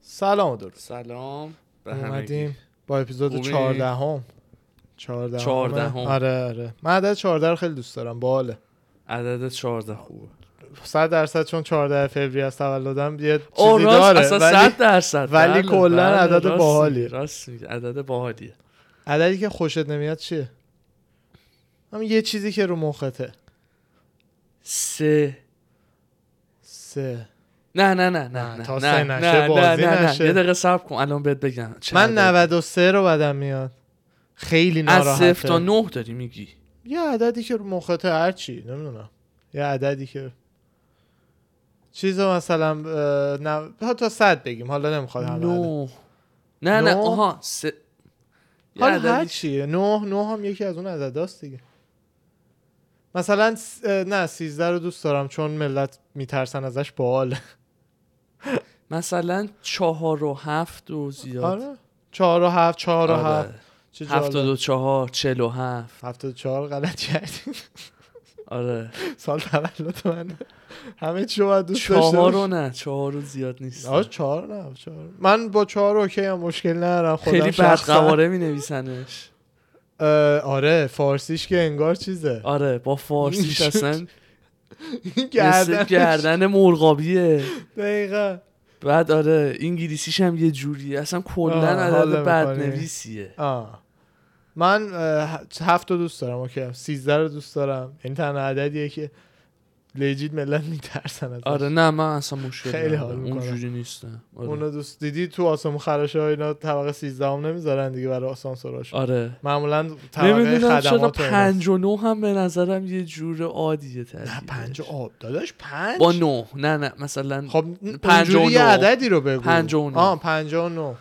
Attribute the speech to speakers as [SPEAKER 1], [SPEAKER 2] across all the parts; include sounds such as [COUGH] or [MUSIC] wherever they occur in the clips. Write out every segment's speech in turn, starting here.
[SPEAKER 1] سلام و درود
[SPEAKER 2] سلام به همگی
[SPEAKER 1] اومدیم با اپیزود
[SPEAKER 2] خوبی؟
[SPEAKER 1] 14 هم 14
[SPEAKER 2] 14م.
[SPEAKER 1] آره آره من عدد 14 رو خیلی دوست دارم باحاله
[SPEAKER 2] عدد 14 خوبه
[SPEAKER 1] 100 درصد چون 14 فوریه از تولدم یه چیزی
[SPEAKER 2] او راست
[SPEAKER 1] داره
[SPEAKER 2] اصلا
[SPEAKER 1] ولی
[SPEAKER 2] 100 درصد
[SPEAKER 1] ولی
[SPEAKER 2] بله،
[SPEAKER 1] کلاً
[SPEAKER 2] بله،
[SPEAKER 1] عدد
[SPEAKER 2] راست میگی،
[SPEAKER 1] باحالیه.
[SPEAKER 2] راست میگی، عدد باحالیه
[SPEAKER 1] عددی که خوشت نمیاد چیه همین یه چیزی که رو مخته
[SPEAKER 2] سه
[SPEAKER 1] سه
[SPEAKER 2] نه نه
[SPEAKER 1] نه،
[SPEAKER 2] نه نه نه
[SPEAKER 1] تا سه
[SPEAKER 2] نه
[SPEAKER 1] نشه،
[SPEAKER 2] نه
[SPEAKER 1] بازی
[SPEAKER 2] نه، نه.
[SPEAKER 1] نشه.
[SPEAKER 2] یه دقیقه صبر کن الان بهت بگم چه
[SPEAKER 1] من
[SPEAKER 2] عددی؟
[SPEAKER 1] 93 رو بدم میاد خیلی
[SPEAKER 2] از
[SPEAKER 1] ناراحته
[SPEAKER 2] صفر تا نه داری میگی
[SPEAKER 1] یه عددی که رو مخته هر چی نمیدونم یه عددی که چیز رو مثلا اه، نه تا صد بگیم آره، حالا نمیخواد همه عدد.
[SPEAKER 2] نه نه نه
[SPEAKER 1] نه.
[SPEAKER 2] آها سه یه
[SPEAKER 1] حالا
[SPEAKER 2] عددی-
[SPEAKER 1] هر چیه نه نه هم یکی از اون عدداست دیگه مثلا س- اه، نه سیزده رو دوست دارم چون ملت میترسن ازش باحال
[SPEAKER 2] مثلا چهار و هفت و زیاد
[SPEAKER 1] آره چهار و هفت چهار و
[SPEAKER 2] آره.
[SPEAKER 1] هفت چه
[SPEAKER 2] هفتاد
[SPEAKER 1] جالب.
[SPEAKER 2] و چهار چل و هفت
[SPEAKER 1] هفتاد و چهار غلط کردیم [LAUGHS]
[SPEAKER 2] آره
[SPEAKER 1] سال تولد من همه چی رو باید دوست داشته
[SPEAKER 2] چهار
[SPEAKER 1] باشی.
[SPEAKER 2] رو نه چهار رو زیاد نیست
[SPEAKER 1] آه چهار نه چهار من با چهار اوکی هم مشکل ندارم خودم
[SPEAKER 2] خیلی بد
[SPEAKER 1] شخصاً-
[SPEAKER 2] قواره می نویسنش
[SPEAKER 1] اه، آره فارسیش که انگار چیزه
[SPEAKER 2] آره با فارسیش
[SPEAKER 1] می‌شد. [LAUGHS]
[SPEAKER 2] اصلا مثل
[SPEAKER 1] گردن
[SPEAKER 2] گردن مرغابیه
[SPEAKER 1] دقیقا
[SPEAKER 2] بعد آره انگلیسیش هم یه جوریه اصلا
[SPEAKER 1] آه،
[SPEAKER 2] کلا
[SPEAKER 1] حال
[SPEAKER 2] عدد
[SPEAKER 1] می‌کنی.
[SPEAKER 2] بد نویسیه
[SPEAKER 1] آه. من اه، هفت رو دوست دارم اوکی سیزده رو دوست دارم یعنی تنها عددیه که لجیت ملت میترسن ازش
[SPEAKER 2] آره نه من اصلا مشکل
[SPEAKER 1] خیلی
[SPEAKER 2] ندارم.
[SPEAKER 1] حال می‌کنم.
[SPEAKER 2] اونجوری نیستم آره.
[SPEAKER 1] اونو دوست دیدی تو آسمون خراشه ها اینا طبقه سیزده هم نمیذارن دیگه برای آسانسوراش
[SPEAKER 2] آره
[SPEAKER 1] معمولا طبقه
[SPEAKER 2] نمیدونم چرا
[SPEAKER 1] خدمات و ایناست.
[SPEAKER 2] پنج و نه هم به نظرم یه جور عادیه
[SPEAKER 1] نه
[SPEAKER 2] ترکیبش.
[SPEAKER 1] پنج آب داداش پنج
[SPEAKER 2] با نه نه نه مثلا
[SPEAKER 1] خب
[SPEAKER 2] پنج و
[SPEAKER 1] اونجوری یه
[SPEAKER 2] نه.
[SPEAKER 1] عددی رو بگو
[SPEAKER 2] پنج و نه.
[SPEAKER 1] آه پنج و نه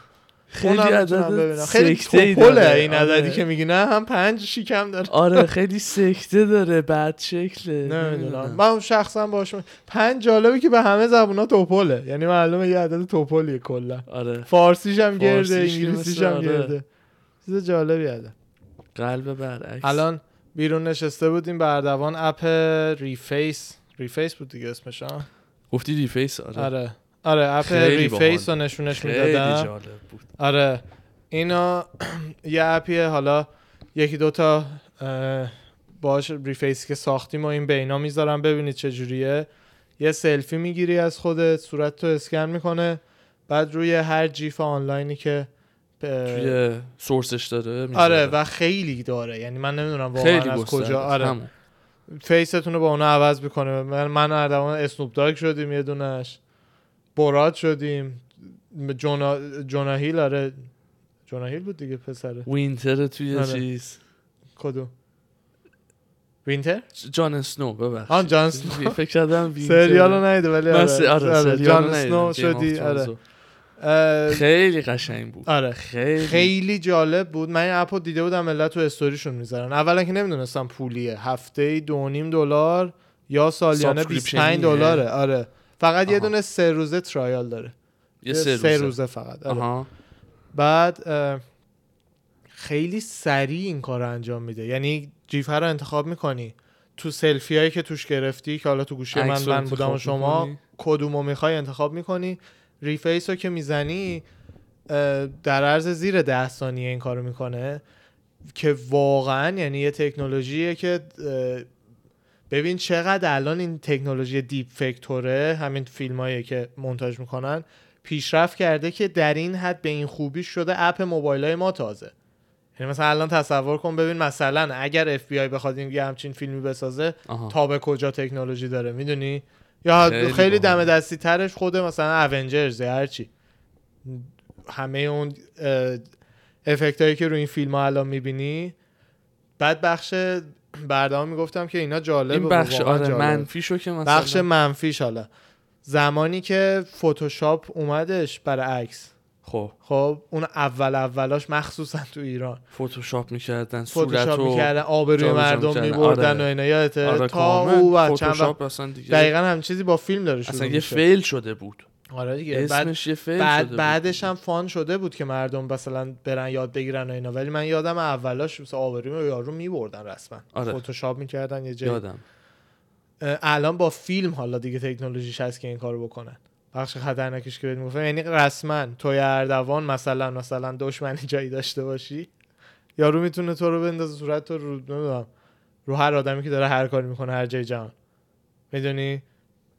[SPEAKER 2] خیلی
[SPEAKER 1] اونم
[SPEAKER 2] عدد
[SPEAKER 1] میتونم ببینم. خیلی
[SPEAKER 2] سکته ای
[SPEAKER 1] توپله
[SPEAKER 2] داره.
[SPEAKER 1] این عددی
[SPEAKER 2] آره.
[SPEAKER 1] که میگی نه هم پنج شیکم داره
[SPEAKER 2] آره خیلی سکته داره بد شکله
[SPEAKER 1] نمیدونم
[SPEAKER 2] نمی‌دونم.
[SPEAKER 1] من شخصا باش م- پنج جالبه که به همه زبونا توپله یعنی معلومه یه عدد توپلیه کلا
[SPEAKER 2] آره
[SPEAKER 1] فارسیش هم گرده
[SPEAKER 2] فارسیش که
[SPEAKER 1] انگلیسیش
[SPEAKER 2] مثل
[SPEAKER 1] هم
[SPEAKER 2] آره.
[SPEAKER 1] گرده چیز جالبی عدد
[SPEAKER 2] قلب برعکس
[SPEAKER 1] الان بیرون نشسته بودیم بردوان اپ ریفیس ریفیس بود دیگه اسمش ها
[SPEAKER 2] گفتی ریفیس آره,
[SPEAKER 1] آره آره اپ
[SPEAKER 2] خیلی
[SPEAKER 1] ریفیس رو نشونش
[SPEAKER 2] خیلی
[SPEAKER 1] میدادم
[SPEAKER 2] جالب بود
[SPEAKER 1] آره اینا [CLEARS THROAT] یه اپیه حالا یکی دوتا اه، باهاش ریفیسی که ساختیم و این به اینا میذارم ببینید چه جوریه یه سلفی میگیری از خودت صورت تو اسکن میکنه بعد روی هر جیف آنلاینی که اه،
[SPEAKER 2] توی سورسش داره می‌ذاره.
[SPEAKER 1] آره و خیلی داره یعنی من نمیدونم واقعا
[SPEAKER 2] خیلی
[SPEAKER 1] از
[SPEAKER 2] گسترده
[SPEAKER 1] کجا
[SPEAKER 2] است.
[SPEAKER 1] آره
[SPEAKER 2] همون.
[SPEAKER 1] فیستون رو با اونا عوض میکنه من من و اردوان اسنوپ داگ شدیم یه دونش براد شدیم جونا جوناهیل آره جوناهیل بود دیگه پسره
[SPEAKER 2] وینتر توی
[SPEAKER 1] آره.
[SPEAKER 2] چیز
[SPEAKER 1] کدوم وینتر
[SPEAKER 2] جان اسنو ببخشید
[SPEAKER 1] آن جان اسنو.
[SPEAKER 2] فکر کردم وینتر
[SPEAKER 1] سریال رو ندیده ولی
[SPEAKER 2] خب، [LAUGHS] من س-
[SPEAKER 1] آره, جان
[SPEAKER 2] آره سریال رو ندیدم.
[SPEAKER 1] اسنو
[SPEAKER 2] Game of
[SPEAKER 1] شدی
[SPEAKER 2] Thrones
[SPEAKER 1] آره
[SPEAKER 2] رو.
[SPEAKER 1] اه،
[SPEAKER 2] خیلی قشنگ بود
[SPEAKER 1] آره
[SPEAKER 2] خیلی
[SPEAKER 1] خیلی جالب بود من این اپو دیده بودم ملت تو استوریشون میذارن اولا که نمیدونستم پولیه هفته ای دو نیم دلار یا سالیانه 25
[SPEAKER 2] Subscriptionیه.
[SPEAKER 1] دلاره آره فقط یه
[SPEAKER 2] آها.
[SPEAKER 1] دونه سه روزه ترایال داره
[SPEAKER 2] یه سه روزه,
[SPEAKER 1] فقط آره.
[SPEAKER 2] آها.
[SPEAKER 1] بعد اه، خیلی سریع این کار رو انجام میده یعنی جیفه رو انتخاب میکنی تو سلفی هایی که توش گرفتی که حالا تو گوشی من
[SPEAKER 2] عکس رو
[SPEAKER 1] من بودم و
[SPEAKER 2] انتخاب
[SPEAKER 1] شما
[SPEAKER 2] می‌کنی.
[SPEAKER 1] کدومو میخوای انتخاب میکنی ریفیس رو که میزنی در عرض زیر ده ثانیه این کارو میکنه که واقعا یعنی یه تکنولوژیه که اه، ببین چقدر الان این تکنولوژی دیپ فکتوره همین فیلم که منتاج میکنن پیشرفت کرده که در این حد به این خوبی شده اپ موبایل های ما تازه یعنی مثلا الان تصور کن ببین مثلا اگر اف بی آی بخواد این یه همچین فیلمی بسازه
[SPEAKER 2] آها.
[SPEAKER 1] تا به کجا تکنولوژی داره میدونی یا
[SPEAKER 2] خیلی
[SPEAKER 1] خیلی, دم
[SPEAKER 2] باحال.
[SPEAKER 1] دستی ترش خود مثلا اونجرز هرچی همه اون افکت هایی که روی این فیلم ها الان میبینی بعد بخش بردام میگفتم که اینا جالبه
[SPEAKER 2] این
[SPEAKER 1] و
[SPEAKER 2] بخش
[SPEAKER 1] واقعا
[SPEAKER 2] آره
[SPEAKER 1] جالبه.
[SPEAKER 2] منفیشو که مثلا
[SPEAKER 1] بخش منفیش حالا زمانی که فتوشاپ اومدش برای عکس
[SPEAKER 2] خب
[SPEAKER 1] خب اون اول اولاش مخصوصا تو ایران
[SPEAKER 2] فتوشاپ میکردن صورت
[SPEAKER 1] فتوشاپ
[SPEAKER 2] رو
[SPEAKER 1] میکردن آبروی
[SPEAKER 2] جابجا
[SPEAKER 1] مردم
[SPEAKER 2] می‌کردن.
[SPEAKER 1] میبردن
[SPEAKER 2] آره.
[SPEAKER 1] و اینا یادته
[SPEAKER 2] آره
[SPEAKER 1] تا
[SPEAKER 2] کامل.
[SPEAKER 1] او بعد چند وقت
[SPEAKER 2] فتوشاپ اصلا دیگه
[SPEAKER 1] دقیقا هم چیزی با فیلم داره شروع
[SPEAKER 2] اصلا یه
[SPEAKER 1] میشه.
[SPEAKER 2] فیل شده بود
[SPEAKER 1] آره دیگه بعد
[SPEAKER 2] اسمش یه فیل شده
[SPEAKER 1] بعد
[SPEAKER 2] بود.
[SPEAKER 1] بعدش هم فان شده بود که مردم مثلا برن یاد بگیرن و اینا ولی من یادم اولاش مثلا آبروی رو یارو میبردن رسما
[SPEAKER 2] آره.
[SPEAKER 1] فتوشاپ میکردن یه جایی
[SPEAKER 2] یادم
[SPEAKER 1] اه، الان با فیلم حالا دیگه تکنولوژیش هست که این کارو بکنن بخش خطرناکش که بهت میگفتم یعنی رسما توی اردوان مثلا مثلا دشمنی جایی داشته باشی یارو میتونه تو رو بندازه صورت تو رو نمیدونم رو هر آدمی که داره هر کاری میکنه هر جای جهان میدونی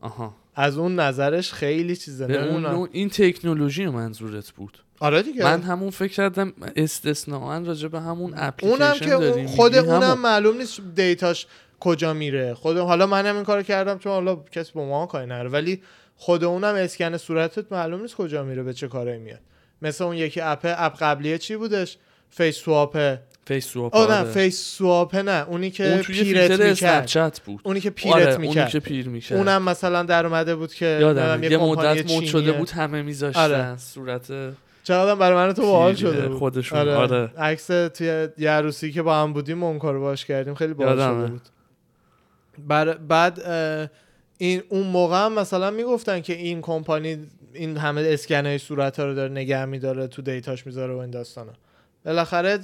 [SPEAKER 2] آها
[SPEAKER 1] از اون نظرش خیلی چیزه
[SPEAKER 2] به اون
[SPEAKER 1] نمونه
[SPEAKER 2] نوع این تکنولوژی رو منظورت بود
[SPEAKER 1] آره دیگه
[SPEAKER 2] من همون فکر کردم استثناا راجع به همون اپلیکیشن
[SPEAKER 1] اونم که
[SPEAKER 2] داری
[SPEAKER 1] اون
[SPEAKER 2] میگی،
[SPEAKER 1] خود
[SPEAKER 2] همون.
[SPEAKER 1] اونم معلوم نیست دیتاش کجا میره خود حالا منم این کارو کردم چون حالا کسی با ما کاری نداره ولی خود اونم اسکن صورتت معلوم نیست کجا میره به چه کاری میاد مثل اون یکی اپ اپ قبلیه چی بودش فیس سواپه
[SPEAKER 2] فیس سواپ
[SPEAKER 1] آه نه
[SPEAKER 2] آره.
[SPEAKER 1] فیس سواپه نه اونی
[SPEAKER 2] اون
[SPEAKER 1] که
[SPEAKER 2] توی
[SPEAKER 1] پیرت
[SPEAKER 2] فیلتر
[SPEAKER 1] میکرد
[SPEAKER 2] اسنپچت بود
[SPEAKER 1] اونی که
[SPEAKER 2] آره،
[SPEAKER 1] پیرت
[SPEAKER 2] اونی که
[SPEAKER 1] میکرد
[SPEAKER 2] پیر میکرد
[SPEAKER 1] اونم مثلا در اومده بود که
[SPEAKER 2] یادم
[SPEAKER 1] نمیدونم
[SPEAKER 2] یه
[SPEAKER 1] کمپانی
[SPEAKER 2] مدت مد شده
[SPEAKER 1] چینیه.
[SPEAKER 2] بود همه میذاشتن
[SPEAKER 1] آره.
[SPEAKER 2] صورت
[SPEAKER 1] چقدر برای من و تو باحال
[SPEAKER 2] پیر
[SPEAKER 1] شده بود
[SPEAKER 2] خودشون آره
[SPEAKER 1] عکس توی یه عروسی که با هم بودیم و اون کارو باش کردیم خیلی باحال
[SPEAKER 2] یادمه.
[SPEAKER 1] شده بود بر... بعد اه، این اون موقع هم مثلا میگفتن که این کمپانی این همه اسکنای صورت ها رو داره نگه میداره تو دیتاش میذاره و این داستانا بالاخره س-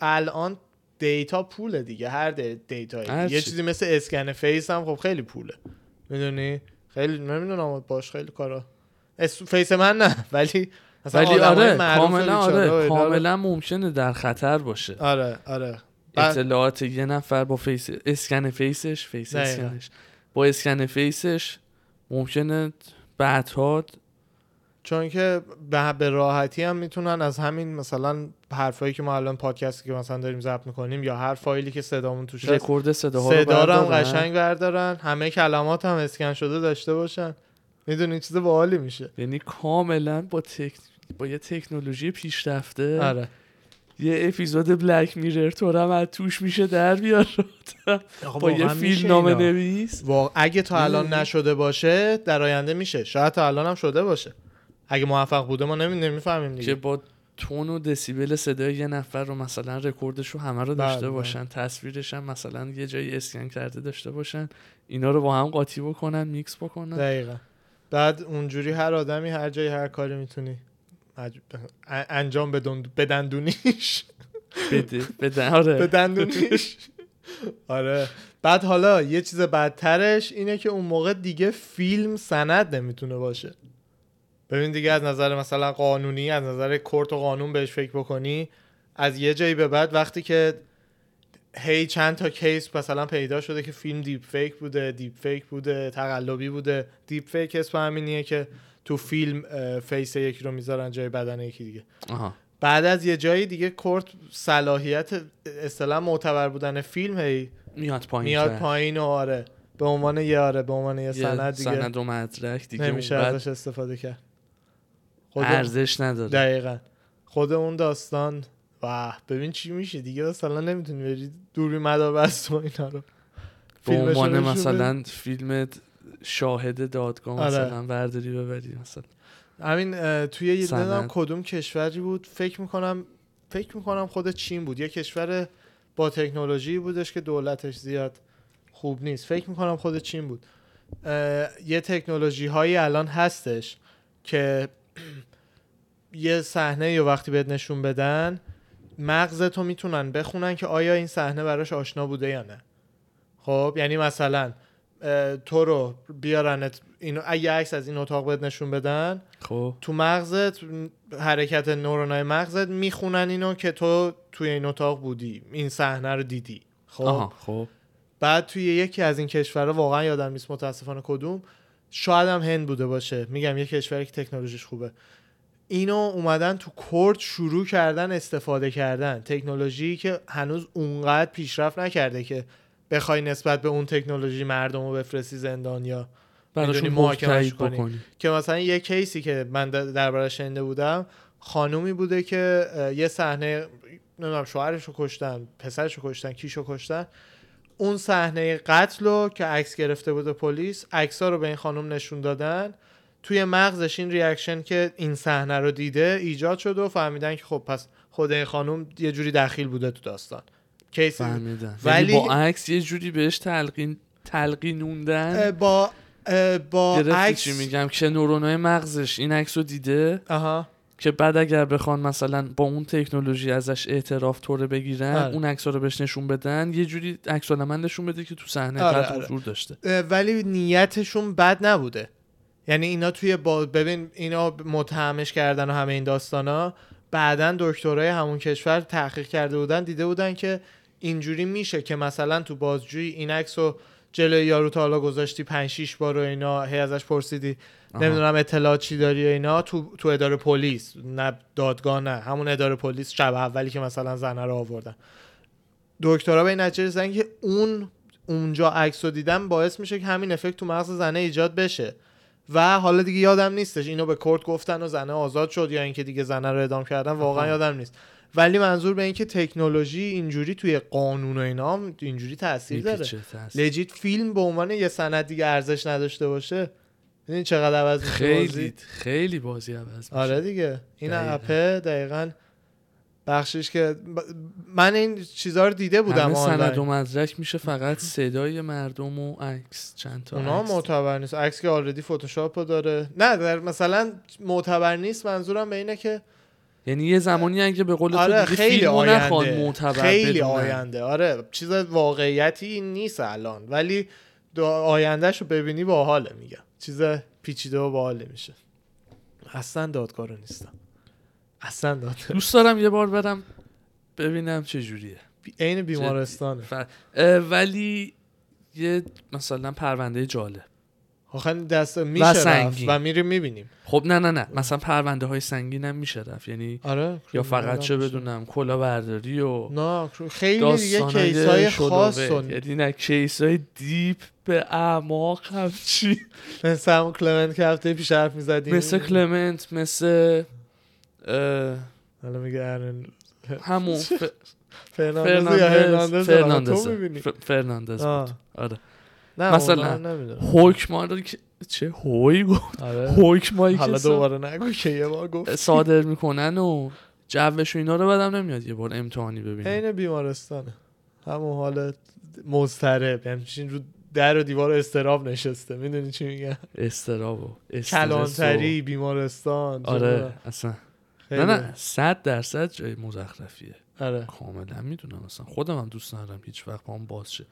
[SPEAKER 1] الان دیتا پوله دیگه هر دی- دیتایی
[SPEAKER 2] هر
[SPEAKER 1] یه
[SPEAKER 2] چی.
[SPEAKER 1] چیزی مثل اسکن فیس هم خب خیلی پوله میدونی خیلی نمیدونم باش خیلی کارا اس... فیس من نه [LAUGHS] ولی مثلا
[SPEAKER 2] ولی
[SPEAKER 1] آدمای
[SPEAKER 2] آره
[SPEAKER 1] معروف
[SPEAKER 2] کاملا
[SPEAKER 1] بیچاره و اینا
[SPEAKER 2] آره
[SPEAKER 1] رو-
[SPEAKER 2] کاملا ممکنه در خطر باشه
[SPEAKER 1] آره آره بعد-
[SPEAKER 2] اطلاعات یه نفر با فیس اسکن فیسش فیس
[SPEAKER 1] دقیقاً.
[SPEAKER 2] اسکنش با اسکن فیسش ممکنه بعدها
[SPEAKER 1] چون که به, به راحتی هم میتونن از همین مثلا حرفایی که ما الان پادکستی که مثلا داریم ضبط میکنیم یا هر فایلی که صدامون توش هست
[SPEAKER 2] رکورد صداها رو
[SPEAKER 1] صدا رو هم
[SPEAKER 2] بردارن.
[SPEAKER 1] قشنگ بردارن همه کلمات هم اسکن شده داشته باشن میدونی چیز باحالی میشه
[SPEAKER 2] یعنی کاملا با تک... با یه تکنولوژی پیشرفته
[SPEAKER 1] آره
[SPEAKER 2] یه اپیزود بلک میرر تو هم از توش میشه در بیار
[SPEAKER 1] خب
[SPEAKER 2] [LAUGHS] با یه فیلم نامه نویس
[SPEAKER 1] وا... اگه تا الان
[SPEAKER 2] می‌دونی؟
[SPEAKER 1] نشده باشه در آینده میشه شاید تا الان هم شده باشه اگه موفق بوده ما نمی... نمیفهمیم
[SPEAKER 2] که
[SPEAKER 1] دیگه
[SPEAKER 2] با تون و دسیبل صدای یه نفر رو مثلا رکوردش رو همه
[SPEAKER 1] بله،
[SPEAKER 2] رو داشته
[SPEAKER 1] بله.
[SPEAKER 2] باشن تصویرش هم مثلا یه جایی اسکن کرده داشته باشن اینا رو با هم قاطی بکنن میکس بکنن
[SPEAKER 1] دقیقا بعد اونجوری هر آدمی هر جایی هر کاری میتونی انجام بدون بدندونیش
[SPEAKER 2] بده بده آره
[SPEAKER 1] به دندونیش آره بعد حالا یه چیز بدترش اینه که اون موقع دیگه فیلم سند نمیتونه باشه ببین دیگه از نظر مثلا قانونی از نظر کورت و قانون بهش فکر بکنی از یه جایی به بعد وقتی که هی چند تا کیس مثلا پیدا شده که فیلم دیپ فیک بوده دیپ فیک بوده تقلبی بوده دیپ فیک اسم همینیه که تو فیلم اه، فیس یکی رو میذارن جای بدن یکی دیگه
[SPEAKER 2] آها
[SPEAKER 1] بعد از یه جایی دیگه کورت صلاحیت اصطلاح معتبر بودن فیلم هی
[SPEAKER 2] میاد پایین
[SPEAKER 1] میاد
[SPEAKER 2] تر.
[SPEAKER 1] پایین و آره به عنوان یه آره به عنوان یه
[SPEAKER 2] یه
[SPEAKER 1] سند دیگه
[SPEAKER 2] سند و مدرک دیگه
[SPEAKER 1] نمیشه
[SPEAKER 2] اونقدر
[SPEAKER 1] ازش استفاده کرد خود
[SPEAKER 2] ارزش نداره
[SPEAKER 1] دقیقا خود اون داستان و ببین چی میشه دیگه مثلا نمیتونی بری دوری مدابست و اینا رو
[SPEAKER 2] به
[SPEAKER 1] فیلمشو
[SPEAKER 2] عنوان
[SPEAKER 1] نشون
[SPEAKER 2] مثلا فیلم شاهد دادگاه
[SPEAKER 1] آره.
[SPEAKER 2] مثلا برداری ببری مثلا
[SPEAKER 1] همین اه، توی یه
[SPEAKER 2] سند.
[SPEAKER 1] نمیدونم کدوم کشوری بود فکر میکنم فکر میکنم خود چین بود یه کشور با تکنولوژی بودش که دولتش زیاد خوب نیست فکر میکنم خود چین بود اه، یه تکنولوژی هایی الان هستش که [CLEARS THROAT] یه صحنه یا وقتی بهت نشون بدن مغز تو میتونن بخونن که آیا این صحنه براش آشنا بوده یا نه خب یعنی مثلا اه، تو رو بیارنت اینو اگه عکس از این اتاق بهت نشون بدن
[SPEAKER 2] خب
[SPEAKER 1] تو مغزت م، حرکت نورونای مغزت میخونن اینو که تو توی این اتاق بودی این صحنه رو دیدی خب
[SPEAKER 2] آها خب
[SPEAKER 1] بعد توی یکی از این کشورها واقعا یادم نیست متاسفانه کدوم شاید هم هند بوده باشه میگم یه کشوری که تکنولوژیش خوبه اینو اومدن تو کرد شروع کردن استفاده کردن تکنولوژی که هنوز اونقدر پیشرفت نکرده که بخوای نسبت به اون تکنولوژی مردم رو بفرستی زندان یا
[SPEAKER 2] براشون
[SPEAKER 1] محاکمه‌اش
[SPEAKER 2] حکم تایید
[SPEAKER 1] کنی.
[SPEAKER 2] بکنی
[SPEAKER 1] که مثلا یه کیسی که من در- دربارش شنیده بودم خانومی بوده که اه، یه صحنه نمیدونم شوهرش رو کشتن پسرش رو کشتن کیش رو کشتن اون صحنه قتل رو که عکس گرفته بوده پلیس عکس‌ها رو به این خانم نشون دادن توی مغزش این ریاکشن که این صحنه رو دیده ایجاد شد و فهمیدن که خب پس خود این خانم یه جوری دخیل بوده تو داستان کیس
[SPEAKER 2] فهمیدم
[SPEAKER 1] ولی-
[SPEAKER 2] ولی با عکس یه جوری بهش تلقین
[SPEAKER 1] اه،
[SPEAKER 2] تلقینوندن
[SPEAKER 1] با اه، با
[SPEAKER 2] گرفتی
[SPEAKER 1] عکس
[SPEAKER 2] چی میگم که نورونای مغزش این عکس رو دیده
[SPEAKER 1] آها
[SPEAKER 2] که بعد اگر بخوان مثلا با اون تکنولوژی ازش اعتراف طوره بگیرن
[SPEAKER 1] آره.
[SPEAKER 2] اون عکس رو بهش نشون بدن یه جوری عکس نشون بده که تو صحنه
[SPEAKER 1] آره،
[SPEAKER 2] قتل
[SPEAKER 1] آره.
[SPEAKER 2] حضور داشته
[SPEAKER 1] اه، ولی نیتشون بد نبوده یعنی اینا توی با... ببین اینا متهمش کردن و همه این داستانا بعدا دکترای همون کشور تحقیق کرده بودن دیده بودن که اینجوری میشه که مثلا تو بازجویی این عکس رو جلوی یارو تا حالا گذاشتی 5 6 بار و اینا هی ازش پرسیدی آها. نمیدونم اطلاعات چی داری و اینا تو تو اداره پلیس نه دادگاه نه همون اداره پلیس شب اولی که مثلا زنه رو آوردن دکترا به این نتیجه رسیدن که اون اونجا عکس رو دیدن باعث میشه که همین افکت تو مغز زنه ایجاد بشه و حالا دیگه یادم نیستش اینو به کورت گفتن و زنه آزاد شد یا اینکه دیگه زنه رو اعدام کردن واقعا آها. یادم نیست ولی منظور به اینکه تکنولوژی اینجوری توی قانون و اینا اینجوری تاثیر داره لجیت فیلم به عنوان یه سند دیگه ارزش نداشته باشه این چقدر عوض میشه
[SPEAKER 2] خیلی بازی؟ خیلی بازی عوض میشه
[SPEAKER 1] آره دیگه این اپه دقیقا بخشش که ب... من این چیزا رو دیده بودم همه
[SPEAKER 2] سند و مدرک میشه فقط صدای مردم و عکس چند تا
[SPEAKER 1] اونا
[SPEAKER 2] عکس.
[SPEAKER 1] معتبر نیست عکس که آلردی فتوشاپ داره نه در مثلا معتبر نیست منظورم به اینه که
[SPEAKER 2] یعنی یه زمانی هم که به قول
[SPEAKER 1] آره
[SPEAKER 2] تو
[SPEAKER 1] خیلی
[SPEAKER 2] فیلمو
[SPEAKER 1] آینده
[SPEAKER 2] معتبر
[SPEAKER 1] خیلی
[SPEAKER 2] بدونن.
[SPEAKER 1] آینده آره چیز واقعیتی نیست الان ولی دو آیندهشو ببینی باحاله میگم چیز پیچیده و باحاله میشه اصلا دادکارو نیستم اصلا داد
[SPEAKER 2] دوست دارم یه بار برم ببینم چه جوریه
[SPEAKER 1] عین بیمارستانه
[SPEAKER 2] ف... اه، ولی یه مثلا پرونده جالب
[SPEAKER 1] آخه دست میشه رفت
[SPEAKER 2] سنگین.
[SPEAKER 1] و میریم میبینیم
[SPEAKER 2] خب نه نه نه مثلا پرونده های سنگین هم میشه رفت یعنی
[SPEAKER 1] آره
[SPEAKER 2] یا
[SPEAKER 1] کریمینال
[SPEAKER 2] فقط چه
[SPEAKER 1] میشه.
[SPEAKER 2] بدونم کلاهبرداری و
[SPEAKER 1] نه خیلی دیگه
[SPEAKER 2] داستان
[SPEAKER 1] کیس های خاص و
[SPEAKER 2] شلوغه. یعنی نه کیس های دیپ به اعماق همچی
[SPEAKER 1] مثل همون کلمنت که هفته پیش حرف میزدیم
[SPEAKER 2] مثل کلمنت مثل اه،
[SPEAKER 1] حالا میگه ارن
[SPEAKER 2] همون
[SPEAKER 1] [LAUGHS]
[SPEAKER 2] ف-
[SPEAKER 1] فرناندز یا هرناندز
[SPEAKER 2] فرناندز فرناندز
[SPEAKER 1] تو میبینی
[SPEAKER 2] ف- فرناندز بود
[SPEAKER 1] آه.
[SPEAKER 2] آره
[SPEAKER 1] نه
[SPEAKER 2] مثلا.
[SPEAKER 1] مثلا نمیدونم
[SPEAKER 2] حکمان رو که- چه هوی گفت
[SPEAKER 1] آره
[SPEAKER 2] حکمایی که
[SPEAKER 1] حالا
[SPEAKER 2] سا-
[SPEAKER 1] دوباره نگو که یه بار گفت
[SPEAKER 2] صادر میکنن و جوش و اینا رو بدم نمیاد یه بار امتحانی ببینم
[SPEAKER 1] عین بیمارستانه همون حالت مضطرب همچین رو در و دیوار استراب نشسته میدونی چی میگم
[SPEAKER 2] استراب و استرس و-
[SPEAKER 1] کلانتری بیمارستان
[SPEAKER 2] آره
[SPEAKER 1] چه
[SPEAKER 2] اصلا
[SPEAKER 1] خیلی.
[SPEAKER 2] نه نه صد درصد جای مزخرفیه
[SPEAKER 1] آره
[SPEAKER 2] کاملا میدونم اصلا خودم هم دوست ندارم هیچ وقت پام باز شه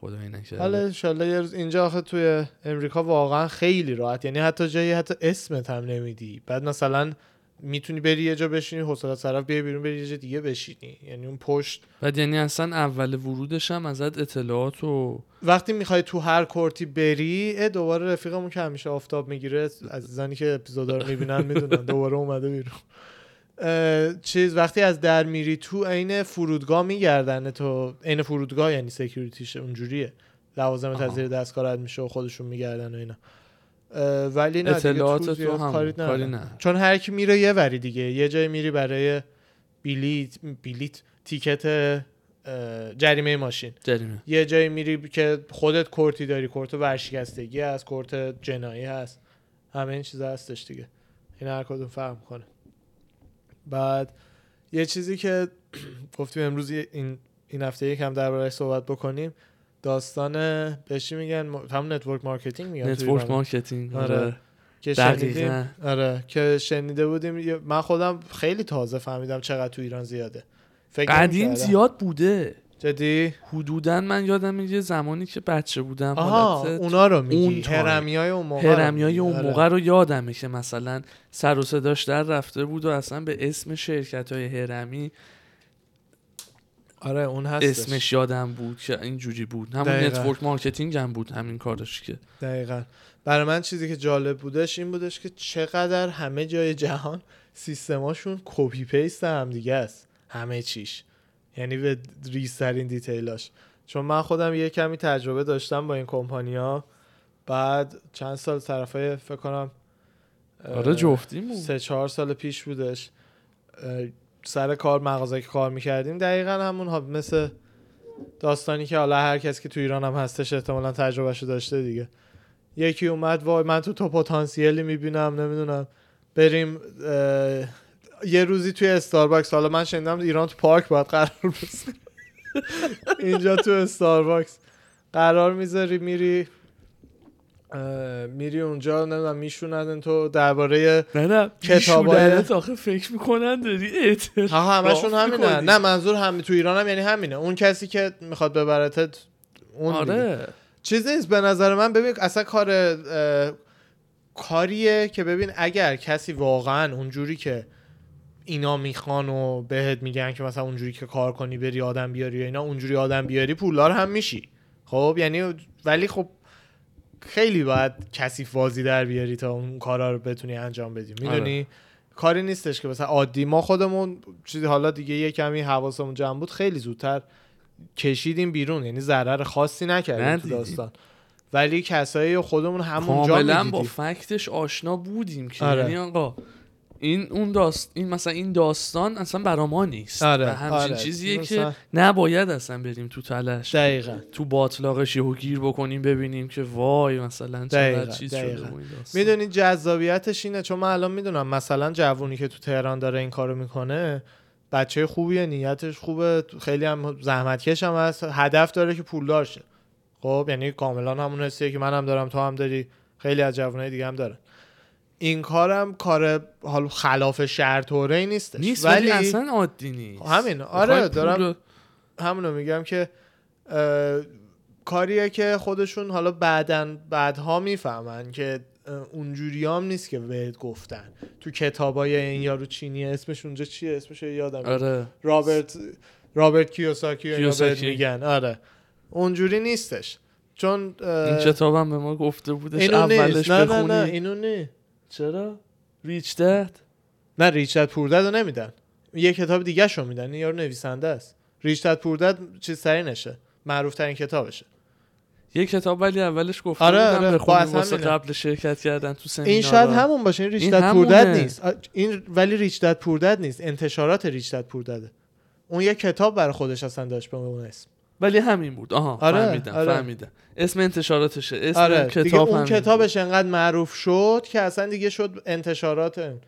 [SPEAKER 2] خدا
[SPEAKER 1] حالا
[SPEAKER 2] نکرده
[SPEAKER 1] انشالله یه روز اینجا آخه توی امریکا واقعا خیلی راحت یعنی حتی جایی حتی اسمت هم نمیدی بعد مثلا میتونی بری یه جا بشینی حوصله از طرف بیای بیرون بری یه جا دیگه بشینی یعنی اون پشت
[SPEAKER 2] بعد یعنی اصلا اول ورودش هم ازت اطلاعات و
[SPEAKER 1] وقتی میخوای تو هر کورتی بری اه، دوباره رفیقمون که همیشه آفتاب میگیره عزیزانی که اپیزودا رو میبینن میدونن دوباره اومده بیرون اه، چیز وقتی از در میری تو عین فرودگاه میگردن تو عین فرودگاه یعنی سکیوریتیش اونجوریه لوازم
[SPEAKER 2] آها.
[SPEAKER 1] از زیر دست کارت میشه و خودشون میگردن و اینا اه، ولی نه دیگه
[SPEAKER 2] اطلاعات
[SPEAKER 1] تو
[SPEAKER 2] تو
[SPEAKER 1] زیاد
[SPEAKER 2] هم
[SPEAKER 1] کاری
[SPEAKER 2] کاری
[SPEAKER 1] ندارن.
[SPEAKER 2] نه
[SPEAKER 1] چون هر کی میره یه وری دیگه یه جایی میری برای بلیت بلیت تیکت اه، جریمه ماشین
[SPEAKER 2] جریمه
[SPEAKER 1] یه جایی میری که خودت کرتی داری کرت ورشکستگی هست کرت جنایی هست همه این چیزا هستش دیگه این هر کدوم فرق کنه بعد یه چیزی که [CLEARS THROAT] گفتیم امروز یه- این این هفته یکم دربارهش صحبت بکنیم داستان بهش چی میگن م- همون نتورک مارکتینگ میگن توی
[SPEAKER 2] نتورک
[SPEAKER 1] یعنی ایران.
[SPEAKER 2] مارکتینگ
[SPEAKER 1] آره.
[SPEAKER 2] آره
[SPEAKER 1] که شنیدیم
[SPEAKER 2] دقیقاً
[SPEAKER 1] آره که شنیده بودیم یه- من خودم خیلی تازه فهمیدم چقدر تو ایران زیاده فکر
[SPEAKER 2] قدیم
[SPEAKER 1] نمی‌کردم.
[SPEAKER 2] زیاد بوده
[SPEAKER 1] جدی
[SPEAKER 2] حدودا من یادم یه زمانی که بچه بودم
[SPEAKER 1] آها
[SPEAKER 2] حالت
[SPEAKER 1] اونا رو میگی
[SPEAKER 2] اون
[SPEAKER 1] اون
[SPEAKER 2] تایم.
[SPEAKER 1] هرمیای اون موقع رو
[SPEAKER 2] هرمیای
[SPEAKER 1] میگی.
[SPEAKER 2] اون
[SPEAKER 1] آره.
[SPEAKER 2] موقع رو یادمه که مثلا سر و صداش در رفته بود و اصلا به اسم شرکت های هرمی
[SPEAKER 1] آره اون هستش
[SPEAKER 2] اسمش یادم بود که اینجوری بود همون
[SPEAKER 1] دقیقاً.
[SPEAKER 2] نتورک مارکتینگ هم بود همین کارش که
[SPEAKER 1] دقیقا برای من چیزی که جالب بودش این بودش که چقدر همه جای جهان سیستماشون کپی پیست هم دیگه است همه چیش یعنی به ریسترین دیتیلاش چون من خودم یه کمی تجربه داشتم با این کمپانیا بعد چند سال طرفای فکر کنم اه،
[SPEAKER 2] آره جفتیمون
[SPEAKER 1] سه چهار سال پیش بودش اه، سر کار مغازه که کار میکردیم دقیقا همون ها مثل داستانی که حالا هر کس که تو ایران هم هستش احتمالا تجربهشو داشته دیگه یکی اومد وای من تو تو پتانسیلی میبینم نمیدونم بریم اه، یه روزی توی استارباکس حالا من شنیدم ایران تو پارک باید قرار بذاری [LAUGHS] اینجا تو استارباکس قرار میذاری میری اه، میری اونجا نمیدونم میشوندن تو درباره
[SPEAKER 2] نه نه
[SPEAKER 1] کتابای-
[SPEAKER 2] بیشوننت آخه فکر میکنن داری اعتراف
[SPEAKER 1] ها همشون
[SPEAKER 2] راه
[SPEAKER 1] همینه
[SPEAKER 2] می‌کنی.
[SPEAKER 1] نه منظور هم تو ایران هم یعنی همینه اون کسی که میخواد ببرتت اون دیگه.
[SPEAKER 2] آره
[SPEAKER 1] چیز نیست به نظر من ببین اصلا کار اه، کاریه که ببین اگر کسی واقعا اونجوری که اینا میخوان و بهت میگن که مثلا اونجوری که کار کنی بری آدم بیاری یا اینا اونجوری آدم بیاری پولدار هم میشی خب یعنی ولی خب خیلی باید کثیف بازی در بیاری تا اون کارا رو بتونی انجام بدی میدونی
[SPEAKER 2] آره.
[SPEAKER 1] کاری نیستش که مثلا عادی ما خودمون چیزی حالا دیگه یه کمی حواسمون جمع بود خیلی زودتر کشیدیم بیرون یعنی ضرر خاصی نکردیم تو
[SPEAKER 2] ندیدیم.
[SPEAKER 1] داستان ولی کسایی خودمون همونجا
[SPEAKER 2] کاملا با
[SPEAKER 1] میدیدیم
[SPEAKER 2] فکتش آشنا بودیم که
[SPEAKER 1] آره.
[SPEAKER 2] یعنی آقا این اون داست این مثلا این داستان اصلا برا ما نیست
[SPEAKER 1] آره،
[SPEAKER 2] و همچین
[SPEAKER 1] آره.
[SPEAKER 2] چیزیه
[SPEAKER 1] مثلا-
[SPEAKER 2] که نباید اصلا بریم تو تلش
[SPEAKER 1] دقیقا
[SPEAKER 2] تو باطلاقش یهو گیر بکنیم ببینیم که وای مثلا چقدر
[SPEAKER 1] دقیقا،
[SPEAKER 2] چیز
[SPEAKER 1] دقیقا.
[SPEAKER 2] شده با این داستان
[SPEAKER 1] میدونی جذابیتش اینه چون من الان میدونم مثلا جوونی که تو تهران داره این کارو میکنه بچه خوبیه نیتش خوبه خیلی هم زحمتکش هم هست هدف داره که پولدار شه خب یعنی کاملا همون حسیه که منم دارم تو هم داری خیلی از جوانای دیگه هم دارن این کارم کار حال خلاف شهر طوره ای نیستش
[SPEAKER 2] نیست ولی, اصلا عادی نیست
[SPEAKER 1] همین، آره،
[SPEAKER 2] می‌خوای پول
[SPEAKER 1] دارم-
[SPEAKER 2] رو-
[SPEAKER 1] همونو میگم که اه، کاریه که خودشون حالا بعدن بعدها میفهمن که اه، اونجوری هم نیست که بهت گفتن تو کتابای این یارو چینیه اسمش اونجا چیه اسمش یادم نیست.
[SPEAKER 2] آره
[SPEAKER 1] رابرت رابرت کیوساکی و اینا بهت
[SPEAKER 2] کیوساکی.
[SPEAKER 1] میگن آره اونجوری نیستش چون اه،
[SPEAKER 2] این کتابم به ما گفته بودش
[SPEAKER 1] اینو
[SPEAKER 2] اولش
[SPEAKER 1] نیست نه نه نه
[SPEAKER 2] بخونی
[SPEAKER 1] اینو نه
[SPEAKER 2] چرا ریچ دد
[SPEAKER 1] نه ریچارد پوردد رو نمیدن یه کتاب دیگه شو میدن این یارو نویسنده است ریچارد پوردد چیز سرینشه معروف ترین کتابشه
[SPEAKER 2] یه کتاب ولی اولش گفته
[SPEAKER 1] آره،
[SPEAKER 2] بودم
[SPEAKER 1] آره، با
[SPEAKER 2] بخونی
[SPEAKER 1] اصلا
[SPEAKER 2] واسه
[SPEAKER 1] اینه.
[SPEAKER 2] قبل شرکت کردن تو سمینارا
[SPEAKER 1] این شاید همون باشه این ریچ
[SPEAKER 2] این
[SPEAKER 1] دد پور دد
[SPEAKER 2] همونه.
[SPEAKER 1] نیست آ، این ولی ریچ دد پور دد نیست انتشارات ریچ دد پور دده اون یه کتاب برای خودش اصلا داشت به اون اسم
[SPEAKER 2] ولی همین بود آها
[SPEAKER 1] آره،
[SPEAKER 2] فهمیدم
[SPEAKER 1] آره.
[SPEAKER 2] فهمیدم اسم انتشاراتشه اسم
[SPEAKER 1] آره
[SPEAKER 2] کتاب
[SPEAKER 1] دیگه اون
[SPEAKER 2] همین
[SPEAKER 1] کتابش انقدر معروف شد که اصلا دیگه شد انتشارات اون.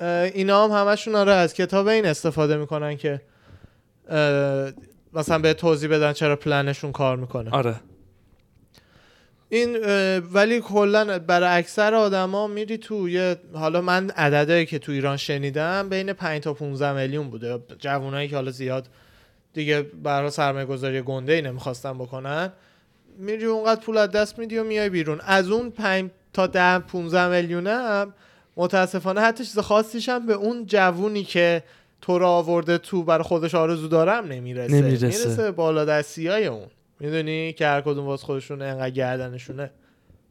[SPEAKER 1] اه، اینا هم همشون آره از کتاب این استفاده میکنن که اه، مثلا به توضیح بدن چرا پلنشون کار میکنه
[SPEAKER 2] بود. آره
[SPEAKER 1] این اه، ولی کلا برای اکثر آدما میری تو یه حالا من عددهایی که تو ایران شنیدم بین 5 تا 15 میلیون بوده جوونایی که حالا زیاد دیگه برای سرمایه گذاری گنده ای نمیخواستن بکنن میری اونقدر پول از دست میدی و میای بیرون از اون 5 تا 10 15 میلیون هم متاسفانه حتی چیز خاصیش هم به اون جوونی که تو را آورده تو برای خودش آرزو دارم نمیرسه
[SPEAKER 2] نمیرسه.
[SPEAKER 1] میرسه به بالا دستی های اون میدونی که هر کدوم واسه خودشون انقدر گردنشونه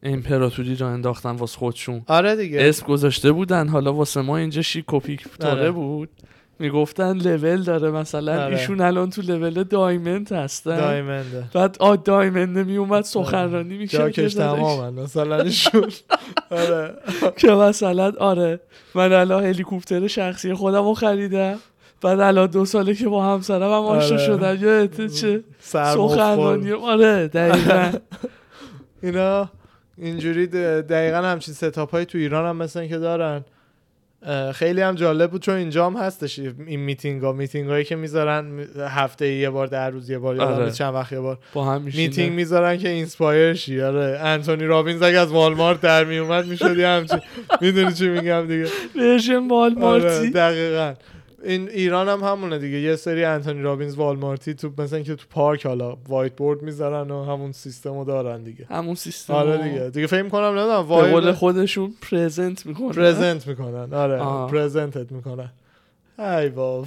[SPEAKER 2] امپراتوری رو انداختن واسه خودشون
[SPEAKER 1] آره دیگه
[SPEAKER 2] اسم گذاشته بودن حالا واسه ما اینجا شیک و پیک
[SPEAKER 1] آره.
[SPEAKER 2] طوره بود میگفتن لول داره مثلا
[SPEAKER 1] آره.
[SPEAKER 2] ایشون الان تو لول دایمند هستن
[SPEAKER 1] دایمنده
[SPEAKER 2] بعد آ دایمند می اومد سخنرانی میکرد
[SPEAKER 1] جاکش تمامن مثلا ایشون آره
[SPEAKER 2] که مثلا آره من الان هلیکوپتر شخصی خودم رو خریدم بعد الان دو ساله که با همسرم هم آشنا
[SPEAKER 1] آره.
[SPEAKER 2] شدم یادته چه سخنرانی
[SPEAKER 1] سرمخور [LAUGHS]
[SPEAKER 2] آره دقیقا
[SPEAKER 1] اینا اینجوری د- دقیقا همچین ستاپ های تو ایران هم مثلا که دارن اه، خیلی هم جالب بود چون اینجا هم هستش این میتینگ ها میتینگ هایی که میذارن هفته یه بار در روز یه بار یا
[SPEAKER 2] آره.
[SPEAKER 1] چند وقت یه بار
[SPEAKER 2] با هم میشینن.
[SPEAKER 1] میتینگ میذارن که اینسپایر شی آره انتونی رابینز اگه از والمارت در میومد میشدی همچین میدونی چی میگم دیگه
[SPEAKER 2] ورژن
[SPEAKER 1] آره
[SPEAKER 2] والمارتی
[SPEAKER 1] دقیقا این ایران هم همونه دیگه یه سری انتونی رابینز والمارتی تو مثلا که تو پارک حالا وایت بورد میذارن و همون سیستمو دارن دیگه
[SPEAKER 2] همون سیستم
[SPEAKER 1] آره
[SPEAKER 2] رو
[SPEAKER 1] دیگه دیگه فکر کنم نمیدونم
[SPEAKER 2] به قول
[SPEAKER 1] وایت
[SPEAKER 2] خودشون پرزنت میکنه
[SPEAKER 1] پرزنت میکنن آره
[SPEAKER 2] آه.
[SPEAKER 1] پرزنتت میکنن ای بابا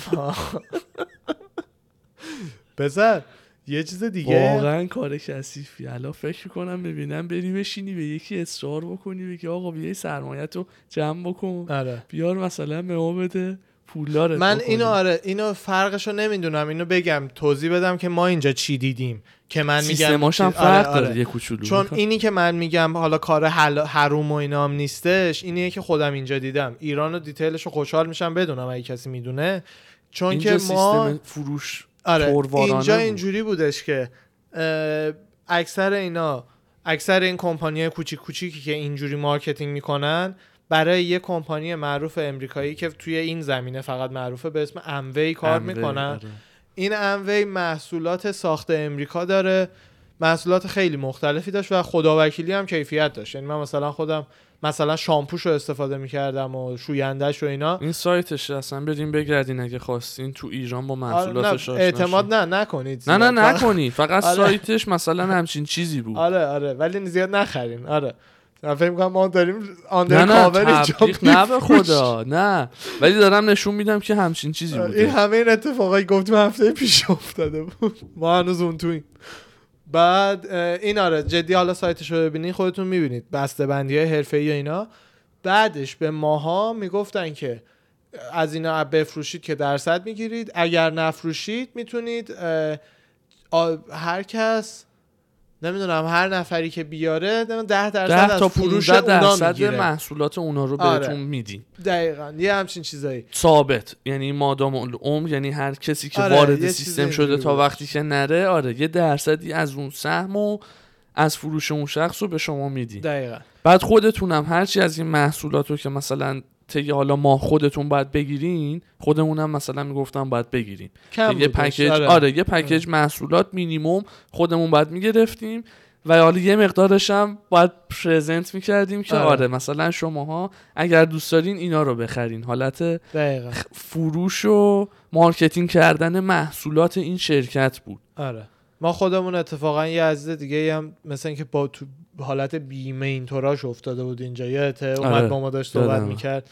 [SPEAKER 1] بذار یه چیز دیگه
[SPEAKER 2] واقعا کار کثیفی الان فکر کنم ببینم بری بشینی به یکی اصرار بکنی بگی آقا بیا این سرمایت رو جمع بکن
[SPEAKER 1] آره
[SPEAKER 2] بیار مثلا به ما بده پولدارت
[SPEAKER 1] من
[SPEAKER 2] بکنیم.
[SPEAKER 1] اینو آره اینو فرقشو نمیدونم اینو بگم توضیح بدم که ما اینجا چی دیدیم که من میگم
[SPEAKER 2] سیستماش هم
[SPEAKER 1] چیز- آره،
[SPEAKER 2] فرق
[SPEAKER 1] آره.
[SPEAKER 2] داره یه کوچولو
[SPEAKER 1] چون اینی که من میگم حالا کار حل... حروم و اینام نیستش اینیه که خودم اینجا دیدم ایران و دیتیلش رو خوشحال میشم بدونم اگه کسی میدونه چون
[SPEAKER 2] اینجا
[SPEAKER 1] که ما
[SPEAKER 2] سیستم فروش
[SPEAKER 1] آره
[SPEAKER 2] پروارانه
[SPEAKER 1] اینجا
[SPEAKER 2] بود.
[SPEAKER 1] اینجوری بودش که اه، اکثر اینا اکثر این کمپانی کوچیک کوچیکی که اینجوری مارکتینگ میکنن برای یه کمپانی معروف امریکایی که توی این زمینه فقط معروفه به اسم اموی کار
[SPEAKER 2] امره،
[SPEAKER 1] میکنن
[SPEAKER 2] آره.
[SPEAKER 1] این اموی محصولات ساخت امریکا داره محصولات خیلی مختلفی داشت و خداوکیلی هم کیفیت داشت یعنی من مثلا خودم مثلا شامپوش رو استفاده میکردم و شویندهش و اینا
[SPEAKER 2] این سایتش اصلا بریم بگردین اگه خواستین تو ایران با محصولاتش
[SPEAKER 1] آره، نه،
[SPEAKER 2] آشنا شین.
[SPEAKER 1] اعتماد نه نکنید
[SPEAKER 2] نه
[SPEAKER 1] زیاد.
[SPEAKER 2] نه نکنی فقط
[SPEAKER 1] آره.
[SPEAKER 2] سایتش مثلا همچین چیزی بود
[SPEAKER 1] آره آره ولی زیاد نخرین آره من فکر می‌کنم ما داریم آندر
[SPEAKER 2] نه نه
[SPEAKER 1] کاور
[SPEAKER 2] تبلیغ نه به خدا نه ولی دارم نشون میدم که همچین چیزی
[SPEAKER 1] آره، این
[SPEAKER 2] بوده
[SPEAKER 1] همه این اتفاقایی گفتیم هفته پیش افتاده بود ما هنوز اون تویم بعد اه، این آره جدی حالا سایتش رو ببینی خودتون میبینید بسته بندی های حرفه ای اینا بعدش به ماها میگفتن که از اینا بفروشید که درصد میگیرید اگر نفروشید میتونید اه، آ- هر کس نمیدونم هر نفری که بیاره نمیدونم ده درصد
[SPEAKER 2] ده
[SPEAKER 1] از
[SPEAKER 2] تا
[SPEAKER 1] فروش
[SPEAKER 2] 15
[SPEAKER 1] اونا
[SPEAKER 2] درصد
[SPEAKER 1] میگیره
[SPEAKER 2] محصولات اونا رو
[SPEAKER 1] آره.
[SPEAKER 2] بهتون میدیم
[SPEAKER 1] دقیقا یه همچین چیزایی
[SPEAKER 2] ثابت یعنی مادام العمر یعنی هر کسی که
[SPEAKER 1] آره، یه
[SPEAKER 2] وارد
[SPEAKER 1] چیز
[SPEAKER 2] سیستم
[SPEAKER 1] اینجوری
[SPEAKER 2] شده تا
[SPEAKER 1] بود.
[SPEAKER 2] وقتی که نره آره یه درصدی از اون سهم و از فروش اون شخص رو به شما میدی
[SPEAKER 1] دقیقا
[SPEAKER 2] بعد خودتونم هرچی از این محصولات رو که مثلا طی حالا ما خودتون باید بگیرین خودمونم مثلا میگفتم باید بگیرین
[SPEAKER 1] کم بودش.
[SPEAKER 2] یه پکیج آره. یه پکیج محصولات مینیموم خودمون باید میگرفتیم و حالا یه مقدارش هم باید پرزنت میکردیم که
[SPEAKER 1] آره.
[SPEAKER 2] آره. مثلا شماها اگر دوست دارین اینا رو بخرین حالت
[SPEAKER 1] دقیقا
[SPEAKER 2] فروش و مارکتینگ کردن محصولات این شرکت بود
[SPEAKER 1] آره ما خودمون اتفاقا یه عزیز دیگه هم مثل اینکه با تو حالت بیمه اینطوراش افتاده بود اینجا یادته اومد
[SPEAKER 2] آره،
[SPEAKER 1] با ما داشت صحبت
[SPEAKER 2] یادمه.
[SPEAKER 1] میکرد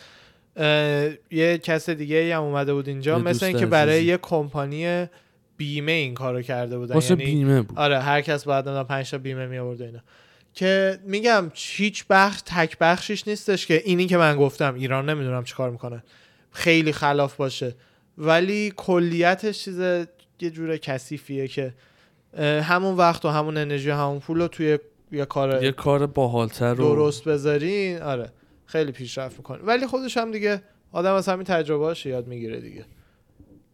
[SPEAKER 1] یه کس دیگه هم اومده بود اینجا
[SPEAKER 2] یه
[SPEAKER 1] مثل
[SPEAKER 2] دوست
[SPEAKER 1] اینکه برای
[SPEAKER 2] عزیزی.
[SPEAKER 1] یه کمپانی بیمه این کارو کرده بودن
[SPEAKER 2] واسه
[SPEAKER 1] یعنی
[SPEAKER 2] بیمه بود
[SPEAKER 1] آره هر کس بعد نمیدونم 5 تا بیمه می آورد و اینا که میگم هیچ بخش تک بخشش نیستش که اینی که من گفتم ایران نمیدونم چیکار میکنه خیلی خلاف باشه ولی کلیتش چیز یه جور کثیفیه که اه، همون وقت و همون انرژی و همون پول رو توی یه کار
[SPEAKER 2] یه کار باحالتر رو
[SPEAKER 1] آره. درست بذارین آره خیلی پیشرفت میکنه ولی خودش هم دیگه آدم از همین تجربهاش یاد میگیره دیگه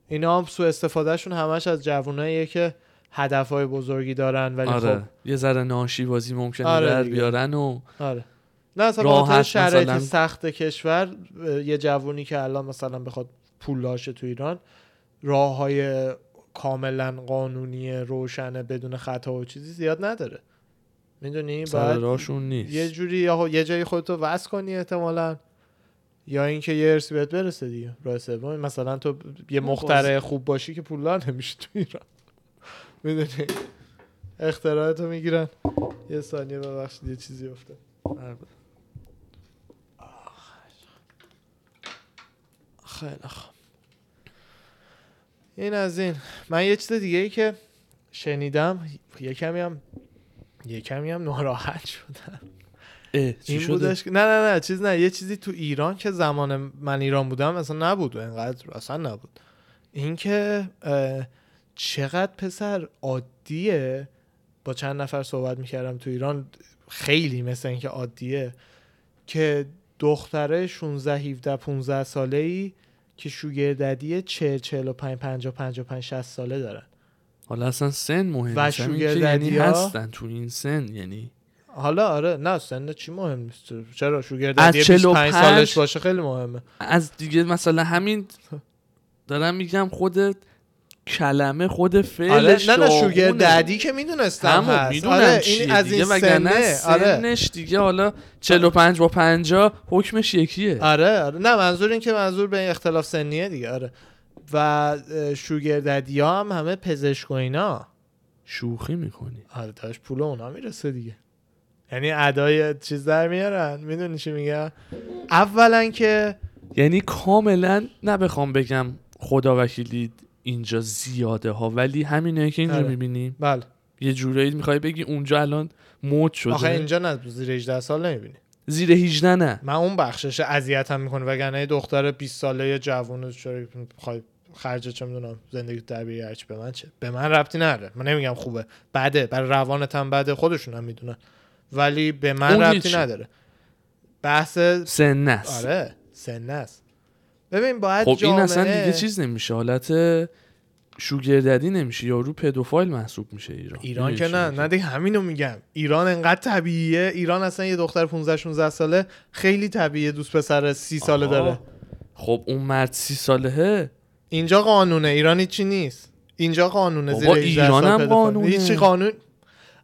[SPEAKER 1] اینا هم سوء استفادهشون همش از جووناییه که هدفهای بزرگی دارن ولی خب.
[SPEAKER 2] آره یه ذره ناشی بازی ممکنه
[SPEAKER 1] آره
[SPEAKER 2] در
[SPEAKER 1] دیگه.
[SPEAKER 2] بیارن و
[SPEAKER 1] خب آره نه اصلا به
[SPEAKER 2] راحت
[SPEAKER 1] خاطر شرایط
[SPEAKER 2] مثلا-
[SPEAKER 1] سخت کشور اه، یه جوونی که الان مثلا بخواد پول لاشه تو ایران راه های کاملا قانونی روشن بدون خطا و چیزی زیاد نداره میدونی
[SPEAKER 2] سر
[SPEAKER 1] باید
[SPEAKER 2] راهشون نیست
[SPEAKER 1] یه جوری یا یه جایی خودتو وصل کنی احتمالا یا اینکه یه ارسی بهت برسه دیگه راه سوم مثلا تو یه
[SPEAKER 2] باز-
[SPEAKER 1] مختره خوب باشی که پولدار نمیشی تو ایران [LAUGHS] میدونی اختراعاتو میگیرن یه ثانیه ببخشید یه چیزی افته
[SPEAKER 2] آره.
[SPEAKER 1] خیلی خب این از این من یه چیز دیگه ای که شنیدم یه کمی هم یه کمی هم ناراحت شدم
[SPEAKER 2] اه، چی
[SPEAKER 1] این
[SPEAKER 2] شده؟
[SPEAKER 1] بودش که- نه نه نه چیز نه یه چیزی تو ایران که زمان من ایران بودم اصلا نبود و انقدر اصلا نبود اینکه اه، چقدر پسر عادیه با چند نفر صحبت میکردم تو ایران خیلی مثل اینکه عادیه که دختره 16 17 15 ساله ای که شوگر ددیه 40 45 50 55 60 ساله دارن
[SPEAKER 2] حالا اصلا سن مهم
[SPEAKER 1] و
[SPEAKER 2] نیست. همین که
[SPEAKER 1] شوگرددی
[SPEAKER 2] یعنی
[SPEAKER 1] ها؟
[SPEAKER 2] هستن تو این سن یعنی
[SPEAKER 1] حالا آره نه سن چی مهم نیست چرا شوگر
[SPEAKER 2] از
[SPEAKER 1] ددیه 25
[SPEAKER 2] 45
[SPEAKER 1] سالش باشه خیلی مهمه
[SPEAKER 2] از دیگه مثلا همین دارم میگم خود کلمه خود
[SPEAKER 1] آره
[SPEAKER 2] فعلش
[SPEAKER 1] نه نه
[SPEAKER 2] داغونه.
[SPEAKER 1] شوگر ددی که میدونستم
[SPEAKER 2] همون
[SPEAKER 1] هست
[SPEAKER 2] میدونم
[SPEAKER 1] آره
[SPEAKER 2] چیه
[SPEAKER 1] این از
[SPEAKER 2] دیگه
[SPEAKER 1] این
[SPEAKER 2] وگرنه
[SPEAKER 1] سنه آره
[SPEAKER 2] سنش دیگه حالا 45 با 50 حکمش یکیه
[SPEAKER 1] آره آره نه منظور این که منظور به این اختلاف سنیه دیگه آره و اه، شوگر ددی ها هم همه پزشک و اینا
[SPEAKER 2] شوخی میکنی
[SPEAKER 1] آره داشت پول اونا میرسه دیگه یعنی ادای چیز در میارن میدونی چی میگم اولا که
[SPEAKER 2] یعنی کاملا نبخوام بگم خدا وکیلی اینجا زیاده ها ولی همینه که اینجا
[SPEAKER 1] آره.
[SPEAKER 2] میبینیم
[SPEAKER 1] بله
[SPEAKER 2] یه جورایی میخوای بگی اونجا الان موج شده
[SPEAKER 1] آخه اینجا نه زیر 18 سال نمیبینی
[SPEAKER 2] زیر 18 نه
[SPEAKER 1] من اون بخشش اذیتم میکنه وگرنه یه دختر 20 ساله یا جوون چرا بخوای خرج چه میدونم زندگی طبیعی هرچی به من چه به من ربطی نداره من نمیگم خوبه بده برای روانت هم بده خودشون هم میدونن ولی به من
[SPEAKER 2] اون
[SPEAKER 1] ربطی
[SPEAKER 2] هیچی.
[SPEAKER 1] نداره بحث
[SPEAKER 2] سن است
[SPEAKER 1] آره سن است ببین باید
[SPEAKER 2] خب
[SPEAKER 1] جامعه
[SPEAKER 2] این اصلا دیگه چیز نمیشه حالت شوگرددی نمیشه یارو پدوفایل محسوب میشه ایران
[SPEAKER 1] ایران
[SPEAKER 2] می‌دونی
[SPEAKER 1] که
[SPEAKER 2] چی
[SPEAKER 1] نه
[SPEAKER 2] میگم؟
[SPEAKER 1] نه دیگه همینو میگم ایران انقدر طبیعیه ایران اصلا یه دختر 15 16 ساله خیلی طبیعیه دوست پسر 30 ساله
[SPEAKER 2] آها.
[SPEAKER 1] داره
[SPEAKER 2] خب اون مرد سی سالهه
[SPEAKER 1] اینجا قانونه ایرانی چی نیست اینجا قانونه
[SPEAKER 2] بابا
[SPEAKER 1] زیر 18
[SPEAKER 2] ایران
[SPEAKER 1] سال
[SPEAKER 2] هم
[SPEAKER 1] پدوفایل.
[SPEAKER 2] قانونه.
[SPEAKER 1] هیچی قانون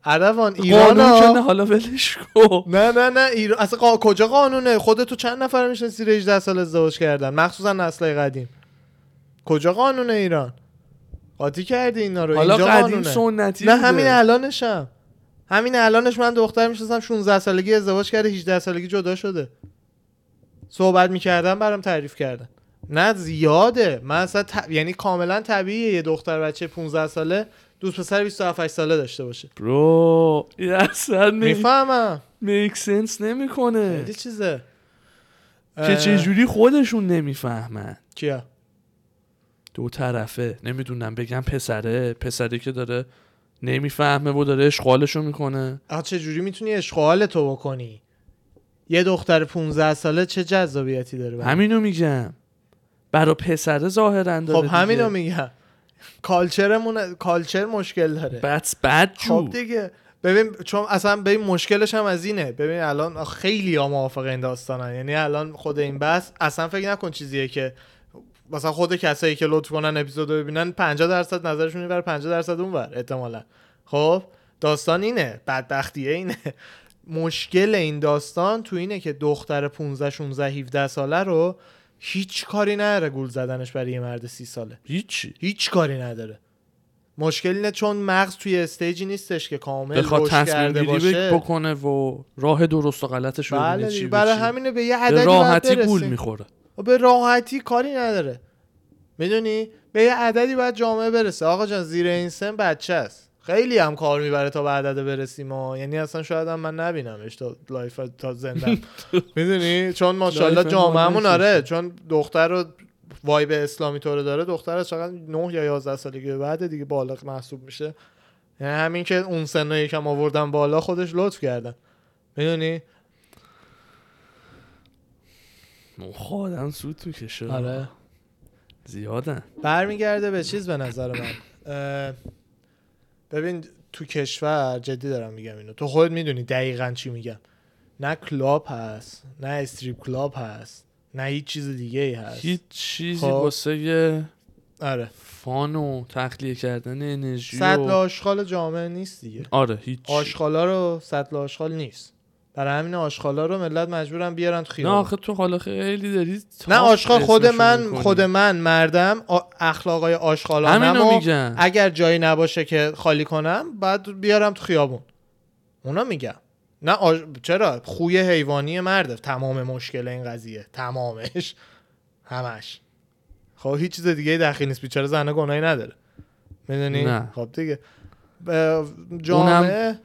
[SPEAKER 1] عربان ایران
[SPEAKER 2] قانون
[SPEAKER 1] ها-
[SPEAKER 2] کنه حالا ولش کن
[SPEAKER 1] نه نه نه ایران اصلا قا- کجا قانونه خودتو چند نفر میشن زیر 18 سال ازدواج کردن مخصوصا نسل قدیم کجا قانونه ایران قاطی کردی اینا رو
[SPEAKER 2] حالا
[SPEAKER 1] اینجا
[SPEAKER 2] قدیم
[SPEAKER 1] قانونه
[SPEAKER 2] سنتی
[SPEAKER 1] نه
[SPEAKER 2] بوده.
[SPEAKER 1] همین الانشم همین الانش من دختر میشناسم 16 سالگی ازدواج کرده 18 سالگی جدا شده صحبت میکردم برام تعریف کردن نه زیاده من اصلا ط- یعنی کاملا طبیعیه یه دختر بچه 15 ساله دوست پسر 27 ساله داشته باشه
[SPEAKER 2] برو این اصلا می...
[SPEAKER 1] میفهمم
[SPEAKER 2] میک سنس نمیکنه
[SPEAKER 1] خیلی چیزه
[SPEAKER 2] که
[SPEAKER 1] اه،
[SPEAKER 2] چجوری خودشون نمیفهمن
[SPEAKER 1] کیا
[SPEAKER 2] دو طرفه نمیدونم بگم پسره پسری که داره نمیفهمه و داره اشغالشو میکنه
[SPEAKER 1] آخه چه جوری میتونی اشغال تو بکنی یه دختر 15 ساله چه جذابیتی داره برای-
[SPEAKER 2] همینو میگم برا پسره ظاهرا داره
[SPEAKER 1] خب همینو میگم کالچرمون کالچر مشکل داره
[SPEAKER 2] بد بد
[SPEAKER 1] خب
[SPEAKER 2] جو
[SPEAKER 1] دیگه ببین چون اصلا ببین مشکلش هم از اینه ببین الان آخ، خیلی ها موافق این داستانن یعنی الان خود این بس اصلا فکر نکن چیزیه که مثلا خود کسایی که لطف کنن اپیزود رو ببینن 50 درصد نظرشون اینور 50 درصد اونور احتمالا خب داستان اینه بدبختیه اینه مشکل این داستان تو اینه که دختر 15 16 17 ساله رو هیچ کاری نداره گول زدنش برای یه مرد 30 ساله
[SPEAKER 2] هیچی
[SPEAKER 1] هیچ کاری نداره مشکل اینه چون مغز توی استیجی نیستش که کامل
[SPEAKER 2] بخواد
[SPEAKER 1] رشد
[SPEAKER 2] تصمیم
[SPEAKER 1] خب، کرده
[SPEAKER 2] گیری
[SPEAKER 1] باشه
[SPEAKER 2] بکنه و راه درست و غلطش رو
[SPEAKER 1] بله
[SPEAKER 2] ببینه
[SPEAKER 1] دیگه،
[SPEAKER 2] چی به
[SPEAKER 1] برای
[SPEAKER 2] چی.
[SPEAKER 1] همینه به یه
[SPEAKER 2] به
[SPEAKER 1] عددی
[SPEAKER 2] راحتی
[SPEAKER 1] باید برسیم.
[SPEAKER 2] گول میخوره
[SPEAKER 1] خب به راحتی کاری نداره میدونی به یه عددی باید جامعه برسه آقا جان زیر این سن بچه است خیلی هم کار میبره تا به عدد برسیم ها یعنی اصلا شاید هم من نبینمش تا لایف تا زنده میدونی چون ماشاءالله
[SPEAKER 2] لایف ما
[SPEAKER 1] جامعهمون
[SPEAKER 2] نیستش.
[SPEAKER 1] آره چون دختر رو وایب اسلامی طوره داره دختر از چقدر 9 یا 11 سالگی به بعد دیگه بالغ محسوب میشه یعنی همین که اون سن رو یکم آوردن بالا خودش لطف کردن میدونی
[SPEAKER 2] مخ آدم سود تو کشه
[SPEAKER 1] آره.
[SPEAKER 2] زیادن
[SPEAKER 1] برمیگرده به چیز به نظر من اه، ببین تو کشور جدی دارم میگم اینو تو خود میدونی دقیقا چی میگم نه کلاب هست نه استریپ کلاب هست نه هیچ چیز دیگه ای هست
[SPEAKER 2] هیچ چیزی
[SPEAKER 1] خب.
[SPEAKER 2] واسه یه
[SPEAKER 1] آره
[SPEAKER 2] فان و تخلیه کردن انرژی
[SPEAKER 1] سطل
[SPEAKER 2] و...
[SPEAKER 1] آشغال جامعه نیست دیگه
[SPEAKER 2] آره هیچ
[SPEAKER 1] آشغالا رو سطل آشغال نیست برای همین آشغالا رو ملت مجبورن بیارن تو
[SPEAKER 2] نه
[SPEAKER 1] خیابون
[SPEAKER 2] آخه تو حالا خیلی داری تاپ
[SPEAKER 1] نه آشغال خود
[SPEAKER 2] اسمشو
[SPEAKER 1] من
[SPEAKER 2] می‌کنی.
[SPEAKER 1] خود من مردم آ- اخلاقای آشغالانم
[SPEAKER 2] همینو
[SPEAKER 1] رو
[SPEAKER 2] میگم
[SPEAKER 1] اگر جایی نباشه که خالی کنم بعد بیارم تو خیابون اونا میگم نه آش... چرا خوی حیوانی مرده تمام مشکل این قضیه تمامش همش خب هیچ چیز دیگه دخیل نیست بیچاره زنه گناهی نداره میدونی
[SPEAKER 2] نه.
[SPEAKER 1] خب دیگه ب- جامعه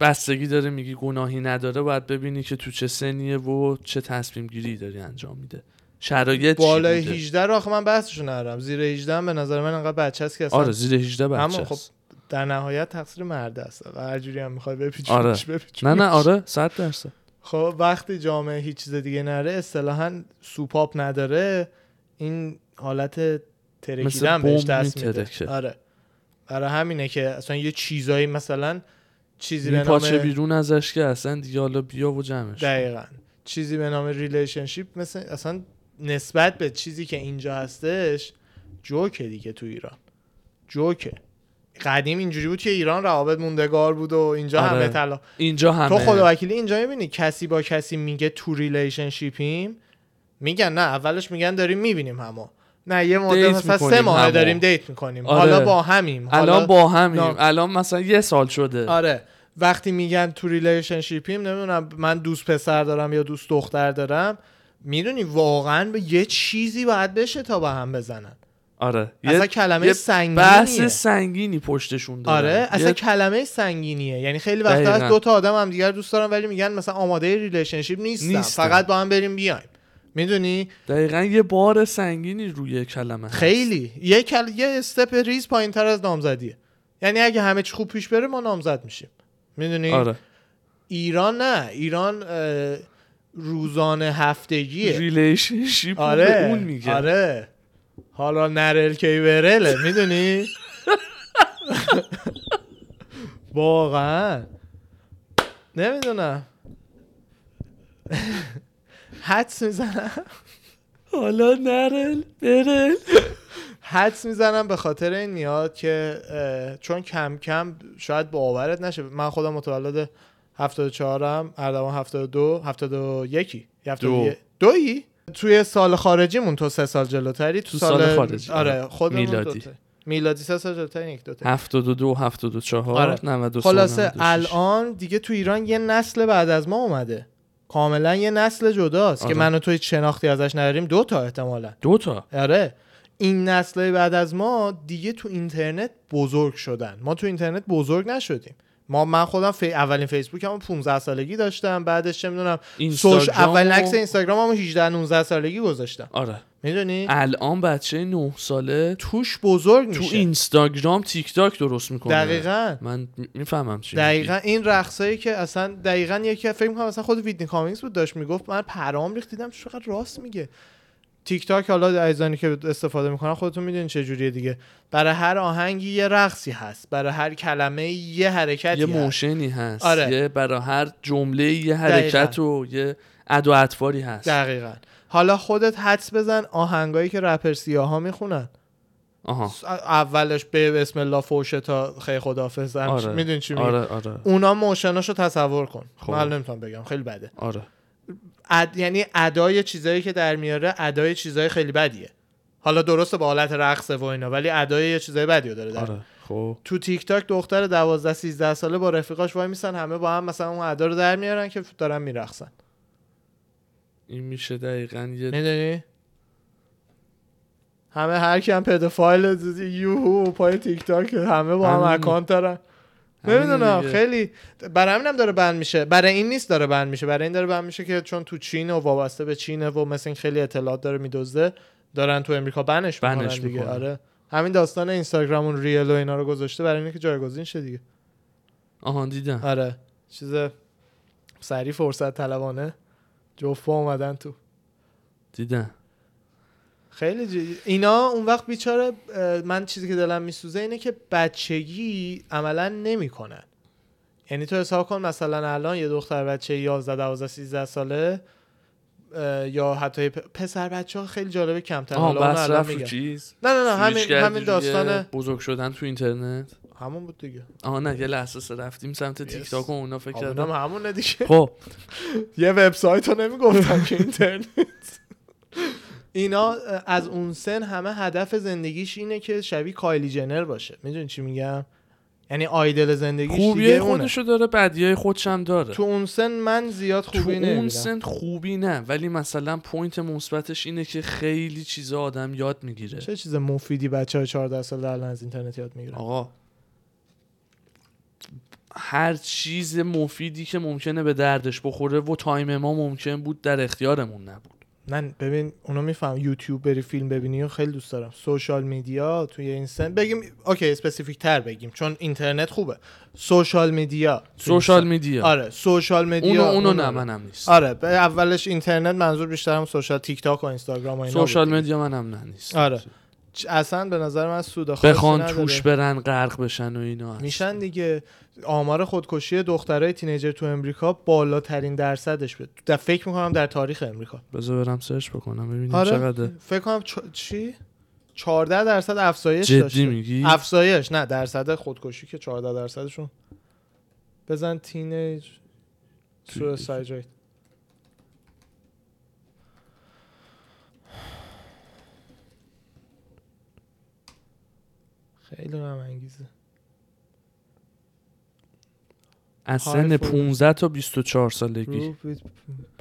[SPEAKER 2] بستگی داره میگی گناهی نداره باید ببینی که تو چه سنیه و چه تصمیم گیری داری انجام میده شرایط چی
[SPEAKER 1] بالای
[SPEAKER 2] بوده؟
[SPEAKER 1] 18 رو آخه من بحثش ندارم زیر 18 هم به نظر من انقدر بچه است که اصلا
[SPEAKER 2] آره زیر 18 بچه
[SPEAKER 1] اما خب
[SPEAKER 2] است.
[SPEAKER 1] در نهایت تقصیر مرد است هر جوری هم میخوای
[SPEAKER 2] آره.
[SPEAKER 1] بپیچونیش بپیچونیش.
[SPEAKER 2] نه نه آره 100 درصد
[SPEAKER 1] خب وقتی جامعه هیچ چیز دیگه نره اصطلاحا سوپاپ نداره این حالت ترکیدن
[SPEAKER 2] مثل
[SPEAKER 1] بهش
[SPEAKER 2] بمب
[SPEAKER 1] دست میده
[SPEAKER 2] میترکه.
[SPEAKER 1] آره برای همینه که اصلا یه چیزایی مثلا چیزی به
[SPEAKER 2] میپاچه
[SPEAKER 1] نام
[SPEAKER 2] بیرون ازش که اصلا دیگه حالا بیا و جمعش کن.
[SPEAKER 1] دقیقا چیزی به نام ریلیشنشیپ مثل اصلا نسبت به چیزی که اینجا هستش جوکه دیگه تو ایران جوکه قدیم اینجوری بود که ایران روابط موندگار بود و اینجا
[SPEAKER 2] آره.
[SPEAKER 1] همه طلا
[SPEAKER 2] اینجا همه
[SPEAKER 1] تو خدا وکیلی اینجا میبینی کسی با کسی میگه تو ریلیشنشیپیم میگن نه اولش میگن داریم میبینیم همو نه یه مدت
[SPEAKER 2] دیت
[SPEAKER 1] مثلا سه
[SPEAKER 2] می‌کنیم
[SPEAKER 1] ماه
[SPEAKER 2] همو.
[SPEAKER 1] داریم دیت میکنیم
[SPEAKER 2] آره.
[SPEAKER 1] حالا با همیم
[SPEAKER 2] الان
[SPEAKER 1] حالا
[SPEAKER 2] با همیم
[SPEAKER 1] نه.
[SPEAKER 2] الان مثلا یه سال شده
[SPEAKER 1] آره وقتی میگن تو ریلیشنشیپیم نمیدونم من دوست پسر دارم یا دوست دختر دارم میدونی واقعا به یه چیزی باید بشه تا به هم بزنن
[SPEAKER 2] آره
[SPEAKER 1] اصلا
[SPEAKER 2] یه
[SPEAKER 1] کلمه
[SPEAKER 2] یه بحث
[SPEAKER 1] سنگینیه
[SPEAKER 2] سنگینی پشتشون داره
[SPEAKER 1] آره اصلا کلمه سنگینیه یعنی خیلی وقتا
[SPEAKER 2] دقیقاً.
[SPEAKER 1] از دو تا آدم هم دیگر دوست دارن ولی میگن مثلا آماده ریلیشنشیپ نیستم
[SPEAKER 2] نیستم.
[SPEAKER 1] فقط با هم بریم بیایم میدونی
[SPEAKER 2] دقیقا یه بار سنگینی روی کلمه هست.
[SPEAKER 1] خیلی یه کل... یه استپ ریز پایینتر از نامزدیه یعنی اگه همه چی خوب پیش بره ما نامزد میشیم میدونی
[SPEAKER 2] آره
[SPEAKER 1] ایران نه ایران اه، روزانه هفتگیه
[SPEAKER 2] ریلیشنشیپ آره.
[SPEAKER 1] آره
[SPEAKER 2] به اون میگه
[SPEAKER 1] آره حالا نرل کی برله
[SPEAKER 2] [LAUGHS]
[SPEAKER 1] میدونی واقعا نمیدونم [LAUGHS] حدس میزنم
[SPEAKER 2] حالا نرل برل
[SPEAKER 1] حدس میزنم به خاطر این میاد که اه، چون کم کم شاید باورت نشه من خودم متولد 74 م اردوان 72 71
[SPEAKER 2] دو.
[SPEAKER 1] 72 دویی توی سال خارجیمون تو سه سال جلوتری تو
[SPEAKER 2] تو
[SPEAKER 1] سال,
[SPEAKER 2] سال خارجی،
[SPEAKER 1] آره
[SPEAKER 2] آره.
[SPEAKER 1] خودمون
[SPEAKER 2] میلادی.
[SPEAKER 1] دوتا. میلادی سه سال جلوتر یک دوتا
[SPEAKER 2] 72 74
[SPEAKER 1] آره.
[SPEAKER 2] 92
[SPEAKER 1] خلاصه
[SPEAKER 2] 96.
[SPEAKER 1] الان دیگه تو ایران یه نسل بعد از ما اومده کاملا یه نسل جداست
[SPEAKER 2] آره.
[SPEAKER 1] که من و تو هیچ شناختی ازش نداریم دو تا احتمالا
[SPEAKER 2] دو تا
[SPEAKER 1] آره این نسل بعد از ما دیگه تو اینترنت بزرگ شدن ما تو اینترنت بزرگ نشدیم ما من خودم فی... اولین فیسبوک هم 15 سالگی داشتم بعدش چه میدونم سوش
[SPEAKER 2] اینستاگرام
[SPEAKER 1] اولین
[SPEAKER 2] و-
[SPEAKER 1] عکس اینستاگرام هم 18 19 سالگی گذاشتم
[SPEAKER 2] آره
[SPEAKER 1] میدونی
[SPEAKER 2] الان بچه 9 ساله تو
[SPEAKER 1] توش بزرگ
[SPEAKER 2] تو
[SPEAKER 1] میشه
[SPEAKER 2] اینستاگرام تیک تاک درست میکنه
[SPEAKER 1] دقیقاً
[SPEAKER 2] من میفهمم چی میگی.
[SPEAKER 1] دقیقا این رقصایی که اصلا دقیقا یکی فکر میکنم اصلا خود ویدنی کامینگز بود داشت میگفت من پرام ریخت دیدم چقدر راست میگه تیک تاک حالا عزیزانی که استفاده میکنن خودتون میدونین چه جوریه دیگه برای هر آهنگی یه رقصی هست برای هر کلمه یه حرکتی
[SPEAKER 2] یه
[SPEAKER 1] هست
[SPEAKER 2] موشنی هست
[SPEAKER 1] آره.
[SPEAKER 2] یه برای هر جمله یه حرکت و یه ادا و اطواری هست
[SPEAKER 1] دقیقا حالا خودت حدس بزن آهنگایی که رپر سیاها میخونن
[SPEAKER 2] آها
[SPEAKER 1] اولش به بسم الله فوش تا خیر خداحافظ
[SPEAKER 2] آره.
[SPEAKER 1] آره. میدونی چی میگه
[SPEAKER 2] آره آره
[SPEAKER 1] اونا موشناشو تصور کن
[SPEAKER 2] خب.
[SPEAKER 1] من نمیتونم بگم خیلی بده
[SPEAKER 2] آره
[SPEAKER 1] اد... یعنی ادای چیزایی که در میاره ادای چیزای خیلی بدیه حالا درسته با حالت رقصه و اینا ولی ادای یه چیزای بدی رو داره در
[SPEAKER 2] آره خب
[SPEAKER 1] تو تیک تاک دختر 12 13 ساله با رفیقاش وای میسن همه با هم مثلا اون ادا رو در میارن که دارن میرقصن
[SPEAKER 2] این میشه دقیقا یه
[SPEAKER 1] میدونی همه هر کی هم پدوفایل زیزی- یوهو پای تیک تاک همه با هم
[SPEAKER 2] همین.
[SPEAKER 1] اکانت دارن
[SPEAKER 2] همین
[SPEAKER 1] نمیدونم
[SPEAKER 2] دیگه.
[SPEAKER 1] خیلی برای همینم داره بند میشه برای این نیست داره بند میشه برای این داره بند میشه که چون تو چین و وابسته به چینه و مثل این خیلی اطلاعات داره میدزده دارن تو امریکا بنش میکنن
[SPEAKER 2] بنش
[SPEAKER 1] دیگه
[SPEAKER 2] می‌کنن.
[SPEAKER 1] آره همین داستان اینستاگرام اون ریل و اینا رو گذاشته برای اینه که جایگزین شه دیگه
[SPEAKER 2] آها دیدم
[SPEAKER 1] آره چیز سری فرصت طلبانه جفت با اومدن تو
[SPEAKER 2] دیدم
[SPEAKER 1] خیلی جدی. اینا اون وقت بیچاره اه، من چیزی که دلم میسوزه اینه که بچگی عملا نمیکنن یعنی تو حساب کن مثلا الان یه دختر بچه 11 12 13 ساله اه، یا حتی پ- پسر بچه ها خیلی جالبه کمتر
[SPEAKER 2] آها
[SPEAKER 1] حالا اونو
[SPEAKER 2] بس
[SPEAKER 1] الان
[SPEAKER 2] رفت رو
[SPEAKER 1] میگم.
[SPEAKER 2] چیز
[SPEAKER 1] نه نه نه
[SPEAKER 2] سویچ
[SPEAKER 1] همین
[SPEAKER 2] کردی
[SPEAKER 1] همین
[SPEAKER 2] روی
[SPEAKER 1] داستان
[SPEAKER 2] بزرگ شدن تو اینترنت
[SPEAKER 1] همون بود دیگه
[SPEAKER 2] آها نه یه لحظه سه رفتیم سمت تیک تاک و اونا فکر
[SPEAKER 1] اونم
[SPEAKER 2] کردم
[SPEAKER 1] همونه دیگه
[SPEAKER 2] خب
[SPEAKER 1] یه وبسایت رو نمیگفتم که اینترنت اینا از اون سن همه هدف زندگیش اینه که شبیه کایلی جنر باشه میدونی چی میگم یعنی آیدل زندگیش دیگه
[SPEAKER 2] خوبیای
[SPEAKER 1] اونه
[SPEAKER 2] خودشو داره بدیای خودش هم داره
[SPEAKER 1] تو اون سن من زیاد
[SPEAKER 2] تو
[SPEAKER 1] خوبی
[SPEAKER 2] اون
[SPEAKER 1] نمیدونم
[SPEAKER 2] سن خوبی نه ولی مثلا پوینت مثبتش اینه که خیلی چیزا آدم یاد میگیره
[SPEAKER 1] چه چیز مفیدی بچه های 14 ساله الان از اینترنت یاد میگیرن
[SPEAKER 2] آقا هر چیز مفیدی که ممکنه به دردش بخوره و تایم ما ممکن بود در اختیارمون نبود
[SPEAKER 1] من ببین اونو میفهم یوتیوب بری فیلم ببینی و خیلی دوست دارم سوشال میدیا توی این سن بگیم اوکی اسپسیفیک تر بگیم چون اینترنت خوبه سوشال میدیا تو این
[SPEAKER 2] سوشال
[SPEAKER 1] سن.
[SPEAKER 2] میدیا
[SPEAKER 1] آره سوشال
[SPEAKER 2] اونو
[SPEAKER 1] میدیا
[SPEAKER 2] اونو نه منم نیست
[SPEAKER 1] آره به اولش اینترنت منظور بیشترم سوشال تیک تاک و اینستاگرام و اینا بود.
[SPEAKER 2] سوشال مدیا منم نه نیست
[SPEAKER 1] آره. چ- اصلا به نظر من سود خاصی
[SPEAKER 2] بخوان
[SPEAKER 1] نداره.
[SPEAKER 2] توش برن غرق بشن و اینا هست.
[SPEAKER 1] میشن دیگه آمار خودکشی دخترای تینیجر تو امریکا بالاترین درصدش بود در فکر میکنم در تاریخ امریکا
[SPEAKER 2] بذار برم سرچ بکنم ببینیم
[SPEAKER 1] آره.
[SPEAKER 2] چقدر
[SPEAKER 1] فکر کنم چ- چی 14 درصد افزایش
[SPEAKER 2] جدی
[SPEAKER 1] داشته
[SPEAKER 2] میگی
[SPEAKER 1] افزایش نه درصد خودکشی که 14 درصدشون بزن تینیج سویساید ریت خیلی غم انگیزه
[SPEAKER 2] از
[SPEAKER 1] های
[SPEAKER 2] سن
[SPEAKER 1] فوق.
[SPEAKER 2] 15 تا 24 سالگی
[SPEAKER 1] گروپ with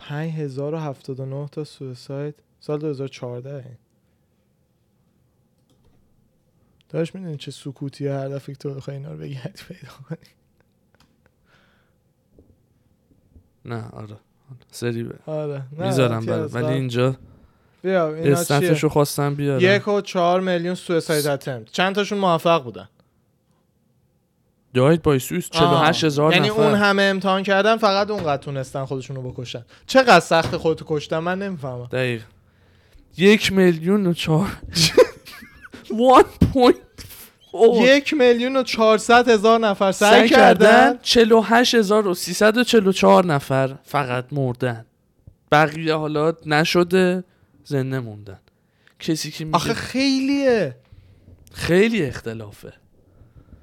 [SPEAKER 1] 5079 تا سویساید سال 2014 این داشت میدونی چه سکوتی هر دفعه که تو بخوای اینا رو بگردی پیدا کنی
[SPEAKER 2] نه آره سری ب...
[SPEAKER 1] آره نه،
[SPEAKER 2] میذارم
[SPEAKER 1] آنتی
[SPEAKER 2] برات
[SPEAKER 1] اصلا.
[SPEAKER 2] ولی اینجا
[SPEAKER 1] بیا اینا چیه
[SPEAKER 2] اسنپشو خواستم بیارم
[SPEAKER 1] یک و چهار میلیون سویساید اتمپت چند تاشون موفق بودن
[SPEAKER 2] داید بای سویس 48 هزار
[SPEAKER 1] یعنی اون
[SPEAKER 2] نفر
[SPEAKER 1] همه امتحان کردن فقط اونقدر تونستن خودشون رو بکشن چقدر سخت خودتو کشتن من نمیفهمم
[SPEAKER 2] دقیق یک میلیون و چهار 1.4
[SPEAKER 1] یک میلیون و چهارصد هزار نفر
[SPEAKER 2] سعی
[SPEAKER 1] سعی
[SPEAKER 2] کردن
[SPEAKER 1] کردن
[SPEAKER 2] 48344 نفر فقط مردن بقیه حالا نشده زنده موندن کسی که
[SPEAKER 1] آخه
[SPEAKER 2] میگه
[SPEAKER 1] خیلیه
[SPEAKER 2] خیلی اختلافه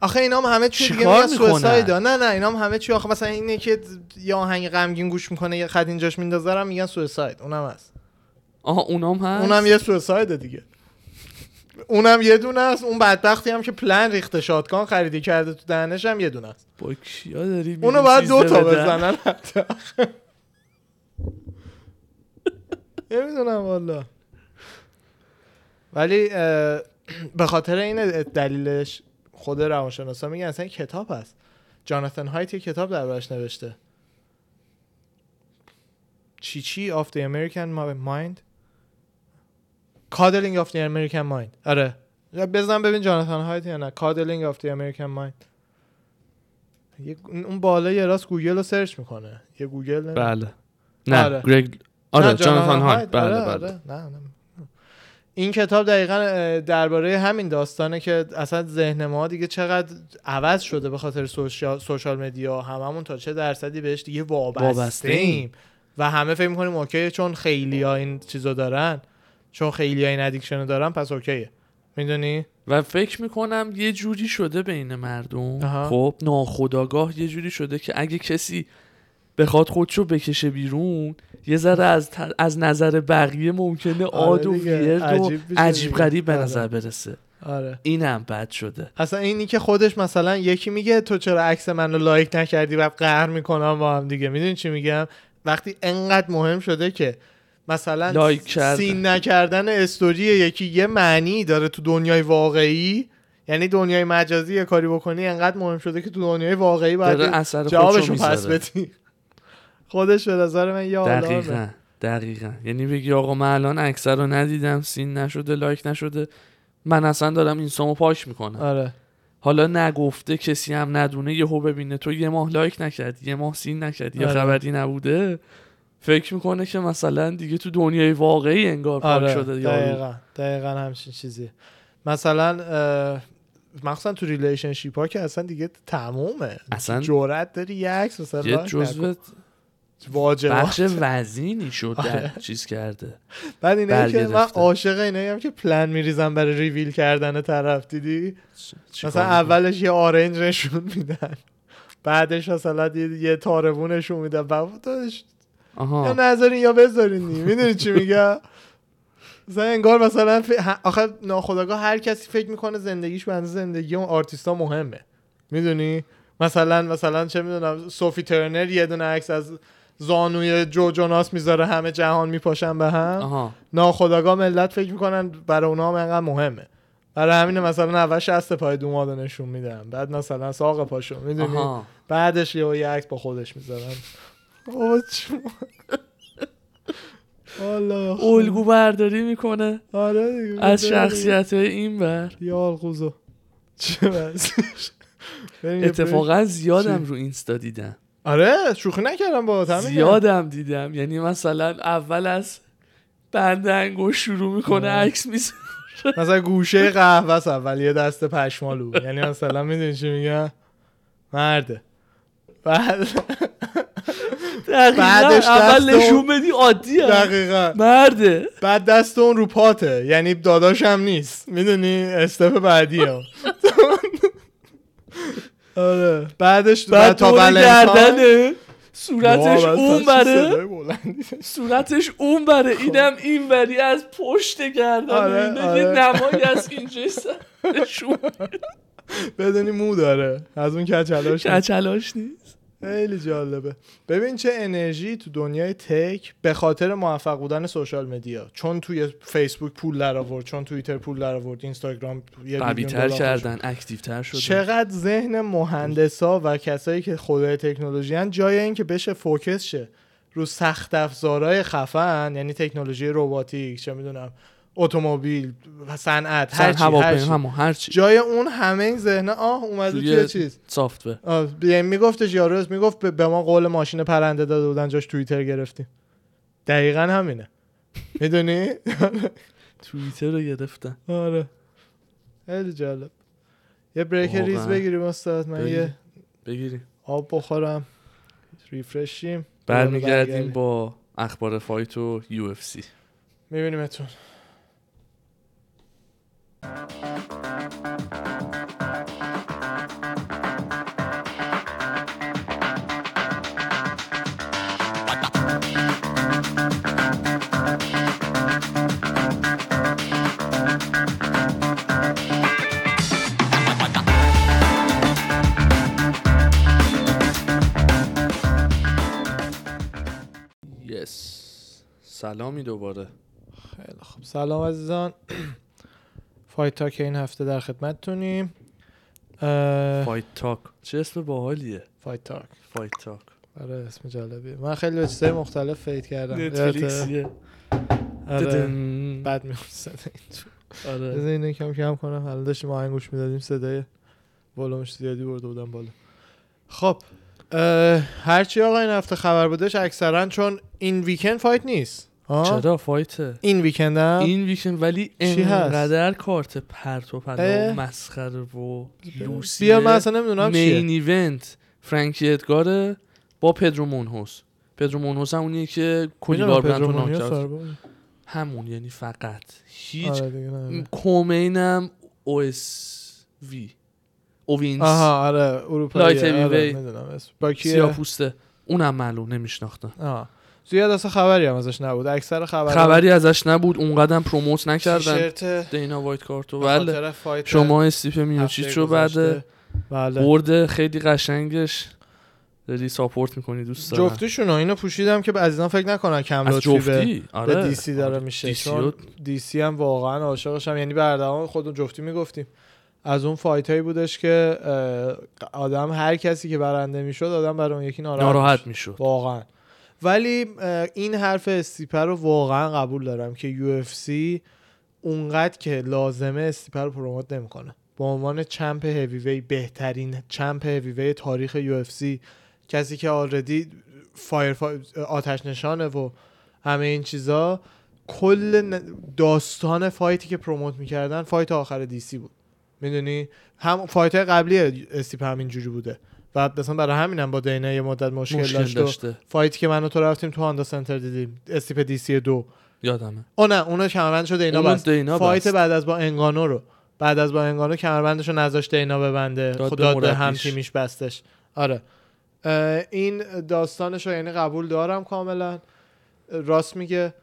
[SPEAKER 1] آخه اینام هم همه چی دیگه
[SPEAKER 2] چیکار
[SPEAKER 1] میگن
[SPEAKER 2] می‌کنن؟
[SPEAKER 1] سویساید نه نه اینام هم همه چی آخه مثلا اینه که یا آهنگ غمگین گوش میکنه یه خط اینجاش میندازه رو میگن سویساید اونم هست
[SPEAKER 2] آها اونام هست
[SPEAKER 1] اونم یه سویساید دیگه اونم یه دونه است اون بدبختی هم که پلن ریخته شاتگان خریدی کرده تو دهنش هم یه دونه است
[SPEAKER 2] با کیا داری می‌ری
[SPEAKER 1] اونو باید
[SPEAKER 2] چیز
[SPEAKER 1] دو تا
[SPEAKER 2] بدن؟
[SPEAKER 1] بزنن [LAUGHS] حتی نمیدونم والا ولی اه، به خاطر این دلیلش خود روانشناسا میگن اصلا این کتاب هست جاناتان هایت یه کتاب دربارش نوشته چی چی of the American mind Coddling of the American mind آره بزن ببین جاناتان هایت یا نه Coddling of the American mind یه- اون بالا یه راست گوگل رو سرچ میکنه یه گوگل نمی-
[SPEAKER 2] بله نه
[SPEAKER 1] آره.
[SPEAKER 2] گرگ آره
[SPEAKER 1] نه،
[SPEAKER 2] جاناتان
[SPEAKER 1] هاید.
[SPEAKER 2] هارت بله
[SPEAKER 1] آره،
[SPEAKER 2] بله
[SPEAKER 1] آره. نه، نه. این کتاب دقیقا اه، درباره همین داستانه که اصلا ذهن ما دیگه چقدر عوض شده به خاطر سوشیال, سوشال مدیا هممون تا چه درصدی بهش دیگه وابسته,
[SPEAKER 2] وابسته
[SPEAKER 1] ایم و همه فکر میکنیم اوکی چون خیلی ها این چیزو دارن چون خیلی ها این ادیکشن رو دارن پس اوکیه میدونی
[SPEAKER 2] و فکر میکنم یه جوری شده بین مردم
[SPEAKER 1] آها.
[SPEAKER 2] خب ناخداگاه یه جوری شده که اگه کسی بخواد خودشو بکشه بیرون یه ذره از, ت- از نظر بقیه ممکنه آد و
[SPEAKER 1] آره دیگه.
[SPEAKER 2] ویرد و
[SPEAKER 1] عجیب بشه
[SPEAKER 2] عجیب
[SPEAKER 1] دیگه.
[SPEAKER 2] غریب به
[SPEAKER 1] آره.
[SPEAKER 2] نظر برسه
[SPEAKER 1] آره
[SPEAKER 2] اینم بد شده
[SPEAKER 1] اصلا اینی که خودش مثلا یکی میگه تو چرا عکس منو لایک نکردی و قهر میکنم با هم دیگه میدونی چی میگم وقتی انقدر مهم شده که مثلا
[SPEAKER 2] لایک کردن.
[SPEAKER 1] سین نکردن استوری یکی یه معنی داره تو دنیای واقعی یعنی دنیای مجازی یه کاری بکنی انقدر مهم شده که تو دنیای واقعی
[SPEAKER 2] داره
[SPEAKER 1] باید
[SPEAKER 2] اثر خودشو
[SPEAKER 1] جوابشو پس
[SPEAKER 2] میذاره
[SPEAKER 1] بدی [LAUGHS] خودش به نظر من یا
[SPEAKER 2] دقیقا دقیقا یعنی بگی آقا من الان اکثر رو ندیدم سین نشده لایک نشده من اصلا دارم اینسامو پاش میکنم
[SPEAKER 1] آره
[SPEAKER 2] حالا نگفته کسی هم ندونه یهو ببینه تو یه ماه لایک نکردی یه ماه سین نکردی یه
[SPEAKER 1] آره.
[SPEAKER 2] خبری نبوده فکر میکنه که مثلا دیگه تو دنیای واقعی انگار پاک
[SPEAKER 1] آره
[SPEAKER 2] شده یا
[SPEAKER 1] دقیقا دقیقا همچین چیزی مثلا اه، مخصوصا تو ریلیشنشیپ ها که اصلا دیگه تمومه
[SPEAKER 2] اصلا
[SPEAKER 1] جرأت داری یه عکس مثلا
[SPEAKER 2] یه
[SPEAKER 1] لایک
[SPEAKER 2] جزو
[SPEAKER 1] نکن. واجبات.
[SPEAKER 2] بخش وزینی شد در
[SPEAKER 1] آره.
[SPEAKER 2] چیز کرده
[SPEAKER 1] بعد اینه که
[SPEAKER 2] برگرفته.
[SPEAKER 1] من عاشق اینه هم که پلن میریزم برای ریویل کردن طرف دیدی
[SPEAKER 2] چیکار
[SPEAKER 1] مثلا
[SPEAKER 2] می‌کنه؟
[SPEAKER 1] اولش یه آرنج نشون میدن بعدش مثلا یه, یه تاربون نشون میدن بعد داداش، یا
[SPEAKER 2] آها
[SPEAKER 1] نذارین یا بذارین میدونی چی میگم مثلا انگار مثلا ف... ه- آخه ناخداگاه هر کسی فکر میکنه زندگیش به اندازه زندگی اون آرتیستا مهمه میدونی مثلا مثلا چه میدونم سوفی ترنر یه دونه عکس از زانوی جو جوناس میذاره همه جهان میپاشن به هم
[SPEAKER 2] آها
[SPEAKER 1] ناخداگاه ملت فکر میکنن برای اونا هم انقدر مهمه برای همین مثلا اول شست پای دومادو نشون میدم بعد مثلا ساق پاشو میدونی
[SPEAKER 2] آها
[SPEAKER 1] بعدش یه یه عکس با خودش میذارن بابا چی والا
[SPEAKER 2] الگو برداری میکنه
[SPEAKER 1] آره دیگه.
[SPEAKER 2] از شخصیت این بر
[SPEAKER 1] یا آلغوزو چه بس بریم یه بریم.
[SPEAKER 2] اتفاقا زیادم
[SPEAKER 1] چی؟
[SPEAKER 2] رو اینستا دیدم
[SPEAKER 1] آره شوخی نکردم با همین
[SPEAKER 2] زیادم دیدم یعنی مثلا اول از بند انگوش شروع میکنه
[SPEAKER 1] آه.
[SPEAKER 2] عکس میزنه
[SPEAKER 1] مثلا گوشه قهوه است اول یه دست پشمالو یعنی مثلا میدونی چی میگم مرده
[SPEAKER 2] [LAUGHS]
[SPEAKER 1] بعد
[SPEAKER 2] دقیقاً
[SPEAKER 1] بعدش
[SPEAKER 2] اول
[SPEAKER 1] دست و-
[SPEAKER 2] نشون بدی عادیه
[SPEAKER 1] دقیقا
[SPEAKER 2] مرده
[SPEAKER 1] بعد دست اون رو پاته یعنی داداشم نیست میدونی استپ بعدی هم آره بعدش
[SPEAKER 2] بعد
[SPEAKER 1] تا
[SPEAKER 2] دور
[SPEAKER 1] ولنتاین
[SPEAKER 2] گردنه صورتش
[SPEAKER 1] واه،
[SPEAKER 2] اون
[SPEAKER 1] بعد چه
[SPEAKER 2] بره
[SPEAKER 1] صدای بلندی.
[SPEAKER 2] صورتش اون بره اینم این بری از پشت گردن
[SPEAKER 1] آره،
[SPEAKER 2] اینه
[SPEAKER 1] آره.
[SPEAKER 2] یه نمایی
[SPEAKER 1] [LAUGHS]
[SPEAKER 2] از اینجا سرشون
[SPEAKER 1] بدونی مو داره از اون کچلاش نیست.
[SPEAKER 2] کچلاش نیست
[SPEAKER 1] خیلی جالبه ببین چه انرژی تو دنیای تک به خاطر موفق بودن سوشال مدیا چون توی فیسبوک پول در آورد چون توییتر پول در آورد اینستاگرام یه میلیون
[SPEAKER 2] قویتر
[SPEAKER 1] دلار خوش-
[SPEAKER 2] کردن اکتیوتر شدن
[SPEAKER 1] چقدر ذهن مهندسا و کسایی که خدای تکنولوژی هن جای این که بشه فوکس شه رو سخت افزارهای خفن یعنی تکنولوژی روباتیک چه میدونم اتومبیل و صنعت
[SPEAKER 2] سر
[SPEAKER 1] هر چی هر
[SPEAKER 2] هواپیما
[SPEAKER 1] چی.
[SPEAKER 2] هم و هر چی
[SPEAKER 1] جای اون همه این ذهنه آه اومده
[SPEAKER 2] توی
[SPEAKER 1] توی چیز
[SPEAKER 2] سافتور
[SPEAKER 1] آه، یعنی میگفتش یاروز میگفت به- به ما قول ماشین پرنده داده بودن جاش توییتر گرفتیم دقیقا همینه
[SPEAKER 2] [LAUGHS]
[SPEAKER 1] میدونی
[SPEAKER 2] توییتر رو گرفتن
[SPEAKER 1] آره خیلی جالب یه بریک
[SPEAKER 2] واقعا.
[SPEAKER 1] ریز بگیریم استاد من
[SPEAKER 2] بگیر.
[SPEAKER 1] یه
[SPEAKER 2] بگیریم
[SPEAKER 1] آب بخورم ریفرشیم
[SPEAKER 2] برمیگردیم با اخبار فایت و یو اف سی
[SPEAKER 1] میبینیمتون
[SPEAKER 2] سلامی دوباره
[SPEAKER 1] خیلی خب سلام عزیزان [CLEARS THROAT] فایت تاک این هفته در خدمتتونیم اه،
[SPEAKER 2] فایت تاک چه اسم باحالیه
[SPEAKER 1] فایت تاک
[SPEAKER 2] فایت تاک
[SPEAKER 1] آره اسم جالبیه من خیلی به چیزای مختلف فیت کردم یادته؟
[SPEAKER 2] نتفلیکسیه
[SPEAKER 1] آره
[SPEAKER 2] ددن.
[SPEAKER 1] بد میخواد صدا اینجور.
[SPEAKER 2] آره
[SPEAKER 1] بذار اینو کم کم کنم حالا داشتیم آهنگ گوش میدادیم صدای ولومش زیادی برده بودم بالا خب اه، هرچی آقا این هفته خبر بودش اکثرا چون این ویکند فایت نیست ها؟
[SPEAKER 2] چرا فایته
[SPEAKER 1] این ویکند هم
[SPEAKER 2] این ویکند ولی
[SPEAKER 1] چی هست؟
[SPEAKER 2] انقدر کارت پرت و پلا
[SPEAKER 1] اه.
[SPEAKER 2] و مسخره و لوسیه
[SPEAKER 1] بیا من اصلا نمیدونم
[SPEAKER 2] مین
[SPEAKER 1] چیه
[SPEAKER 2] ایونت فرانکی ادگاره با پدرو مونهوس پدرو مونهوس هم اونیه که کلی
[SPEAKER 1] میدونم
[SPEAKER 2] گاردن
[SPEAKER 1] پدرو
[SPEAKER 2] رو
[SPEAKER 1] مونیوس
[SPEAKER 2] ناکت کرد.
[SPEAKER 1] آره بابا.
[SPEAKER 2] همون یعنی فقط هیچ
[SPEAKER 1] آره دیگه نه.
[SPEAKER 2] کومینم او اس وی اووینس
[SPEAKER 1] آها آره اروپایی
[SPEAKER 2] لایت
[SPEAKER 1] آره،
[SPEAKER 2] هیویوی.
[SPEAKER 1] میدونم اسم. با کیه؟
[SPEAKER 2] سیاه پوسته اونم معلوم نمیشناختم
[SPEAKER 1] آه. زیاد اصلا خبری هم ازش نبود اکثر خبر
[SPEAKER 2] خبری ازش نبود اونقدرم پروموت نکردن
[SPEAKER 1] شرط
[SPEAKER 2] دینا وایت کارتو بله
[SPEAKER 1] بله فایت
[SPEAKER 2] شما استیپ میوچیچ
[SPEAKER 1] هفته
[SPEAKER 2] رو بعد
[SPEAKER 1] گذشته. بله
[SPEAKER 2] برد خیلی قشنگش داری ساپورت میکنی دوست دارم
[SPEAKER 1] جفتشون رو اینو پوشیدم که عزیزان فکر نکنن کم
[SPEAKER 2] از
[SPEAKER 1] لطفی به
[SPEAKER 2] جفتی آره
[SPEAKER 1] به دیسی داره میشه
[SPEAKER 2] دی‌سی
[SPEAKER 1] چون
[SPEAKER 2] رو-
[SPEAKER 1] دیسی هم واقعا عاشقشم یعنی به اردوان خودمون جفتی میگفتیم از اون فایت هایی بودش که اه، آدم هر کسی که برنده میشد آدم برای اون یکی ناراحت, می‌شد.
[SPEAKER 2] ناراحت میشد
[SPEAKER 1] واقعا ولی اه، این حرف استیپر رو واقعا قبول دارم که یو اف سی اونقدر که لازمه استیپر رو پروموت نمیکنه به عنوان چمپ هیویوی بهترین چمپ هیویوی تاریخ یو اف سی کسی که آلردی فایر آتش نشانه و همه این چیزا کل ن- داستان فایتی که پروموت میکردن فایت آخر دیسی بود میدونی هم فایت قبلی استیپ همین جوری بوده و مثلا برای همینم با دینا یه مدت مشکل,
[SPEAKER 2] مشکل
[SPEAKER 1] داشت و
[SPEAKER 2] داشته
[SPEAKER 1] فایتی که من و تو رفتیم تو هاندا سنتر دیدیم استیپ دی سی دو
[SPEAKER 2] یادمه
[SPEAKER 1] او نه اونو کمربند شد دینا
[SPEAKER 2] اونو
[SPEAKER 1] بست
[SPEAKER 2] دینا
[SPEAKER 1] فایت
[SPEAKER 2] بست.
[SPEAKER 1] بعد از با انگانو رو بعد از با انگانو کمربندش رو نذاشت دینا ببنده
[SPEAKER 2] داد به
[SPEAKER 1] خدا به هم
[SPEAKER 2] مربیش.
[SPEAKER 1] تیمیش بستش آره اه، این داستانش رو یعنی قبول دارم کاملا راست میگه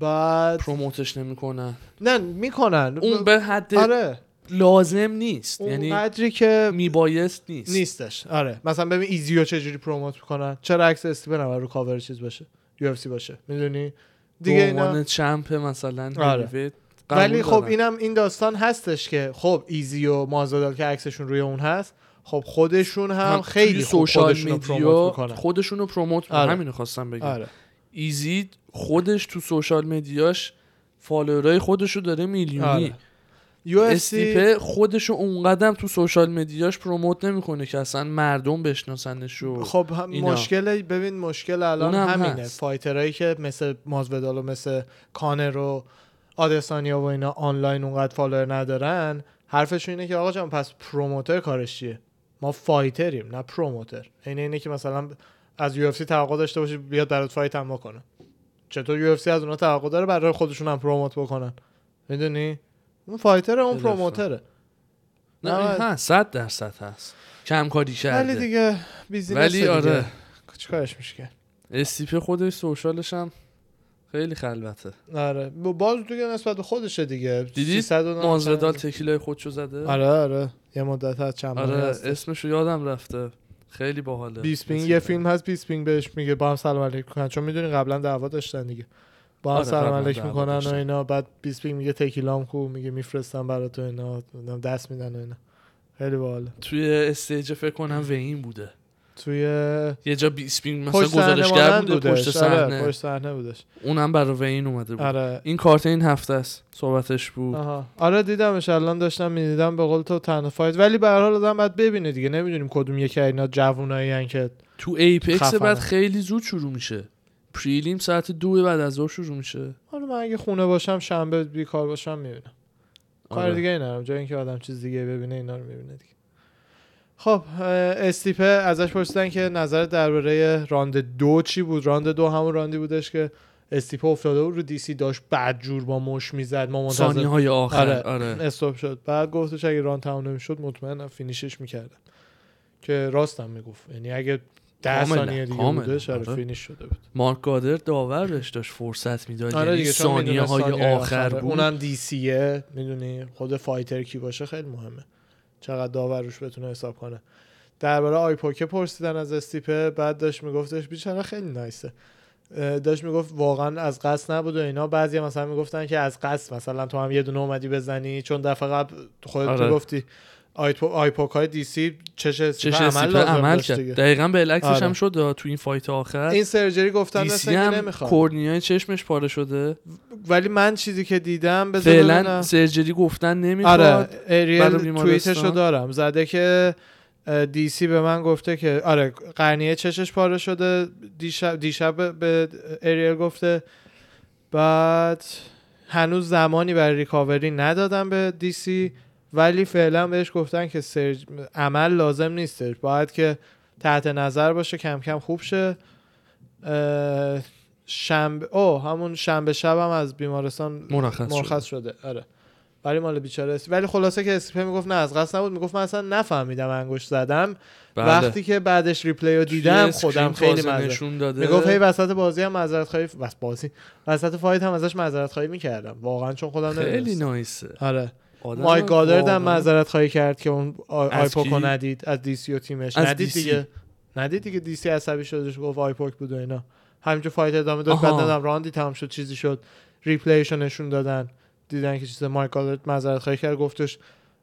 [SPEAKER 1] بعد
[SPEAKER 2] پروموتش نمیکنن
[SPEAKER 1] نه میکنن
[SPEAKER 2] اون به حد
[SPEAKER 1] آره
[SPEAKER 2] لازم نیست
[SPEAKER 1] اون
[SPEAKER 2] یعنی
[SPEAKER 1] قدری که
[SPEAKER 2] میبایست نیست
[SPEAKER 1] نیستش آره مثلا ببین ایزیو چجوری پروموت میکنن چرا عکس استیون نباید رو کاور چیز باشه یو اف سی باشه میدونی دیگه
[SPEAKER 2] دیگه
[SPEAKER 1] اینا
[SPEAKER 2] عنوان چمپ مثلا
[SPEAKER 1] آره.
[SPEAKER 2] هیویویت قبول
[SPEAKER 1] ولی خب
[SPEAKER 2] دارم.
[SPEAKER 1] اینم این داستان هستش که خب ایزی و مازادال که عکسشون روی اون هست خب خودشون هم
[SPEAKER 2] هم
[SPEAKER 1] خیلی
[SPEAKER 2] توی
[SPEAKER 1] خوب
[SPEAKER 2] سوشال
[SPEAKER 1] خودشون رو
[SPEAKER 2] میدیا خب،
[SPEAKER 1] پروموت میکنن
[SPEAKER 2] خودشون رو پروموت میکنن
[SPEAKER 1] آره.
[SPEAKER 2] همینو خواستم بگم
[SPEAKER 1] آره
[SPEAKER 2] ایزی خودش تو سوشال میدیاش فالوورای خودشو داره میلیونی
[SPEAKER 1] آره. یو اف سی
[SPEAKER 2] استیپه خودشو اونقدم تو سوشال مدیاش پروموت نمیکنه که اصلا مردم بشناسنش و
[SPEAKER 1] خب هم
[SPEAKER 2] اینا.
[SPEAKER 1] مشکل ببین مشکل الان
[SPEAKER 2] اونم
[SPEAKER 1] همینه
[SPEAKER 2] هست.
[SPEAKER 1] فایترایی که مثل مازودال و مثل کانر و آدسانیا و اینا آنلاین اونقدر فالوور ندارن حرفشون اینه که آقا جان پس پروموتر کارش چیه ما فایتریم نه پروموتر عین اینه که مثلا از یو اف سی توقع داشته باشی بیاد برات فایت هم بکنه چطور یو اف سی از اونا توقع داره برای خودشون هم پروموت بکنن میدونی اون فایتر اون
[SPEAKER 2] خیلی
[SPEAKER 1] پروموتره
[SPEAKER 2] نه این هست صد درصد هست کمکاری کرده
[SPEAKER 1] ولی دیگه بیزینس
[SPEAKER 2] ولی آره
[SPEAKER 1] چیکارش میشه کرد؟
[SPEAKER 2] استیپه خودش سوشالش هم خیلی خلوته
[SPEAKER 1] آره ب- باز دیگه نسبت به خودشه دیگه
[SPEAKER 2] دیدی
[SPEAKER 1] 300 و نه
[SPEAKER 2] مازردال
[SPEAKER 1] چند-
[SPEAKER 2] تکیلای خودشو زده
[SPEAKER 1] آره آره یه مدت از چند ماه
[SPEAKER 2] آره
[SPEAKER 1] هست
[SPEAKER 2] اسمشو یادم رفته خیلی باحاله
[SPEAKER 1] بیسپینگ
[SPEAKER 2] استیپه.
[SPEAKER 1] یه فیلم هست بیسپینگ بهش میگه با هم سلام علیک کن چون میدونی قبلا دعوا داشتن دیگه با هم
[SPEAKER 2] آره،
[SPEAKER 1] سلام
[SPEAKER 2] قبلا
[SPEAKER 1] علیک
[SPEAKER 2] دعوا
[SPEAKER 1] میکنن و
[SPEAKER 2] داشتن.
[SPEAKER 1] اینا بعد بیسپینگ میگه تکیلام کو میگه میفرستم برات تو اینا نمیدونم دست میدن و اینا خیلی باحاله
[SPEAKER 2] توی استیج فکر کنم وین بوده
[SPEAKER 1] توی
[SPEAKER 2] یه جا بیسپینگ مثلا
[SPEAKER 1] پشت صحنه
[SPEAKER 2] گزارشگر
[SPEAKER 1] مانند
[SPEAKER 2] بوده
[SPEAKER 1] بودش
[SPEAKER 2] پشت صحنه
[SPEAKER 1] آره پشت صحنه بودش
[SPEAKER 2] اونم برای وین اومده بود
[SPEAKER 1] آره
[SPEAKER 2] این کارت این هفته است صحبتش بود
[SPEAKER 1] آها. آره دیدمش الان داشتم میدیدم به قول تو تنها فایت ولی به هر حال آدم باید ببینه دیگه نمیدونیم کدوم یکی از اینا جوونایی که
[SPEAKER 2] تو ایپکس
[SPEAKER 1] خفنه.
[SPEAKER 2] بعد خیلی زود شروع میشه پریلیم ساعت دو بعد از ظهر شروع میشه
[SPEAKER 1] حالا من اگه خونه باشم شنبه بیکار باشم میبینم کار
[SPEAKER 2] آره.
[SPEAKER 1] دیگه ای ندارم جای اینکه آدم چیز دیگه ببینه اینا رو میبینه دیگه خب اه، استیپه ازش پرسیدن که نظر درباره راند دو چی بود راند دو همون راندی بودش که استیپه افتاده بود رو دیسی داشت بدجور با مش میزد ما منتظر
[SPEAKER 2] ثانیه های آخر
[SPEAKER 1] آره.
[SPEAKER 2] آره,
[SPEAKER 1] استوب شد بعد گفتش اگه ران تمام نمیشد مطمئنم فینیشش میکردم که راستم میگفت یعنی اگه ده
[SPEAKER 2] کاملا،
[SPEAKER 1] ثانیه دیگه
[SPEAKER 2] کاملا،
[SPEAKER 1] بودش آره
[SPEAKER 2] آره.
[SPEAKER 1] فینیش شده بود
[SPEAKER 2] مارک گادر داور بهش داشت فرصت میداد
[SPEAKER 1] آره
[SPEAKER 2] یعنی
[SPEAKER 1] دیگه چون
[SPEAKER 2] ثانیه
[SPEAKER 1] می‌دونه
[SPEAKER 2] های
[SPEAKER 1] ثانیه‌های
[SPEAKER 2] آخر بود
[SPEAKER 1] اونم دی سیه میدونی خود فایتر کی باشه خیلی مهمه چقدر داور روش بتونه حساب کنه درباره آی پوکه پرسیدن از استیپه بعد داشت میگفتش بیچاره خیلی نایسه داشت میگفت واقعا از قصد نبود و اینا بعضی مثلا میگفتن که از قصد مثلا تو هم یه دونه اومدی بزنی چون دفعه قبل خودت
[SPEAKER 2] آره.
[SPEAKER 1] تو گفتی آیپو آیپوک های دی سی چش
[SPEAKER 2] چه
[SPEAKER 1] استیپ
[SPEAKER 2] عمل,
[SPEAKER 1] عمل لازم
[SPEAKER 2] عمل
[SPEAKER 1] داشت
[SPEAKER 2] کرد
[SPEAKER 1] دیگه.
[SPEAKER 2] دقیقا به الکسش
[SPEAKER 1] آره.
[SPEAKER 2] هم شد آه، تو این فایت آخر
[SPEAKER 1] این سرجری گفتن
[SPEAKER 2] دیسی
[SPEAKER 1] مثلا که
[SPEAKER 2] هم
[SPEAKER 1] نمیخواد
[SPEAKER 2] کورنیای چشمش پاره شده
[SPEAKER 1] ولی من چیزی که دیدم بذار
[SPEAKER 2] فعلا
[SPEAKER 1] ببینم.
[SPEAKER 2] سرجری گفتن نمیخواد
[SPEAKER 1] آره
[SPEAKER 2] برای
[SPEAKER 1] اریل
[SPEAKER 2] بیمارستان.
[SPEAKER 1] توییتش رو دارم زده که اه، دی سی به من گفته که آره قرنیه چشش پاره شده دیشب, دیشب به- به اریل گفته بعد هنوز زمانی برای ریکاوری ندادم به دی سی ولی فعلا بهش گفتن که سرج... عمل لازم نیستش باید که تحت نظر باشه کم کم خوب شه اه، شنبه او همون شنبه شب هم از بیمارستان
[SPEAKER 2] مرخص شد.
[SPEAKER 1] مرخص شده آره ولی مال بیچاره است ولی خلاصه که اسپی میگفت نه از قصد نبود میگفت من اصلا نفهمیدم انگشت زدم
[SPEAKER 2] بله.
[SPEAKER 1] وقتی که بعدش ریپلی رو
[SPEAKER 2] توی
[SPEAKER 1] دیدم
[SPEAKER 2] اسکرین
[SPEAKER 1] خودم خیلی
[SPEAKER 2] تازه
[SPEAKER 1] مزه
[SPEAKER 2] نشون داده
[SPEAKER 1] میگفت هی وسط بازی هم معذرت خواهی بس بازی وسط فایت هم ازش معذرت خواهی میکردم واقعا چون خودم
[SPEAKER 2] خیلی
[SPEAKER 1] نمیدونستم
[SPEAKER 2] نایسه
[SPEAKER 1] آره
[SPEAKER 2] آدم
[SPEAKER 1] مای گادرد هم
[SPEAKER 2] واقعاً-
[SPEAKER 1] معذرت خواهی کرد که اون آی-
[SPEAKER 2] از
[SPEAKER 1] آیپوکو
[SPEAKER 2] کی؟
[SPEAKER 1] ندید از دیسی و تیمش
[SPEAKER 2] از
[SPEAKER 1] ندید
[SPEAKER 2] DC.
[SPEAKER 1] دیگه ندید دیگه دیسی عصبی شدش گفت آیپوک بود و اینا همینجور فایت ادامه داد بعد
[SPEAKER 2] آها.
[SPEAKER 1] ندم راندی تمام شد چیزی شد ریپلیش رو نشون دادن دیدن که چیز مایک گادرد معذرت خواهی کرد گفتش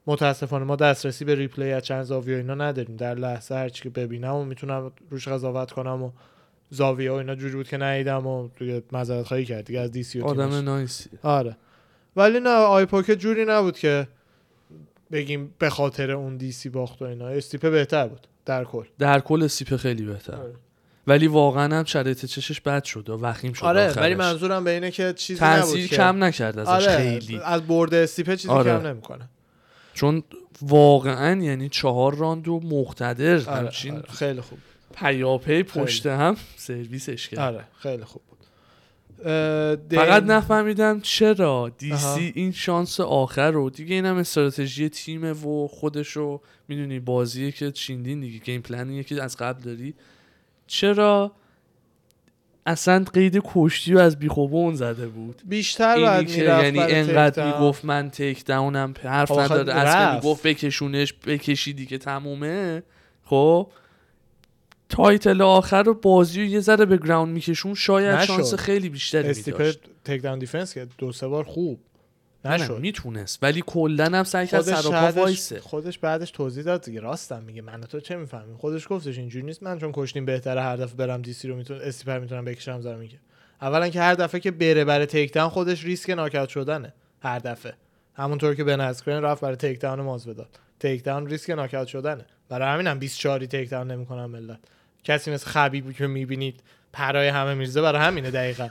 [SPEAKER 1] متاسفانه ما دسترسی به ریپلی از چند زاویه و اینا نداریم در لحظه هرچی که ببینم و میتونم روش قضاوت کنم و زاویه و اینا جوری بود که ندیدم و دیگه معذرت خواهی کرد دیگه از دیسی و تیمش.
[SPEAKER 2] آدم نایسی
[SPEAKER 1] آره ولی نه آیپاک جوری نبود که بگیم به خاطر اون دیسی باخت و اینا استیپه بهتر بود در کل
[SPEAKER 2] در کل سیپ خیلی بهتر
[SPEAKER 1] آره.
[SPEAKER 2] ولی واقعا هم شرایط چشش بد شد و وخیم شد
[SPEAKER 1] آره
[SPEAKER 2] آخرش.
[SPEAKER 1] ولی منظورم به اینه که چیزی
[SPEAKER 2] تاثیر
[SPEAKER 1] نبود که-
[SPEAKER 2] کم نکرد ازش
[SPEAKER 1] آره
[SPEAKER 2] خیلی
[SPEAKER 1] از برد استیپه چیزی
[SPEAKER 2] آره.
[SPEAKER 1] کم نمیکنه
[SPEAKER 2] چون واقعا یعنی چهار راند و مقتدر
[SPEAKER 1] آره.
[SPEAKER 2] همچین
[SPEAKER 1] آره. خیلی خوب
[SPEAKER 2] پیاپی پشت هم سرویسش کرد
[SPEAKER 1] آره خیلی خوب بود اه، دین-
[SPEAKER 2] یعنی. فقط نفهمیدم چرا دی
[SPEAKER 1] آها.
[SPEAKER 2] سی این شانس آخر رو دیگه اینم استراتژی تیمه و خودشو میدونی بازیه که چیندین دیگه گیم پلنیه که از قبل داری چرا اصلا قید کشتی رو از بیخوبه اون زده بود
[SPEAKER 1] بیشتر
[SPEAKER 2] اینی
[SPEAKER 1] باید
[SPEAKER 2] که
[SPEAKER 1] میرفت
[SPEAKER 2] یعنی
[SPEAKER 1] برای
[SPEAKER 2] انقدر
[SPEAKER 1] تک‌داون.
[SPEAKER 2] میگفت من تیک داونم پ- حرف
[SPEAKER 1] خب آخه
[SPEAKER 2] نداره اصلا
[SPEAKER 1] رفت.
[SPEAKER 2] میگفت بکشونش بکشی دیگه تمومه خب تایتل آخر رو بازی رو یه ذره به گراوند میکشون شاید
[SPEAKER 1] نشد.
[SPEAKER 2] شانس خیلی بیشتری
[SPEAKER 1] استیپه
[SPEAKER 2] میداشت
[SPEAKER 1] تک داون دیفنس که دو سه بار خوب
[SPEAKER 2] نه
[SPEAKER 1] نشد
[SPEAKER 2] میتونست ولی کلا هم سعی کرد
[SPEAKER 1] خودش
[SPEAKER 2] سر و پا
[SPEAKER 1] بعدش,
[SPEAKER 2] وایسه
[SPEAKER 1] خودش بعدش توضیح داد دیگه راستم میگه من و تو چه میفهمیم خودش گفتش اینجوری نیست من چون کشتیم بهتره هر دفعه برم دیسی رو میتونم استیپر میتونم بکشم زمین میگه اولا که هر دفعه که بره برای تیک داون خودش ریسک ناکاوت شدنه هر دفعه همونطور که بن اسکرین رفت برای تیک داون ماز بداد تیک داون ریسک ناکاوت شدنه برای همینم 24 ی تیک داون نمیکنم ملت کسی مثل خبیب که میبینید پرای همه میرزه برای همینه
[SPEAKER 2] [LAUGHS]
[SPEAKER 1] دقیقا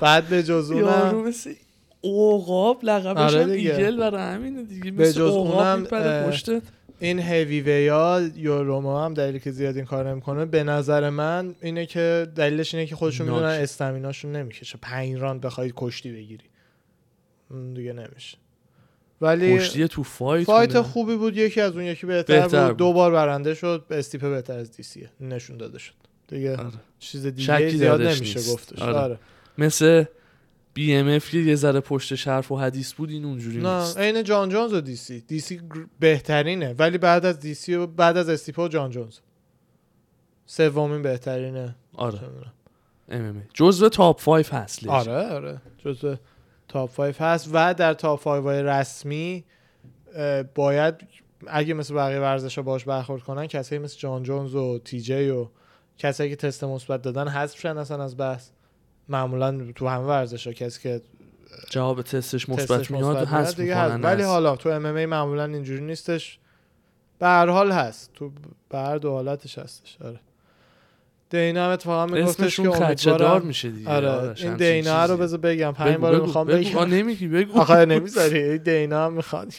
[SPEAKER 1] بعد به جز اونم
[SPEAKER 2] یارو مثل اوقاب لقبش
[SPEAKER 1] آره
[SPEAKER 2] هم
[SPEAKER 1] دیگه.
[SPEAKER 2] ایگل برای همینه دیگه مثل
[SPEAKER 1] جز
[SPEAKER 2] اوقاب
[SPEAKER 1] اونم،
[SPEAKER 2] میپره
[SPEAKER 1] اه،
[SPEAKER 2] پشتت
[SPEAKER 1] این هیوی ویا یوروما هم دلیلی که زیاد این کار نمیکنه به نظر من اینه که دلیلش اینه که خودشون
[SPEAKER 2] ناک.
[SPEAKER 1] میدونن استمیناشون نمیکشه پنج راند بخواید کشتی بگیری اون دیگه نمیشه ولی
[SPEAKER 2] کشتی تو فایت
[SPEAKER 1] فایت
[SPEAKER 2] اونه.
[SPEAKER 1] خوبی بود یکی از اون یکی بهتر,
[SPEAKER 2] بهتر
[SPEAKER 1] بود.
[SPEAKER 2] بود.
[SPEAKER 1] دو بار برنده شد به استیپه بهتر از دیسیه نشون داده شد دیگه
[SPEAKER 2] آره.
[SPEAKER 1] چیز
[SPEAKER 2] شکی
[SPEAKER 1] دیگه زیاد
[SPEAKER 2] درش
[SPEAKER 1] نمیشه
[SPEAKER 2] نیست.
[SPEAKER 1] گفتش
[SPEAKER 2] آره.
[SPEAKER 1] آره.
[SPEAKER 2] مثل بی ام اف که یه ذره پشتش حرف و حدیث بود این اونجوری
[SPEAKER 1] نه
[SPEAKER 2] نیست
[SPEAKER 1] عین جان جونز و دیسی دیسی گر- بهترینه ولی بعد از دیسی و بعد از استیپا و جان جونز سومین بهترینه
[SPEAKER 2] آره ام ام جزو تاپ 5 هست لیش.
[SPEAKER 1] آره آره جزو تاپ 5 هست و در تاپ 5 های رسمی اه، باید اگه مثل بقیه ورزش باش برخورد کنن کسایی مثل جان جونز و تی جی و کسایی که تست مثبت دادن حذف شدن اصلا از بحث معمولا تو همه ورزش ها کسی که
[SPEAKER 2] جواب تستش مثبت
[SPEAKER 1] تستش
[SPEAKER 2] میاد و
[SPEAKER 1] مثبت میاد
[SPEAKER 2] حذف
[SPEAKER 1] دیگه هست.
[SPEAKER 2] میکنن
[SPEAKER 1] ولی
[SPEAKER 2] از-
[SPEAKER 1] حالا تو ام ام ای معمولا اینجوری نیستش به هر حال هست تو به هر دو حالتش هستش آره دینا هم اتفاقا میگفتش که
[SPEAKER 2] اسمشون خدشه دار
[SPEAKER 1] امیدوارم
[SPEAKER 2] میشه دیگه
[SPEAKER 1] آره
[SPEAKER 2] آره،
[SPEAKER 1] این
[SPEAKER 2] همچین
[SPEAKER 1] دینا رو
[SPEAKER 2] چیزی.
[SPEAKER 1] بذار بگم
[SPEAKER 2] بگو،
[SPEAKER 1] همین بار
[SPEAKER 2] بگو،
[SPEAKER 1] میخوام
[SPEAKER 2] بگو. آه، [LAUGHS]
[SPEAKER 1] بگم
[SPEAKER 2] نمیگی بگو
[SPEAKER 1] آخه نمیذاری این دینا هم میخواد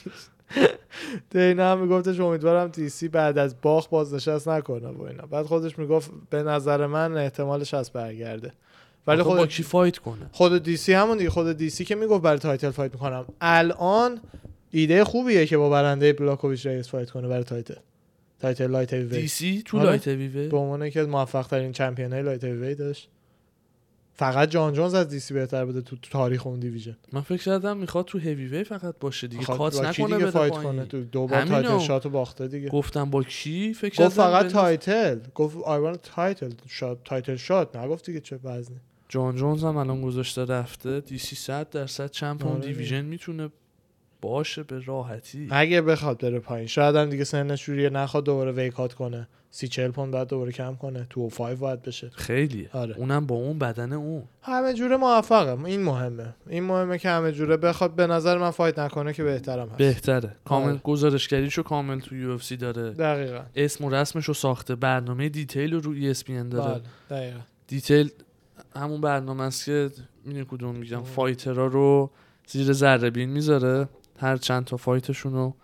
[SPEAKER 1] دینا هم میگفتش امیدوارم تیسی بعد از باخ بازنشست نکنه و اینا بعد خودش میگفت به نظر من احتمالش هست برگرده ولی
[SPEAKER 2] آخه با
[SPEAKER 1] خود
[SPEAKER 2] کی فایت کنه
[SPEAKER 1] خود دیسی همون دیگه خود دیسی که میگفت برای تایتل فایت میکنم الان ایده خوبیه که با برنده بلاکوویچ رئیس فایت کنه برای تایتل تایتل لایت
[SPEAKER 2] دی
[SPEAKER 1] هیوی
[SPEAKER 2] سی تو
[SPEAKER 1] آره.
[SPEAKER 2] لایت
[SPEAKER 1] به
[SPEAKER 2] ویوه
[SPEAKER 1] عنوان یکی از موفق ترین چمپیون های لایت هیوی داشت فقط جان جونز از دیسی بهتر بوده تو تاریخ اون دیویژن
[SPEAKER 2] من فکر کردم میخواد تو هیوی وی فقط باشه دیگه
[SPEAKER 1] آخه
[SPEAKER 2] کات
[SPEAKER 1] با کی
[SPEAKER 2] نکنه
[SPEAKER 1] دیگه
[SPEAKER 2] بره
[SPEAKER 1] فایت
[SPEAKER 2] پایین.
[SPEAKER 1] کنه تو دو بار
[SPEAKER 2] همینو.
[SPEAKER 1] تایتل شاتو باخته دیگه
[SPEAKER 2] گفتم با کی فکر
[SPEAKER 1] گفت
[SPEAKER 2] کردم
[SPEAKER 1] فقط
[SPEAKER 2] بنداز-
[SPEAKER 1] تایتل گفت آیوان تایتل شات تایتل شات نگفت دیگه چه وزنی
[SPEAKER 2] جان جونز هم الان گذاشته رفته دی سی 100 درصد چمپ اون
[SPEAKER 1] آره.
[SPEAKER 2] دیویژن میتونه باشه به راحتی
[SPEAKER 1] اگه بخواد بره پایین شاید هم دیگه سنش جوریه نخواد دوباره ویکات کنه سی چل پوند بعد دوباره کم کنه تو فایو باید بشه
[SPEAKER 2] خیلیه
[SPEAKER 1] آره.
[SPEAKER 2] اونم با اون بدن اون
[SPEAKER 1] همه جوره موفقه این مهمه این مهمه که همه جوره بخواد به نظر من فایت نکنه که بهترم هست
[SPEAKER 2] بهتره کامل
[SPEAKER 1] آره.
[SPEAKER 2] گزارشگریشو کامل تو یو داره
[SPEAKER 1] دقیقا
[SPEAKER 2] اسم و رسمشو ساخته برنامه دیتیل رو روی E ESPN داره
[SPEAKER 1] بله دقیقا
[SPEAKER 2] دیتیل همون برنامه است که میدونی کدوم میگم فایترها رو زیر ذره بین میذاره هر چند تا فایتشون رو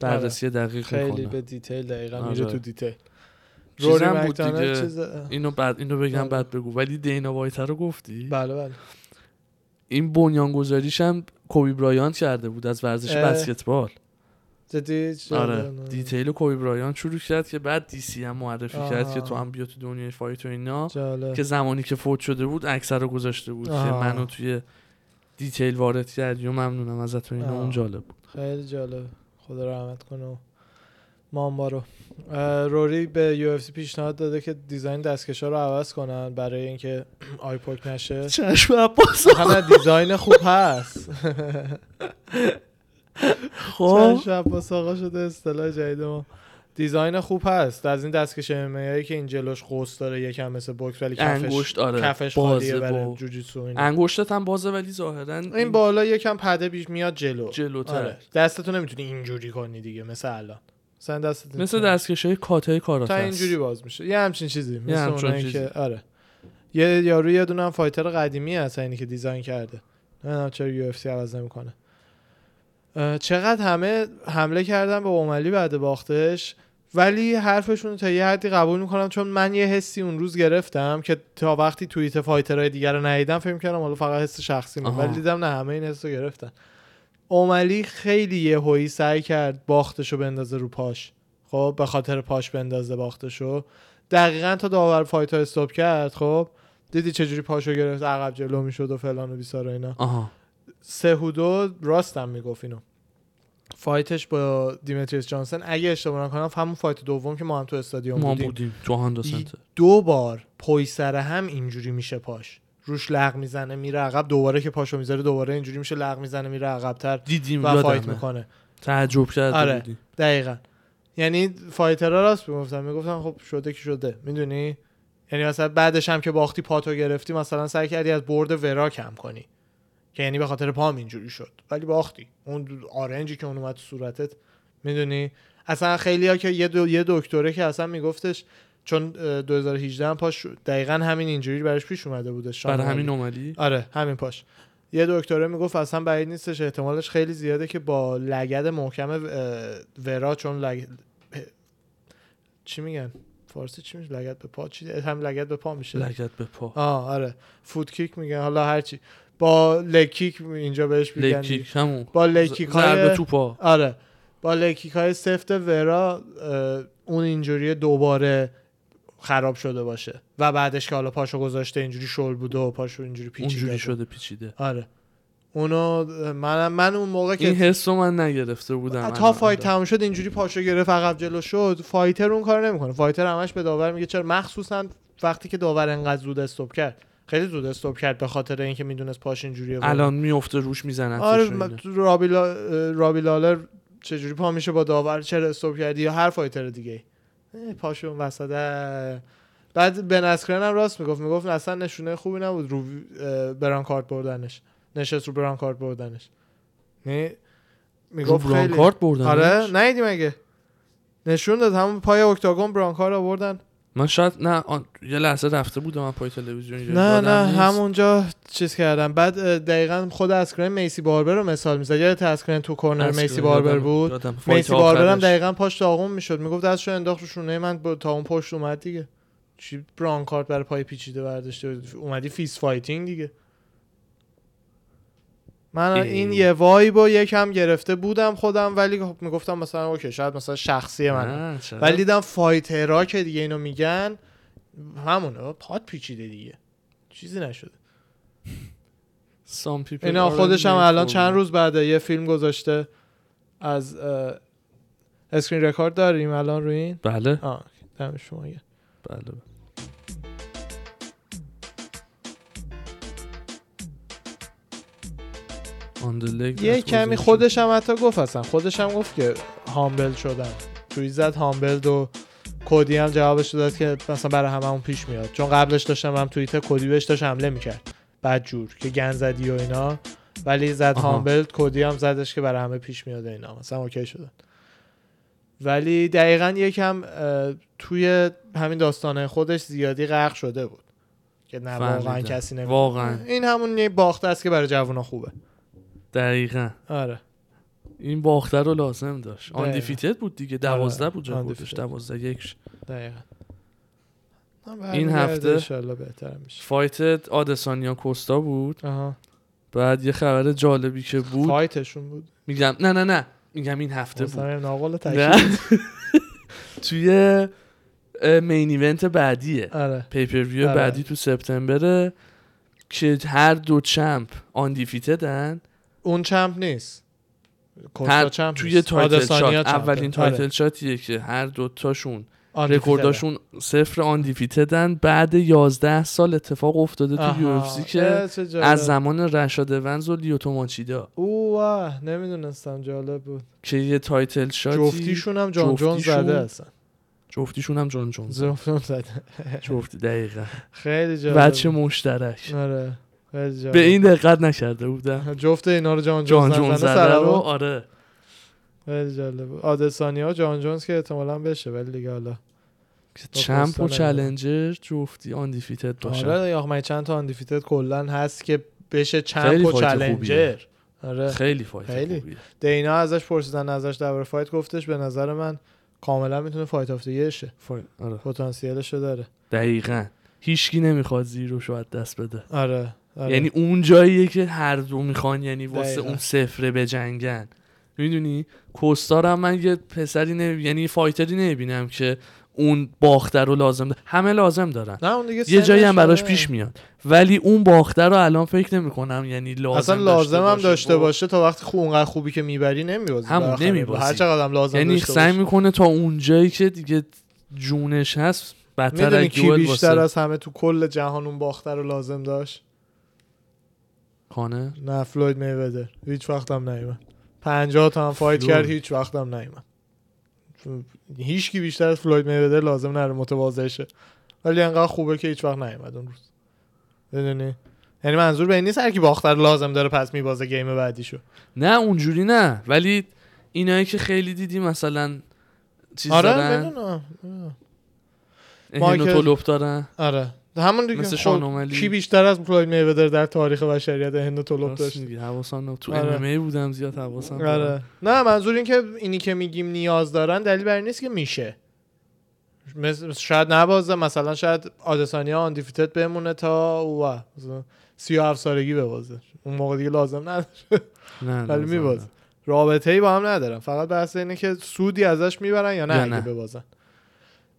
[SPEAKER 2] بررسی دقیق
[SPEAKER 1] آره. خیلی
[SPEAKER 2] میکنه
[SPEAKER 1] به دیتیل دقیقا
[SPEAKER 2] آره.
[SPEAKER 1] میره تو دیتیل
[SPEAKER 2] چیزم
[SPEAKER 1] روری
[SPEAKER 2] بود
[SPEAKER 1] مکدانالد
[SPEAKER 2] دیگه.
[SPEAKER 1] چیز
[SPEAKER 2] اینو بعد اینو بگم
[SPEAKER 1] بله.
[SPEAKER 2] بعد بگو ولی دینا وایتر رو گفتی
[SPEAKER 1] بله بله
[SPEAKER 2] این بنیانگذاریش هم کوبی برایان کرده بود از ورزش
[SPEAKER 1] اه.
[SPEAKER 2] بسکتبال
[SPEAKER 1] جدی چه
[SPEAKER 2] آره
[SPEAKER 1] دارن؟
[SPEAKER 2] دیتیل رو کوبی برایان شروع کرد که بعد دی سی هم معرفی
[SPEAKER 1] آها.
[SPEAKER 2] کرد که تو هم بیا تو دنیای فایت و اینا
[SPEAKER 1] جالب
[SPEAKER 2] که زمانی که فوت شده بود اکثر رو گذاشته بود که
[SPEAKER 1] آها.
[SPEAKER 2] منو توی دیتیل وارد کردی و ممنونم ازت و اینا
[SPEAKER 1] آها.
[SPEAKER 2] اون جالب بود
[SPEAKER 1] خیلی جالب خدا رحمت کنه و مامبا رو اه، روری به یو اف سی پیشنهاد داده که دیزاین دستکشا رو عوض کنن برای اینکه [CLEARS THROAT] آی پوک
[SPEAKER 2] [LAUGHS]
[SPEAKER 1] نشه
[SPEAKER 2] چشم عباس
[SPEAKER 1] نه دیزاین خوب هست
[SPEAKER 2] [LAUGHS] خب
[SPEAKER 1] چشم عباس آقا شده اصطلاح جدید ما دیزاین خوب هست از این دستکش ام هایی که این جلوش قوس داره یکم مثل بوکس ولی کفش
[SPEAKER 2] انگشت آره
[SPEAKER 1] کفش خالیه
[SPEAKER 2] بازه
[SPEAKER 1] برای
[SPEAKER 2] با
[SPEAKER 1] جوجیتسو اینا.
[SPEAKER 2] انگشتت هم بازه ولی ظاهرا
[SPEAKER 1] این بالا یکم پده بیش میاد جلو
[SPEAKER 2] جلوتر
[SPEAKER 1] آره. دستتو نمیتونی اینجوری کنی دیگه مثل الان مثلا دستت
[SPEAKER 2] مثل
[SPEAKER 1] نمی‌تونی.
[SPEAKER 2] دستکش های کاتای کارات
[SPEAKER 1] آره. تا اینجوری باز میشه یه همچین چیزی مثل
[SPEAKER 2] همچون
[SPEAKER 1] اونایی
[SPEAKER 2] چیزی.
[SPEAKER 1] که آره یه یارو یه دونه هم فایتر قدیمی هست اینی که دیزاین کرده نمیدونم چرا یو اف سی عوض نمیکنه چقدر همه حمله کردن به اوملی بعد باختش ولی حرفشون رو تا یه حدی قبول میکنم چون من یه حسی اون روز گرفتم که تا وقتی توییت فایترهای دیگر رو ندیدم فکر کردم حالا فقط حس شخصی بود
[SPEAKER 2] آها.
[SPEAKER 1] ولی دیدم نه همه این حس رو گرفتن اوملی خیلی یهویی سعی کرد باختشو بندازه رو پاش خب به خاطر پاش بندازه باختشو دقیقا تا داور فایت ها استوب کرد خب دیدی چجوری پاشو گرفت عقب جلو میشد و فلان و بیسار و اینا
[SPEAKER 2] آها
[SPEAKER 1] سهودو راستم میگفت اینو فایتش با دیمتریس جانسن اگه اشتباه نکنم همون فایت دوم که ما هم تو استادیوم
[SPEAKER 2] ما
[SPEAKER 1] بودیم,
[SPEAKER 2] بودیم تو هاندا سنتر
[SPEAKER 1] دو بار پای سر هم اینجوری میشه پاش روش لغ میزنه میره عقب دوباره که پاشو میذاره دوباره اینجوری میشه لغ میزنه میره عقبتر
[SPEAKER 2] دیدیم
[SPEAKER 1] و فایت
[SPEAKER 2] یادمه
[SPEAKER 1] میکنه
[SPEAKER 2] تعجب کرده
[SPEAKER 1] آره.
[SPEAKER 2] بودیم
[SPEAKER 1] دقیقا یعنی فایترها راست میگفتن میگفتن خب شده که شده میدونی یعنی مثلا بعدش هم که باختی پاتو گرفتی مثلا سعی کردی از برد ورا کم کنی که یعنی به خاطر پام اینجوری شد ولی باختی اون آرنجی که اون اومد تو صورتت میدونی اصلا خیلی ها که یه, دو... یه دکتره که اصلا میگفتش چون اه، 2018 هم پاش دقیقا همین اینجوری براش پیش اومده بوده شان
[SPEAKER 2] برای
[SPEAKER 1] اومده.
[SPEAKER 2] همین اومدی
[SPEAKER 1] آره همین پاش یه دکتره میگفت اصلا بعید نیستش احتمالش خیلی زیاده که با لگد محکم اه، ورا چون لگ... اه، چی میگن فارسی چی میشه لگد به پا چی هم لگد به پا میشه
[SPEAKER 2] لگت به پا
[SPEAKER 1] آه آره فوت کیک میگن حالا هرچی با لگ کیک اینجا بهش میگن
[SPEAKER 2] لکیک همون
[SPEAKER 1] با لگ کیک
[SPEAKER 2] ضربه
[SPEAKER 1] های
[SPEAKER 2] تو پا
[SPEAKER 1] آره با لکیک های سفت ورا اه، اون اینجوری دوباره خراب شده باشه و بعدش که حالا پاشو گذاشته اینجوری شل بوده و پاشو اینجوری پیچیده
[SPEAKER 2] اونجوری
[SPEAKER 1] بود.
[SPEAKER 2] شده پیچیده
[SPEAKER 1] آره اونو من من اون موقع
[SPEAKER 2] این آره.
[SPEAKER 1] که
[SPEAKER 2] حس رو من نگرفته بودم
[SPEAKER 1] تا فایت تمام شد اینجوری پاشو گرفت عقب جلو شد فایتر اون کار نمیکنه فایتر همش به داور میگه چرا مخصوصا وقتی که داور انقدر زود استوب کرد خیلی زود استوب کرد به خاطر اینکه میدونست پاش اینجوریه
[SPEAKER 2] الان میفته روش میزنه
[SPEAKER 1] آره م- تو رابی, لا... رابی لالر چجوری پا میشه با داور چرا استوب کردی یا هر فایتر دیگه اه، پاشون وسط اه. بعد بن اسکرن هم راست میگفت میگفت اصلا نشونه خوبی نبود رو اه، بران کارت بردنش نشست رو بران کارت بردنش نه میگفت خیلی
[SPEAKER 2] برانکارد بردن
[SPEAKER 1] آره نیدی مگه نشون داد همون پای اکتاگون برانکار آوردن
[SPEAKER 2] من شاید نه آن... یه لحظه رفته بودم من پای تلویزیون یادم
[SPEAKER 1] نه نه
[SPEAKER 2] نیست.
[SPEAKER 1] همونجا چیز کردم بعد اه، دقیقا خود اسکرین میسی باربر رو مثال میزد یادت اسکرین تو کورنر
[SPEAKER 2] اسکرین
[SPEAKER 1] میسی باربر
[SPEAKER 2] یادم-
[SPEAKER 1] بود
[SPEAKER 2] یادم. فایت
[SPEAKER 1] میسی باربر هم
[SPEAKER 2] آخرش.
[SPEAKER 1] دقیقا پاش داغون میشد میگفت دستشو انداخت رو شونه من با- تا اون پشت اومد دیگه چی بران کارت برای پای پیچیده برداشته اومدی فیس فایتینگ دیگه من
[SPEAKER 2] ای.
[SPEAKER 1] این یه وای با یکم گرفته بودم خودم ولی خب میگفتم مثلا اوکی شاید مثلا شخصی من
[SPEAKER 2] نه، چرا؟
[SPEAKER 1] ولی دیدم فایترها که دیگه اینو میگن همونه پات پیچیده دیگه چیزی نشده
[SPEAKER 2] Some people
[SPEAKER 1] اینا
[SPEAKER 2] are
[SPEAKER 1] خودش هم
[SPEAKER 2] made
[SPEAKER 1] الان
[SPEAKER 2] for
[SPEAKER 1] چند
[SPEAKER 2] war.
[SPEAKER 1] روز بعده یه فیلم گذاشته از اه، اسکرین رکورد داریم الان روی این
[SPEAKER 2] بله
[SPEAKER 1] آه دم شما گرم.
[SPEAKER 2] بله بله. On the leg
[SPEAKER 1] یه
[SPEAKER 2] that
[SPEAKER 1] کمی
[SPEAKER 2] was a
[SPEAKER 1] خودش هم حتی گفت اصلا خودش هم گفت که هامبل شدم توی زد هامبل و کودی هم جوابش داد که مثلا برای هممون پیش میاد چون قبلش داشتم هم توییت کودی بهش داشت حمله میکرد بعد جور که گن زدی و اینا ولی زد
[SPEAKER 2] آها.
[SPEAKER 1] هامبل کودی هم زدش که برای همه پیش میاد و اینا مثلا اوکی شدن ولی دقیقا یکم اه، توی همین داستانه خودش زیادی غرق شده بود که نه واقعا
[SPEAKER 2] فهمیدم.
[SPEAKER 1] کسی نمی
[SPEAKER 2] واقعا
[SPEAKER 1] این همون یه باخته است که برای جوونا خوبه
[SPEAKER 2] دقیقا
[SPEAKER 1] آره
[SPEAKER 2] این باخته رو لازم داشت
[SPEAKER 1] دقیقاً.
[SPEAKER 2] آندیفیتد بود دیگه دوازده بود جا
[SPEAKER 1] بله. آره. undefeated.
[SPEAKER 2] بردش دوازده یک
[SPEAKER 1] دقیقا
[SPEAKER 2] این هفته-
[SPEAKER 1] انشالله بهتر میشه
[SPEAKER 2] فایت آدسانیا کوستا بود
[SPEAKER 1] آها
[SPEAKER 2] بعد یه خبر جالبی که بود
[SPEAKER 1] فایتشون بود
[SPEAKER 2] میگم نه نه نه میگم این هفته بود
[SPEAKER 1] مثلا ناقل
[SPEAKER 2] نه
[SPEAKER 1] تکیه
[SPEAKER 2] [LAUGHS] توی اه، مین ایونت بعدیه
[SPEAKER 1] آره
[SPEAKER 2] پیپر ویو
[SPEAKER 1] آره.
[SPEAKER 2] بعدی تو سپتامبره که هر دو چمپ آندیفیتدن
[SPEAKER 1] اون چمپ نیست
[SPEAKER 2] هر
[SPEAKER 1] کوستا چمپ
[SPEAKER 2] توی
[SPEAKER 1] نیست.
[SPEAKER 2] تایتل شات
[SPEAKER 1] آدسانیا چمپه.
[SPEAKER 2] اولین
[SPEAKER 1] آره.
[SPEAKER 2] تایتل شاتیه که هر دوتاشون
[SPEAKER 1] آندیفیتده.
[SPEAKER 2] رکورداشون صفر آندیفیتدن بعد 11 سال اتفاق افتاده تو
[SPEAKER 1] آها.
[SPEAKER 2] یو اف سی که
[SPEAKER 1] اه، چه جالب.
[SPEAKER 2] از زمان رشاد ونز و لیوتو مانچیدا
[SPEAKER 1] اوه نمیدونستم جالب بود
[SPEAKER 2] که یه تایتل شاتی
[SPEAKER 1] جفتیشون هم جان جون
[SPEAKER 2] جفتیشون-
[SPEAKER 1] زده اصلا
[SPEAKER 2] جفتیشون هم جان جونز
[SPEAKER 1] جفتیشون زده
[SPEAKER 2] جفت دقیقا
[SPEAKER 1] خیلی جالب
[SPEAKER 2] بچه مشترک
[SPEAKER 1] آره خیلی جالب
[SPEAKER 2] به این دقت نکرده بودم
[SPEAKER 1] جفت اینا رو جان
[SPEAKER 2] جان
[SPEAKER 1] جونز
[SPEAKER 2] جونز
[SPEAKER 1] زدن
[SPEAKER 2] زده رو
[SPEAKER 1] سرابو
[SPEAKER 2] آره
[SPEAKER 1] خیلی جالب بود. آدسانیا و جان جونز که احتمالاً بشه ولی دیگه حالا
[SPEAKER 2] چمپ
[SPEAKER 1] پستا
[SPEAKER 2] و
[SPEAKER 1] نمیدونم.
[SPEAKER 2] چلنجر جفتی آندیفیتد باشن
[SPEAKER 1] آره یا من چند تا آندیفیتد کلا هست که بشه چمپ
[SPEAKER 2] خیلی
[SPEAKER 1] و
[SPEAKER 2] فایت
[SPEAKER 1] چلنجر
[SPEAKER 2] خوبیه.
[SPEAKER 1] آره
[SPEAKER 2] خیلی فایت
[SPEAKER 1] خیلی.
[SPEAKER 2] خوبیه.
[SPEAKER 1] دینا ازش پرسیدن ازش درباره فایت گفتش به نظر من کاملا میتونه فایت آف دیگه شه
[SPEAKER 2] فایت. آره.
[SPEAKER 1] پتانسیلش داره
[SPEAKER 2] دقیقا هیچکی نمیخواد زیرو شو از دست بده
[SPEAKER 1] آره, آره.
[SPEAKER 2] یعنی اون جاییه که هر دو میخوان یعنی واسه
[SPEAKER 1] دقیقاً.
[SPEAKER 2] اون سفره بجنگن میدونی کوستار هم من یه پسری نمی... یعنی فایتری نمیبینم که اون باخته رو لازم داره. همه لازم دارن
[SPEAKER 1] نه اون دیگه
[SPEAKER 2] یه جایی هم
[SPEAKER 1] سنش
[SPEAKER 2] براش
[SPEAKER 1] آره.
[SPEAKER 2] پیش میاد ولی اون باخته رو الان فکر نمیکنم یعنی لازم
[SPEAKER 1] اصلا لازم هم داشته باشه تا وقتی خوب اونقدر خوبی که میبری نمیبازی
[SPEAKER 2] همون نمی‌بازی.
[SPEAKER 1] هر چقدر هم لازم
[SPEAKER 2] یعنی
[SPEAKER 1] داشته
[SPEAKER 2] سعی
[SPEAKER 1] باشه.
[SPEAKER 2] میکنه تا اونجایی که دیگه جونش هست بدتر
[SPEAKER 1] میدونی
[SPEAKER 2] از
[SPEAKER 1] کی
[SPEAKER 2] گیوال
[SPEAKER 1] بیشتر
[SPEAKER 2] واسه
[SPEAKER 1] از همه تو کل جهان اون باختر رو لازم داشت
[SPEAKER 2] کانه
[SPEAKER 1] نه فلوید میودر هیچ وقت هم نیومد 50 تا هم فایت
[SPEAKER 2] فلوید.
[SPEAKER 1] کرد هیچ وقت هم نیومد هیچ کی بیشتر از فلوید میودر لازم نره متواضع شه ولی انقدر خوبه که هیچ وقت نیومد اون روز میدونی یعنی منظور به این نیست هر کی باختر لازم داره پس میبازه گیم بعدیشو
[SPEAKER 2] نه اونجوری نه ولی اینایی که خیلی دیدی مثلا چیز
[SPEAKER 1] آره
[SPEAKER 2] دارن
[SPEAKER 1] میدونم
[SPEAKER 2] اهن و
[SPEAKER 1] مایکل-
[SPEAKER 2] تلوپ دارن
[SPEAKER 1] آره همون دیگه
[SPEAKER 2] مثل
[SPEAKER 1] خب،
[SPEAKER 2] شانوملی.
[SPEAKER 1] کی بیشتر از فلوید میودر در تاریخ بشریت هند و طلب
[SPEAKER 2] راست
[SPEAKER 1] داشت
[SPEAKER 2] میگی حواسم نبود. تو
[SPEAKER 1] آره.
[SPEAKER 2] ام بودم زیاد حواسم
[SPEAKER 1] آره
[SPEAKER 2] آره.
[SPEAKER 1] نه منظور این که اینی که میگیم نیاز دارن دلیل بر این نیست که میشه مثل شاید نبازه مثلا شاید آدسانیا آندیفیتد بمونه تا و سی و هفت سالگی ببازه اون موقع دیگه لازم نداره
[SPEAKER 2] نه
[SPEAKER 1] ولی
[SPEAKER 2] لازم
[SPEAKER 1] میبازه
[SPEAKER 2] نه.
[SPEAKER 1] رابطه ای با هم ندارن فقط بحث اینه که سودی ازش میبرن یا نه
[SPEAKER 2] یا
[SPEAKER 1] اگه
[SPEAKER 2] نه.
[SPEAKER 1] ببازن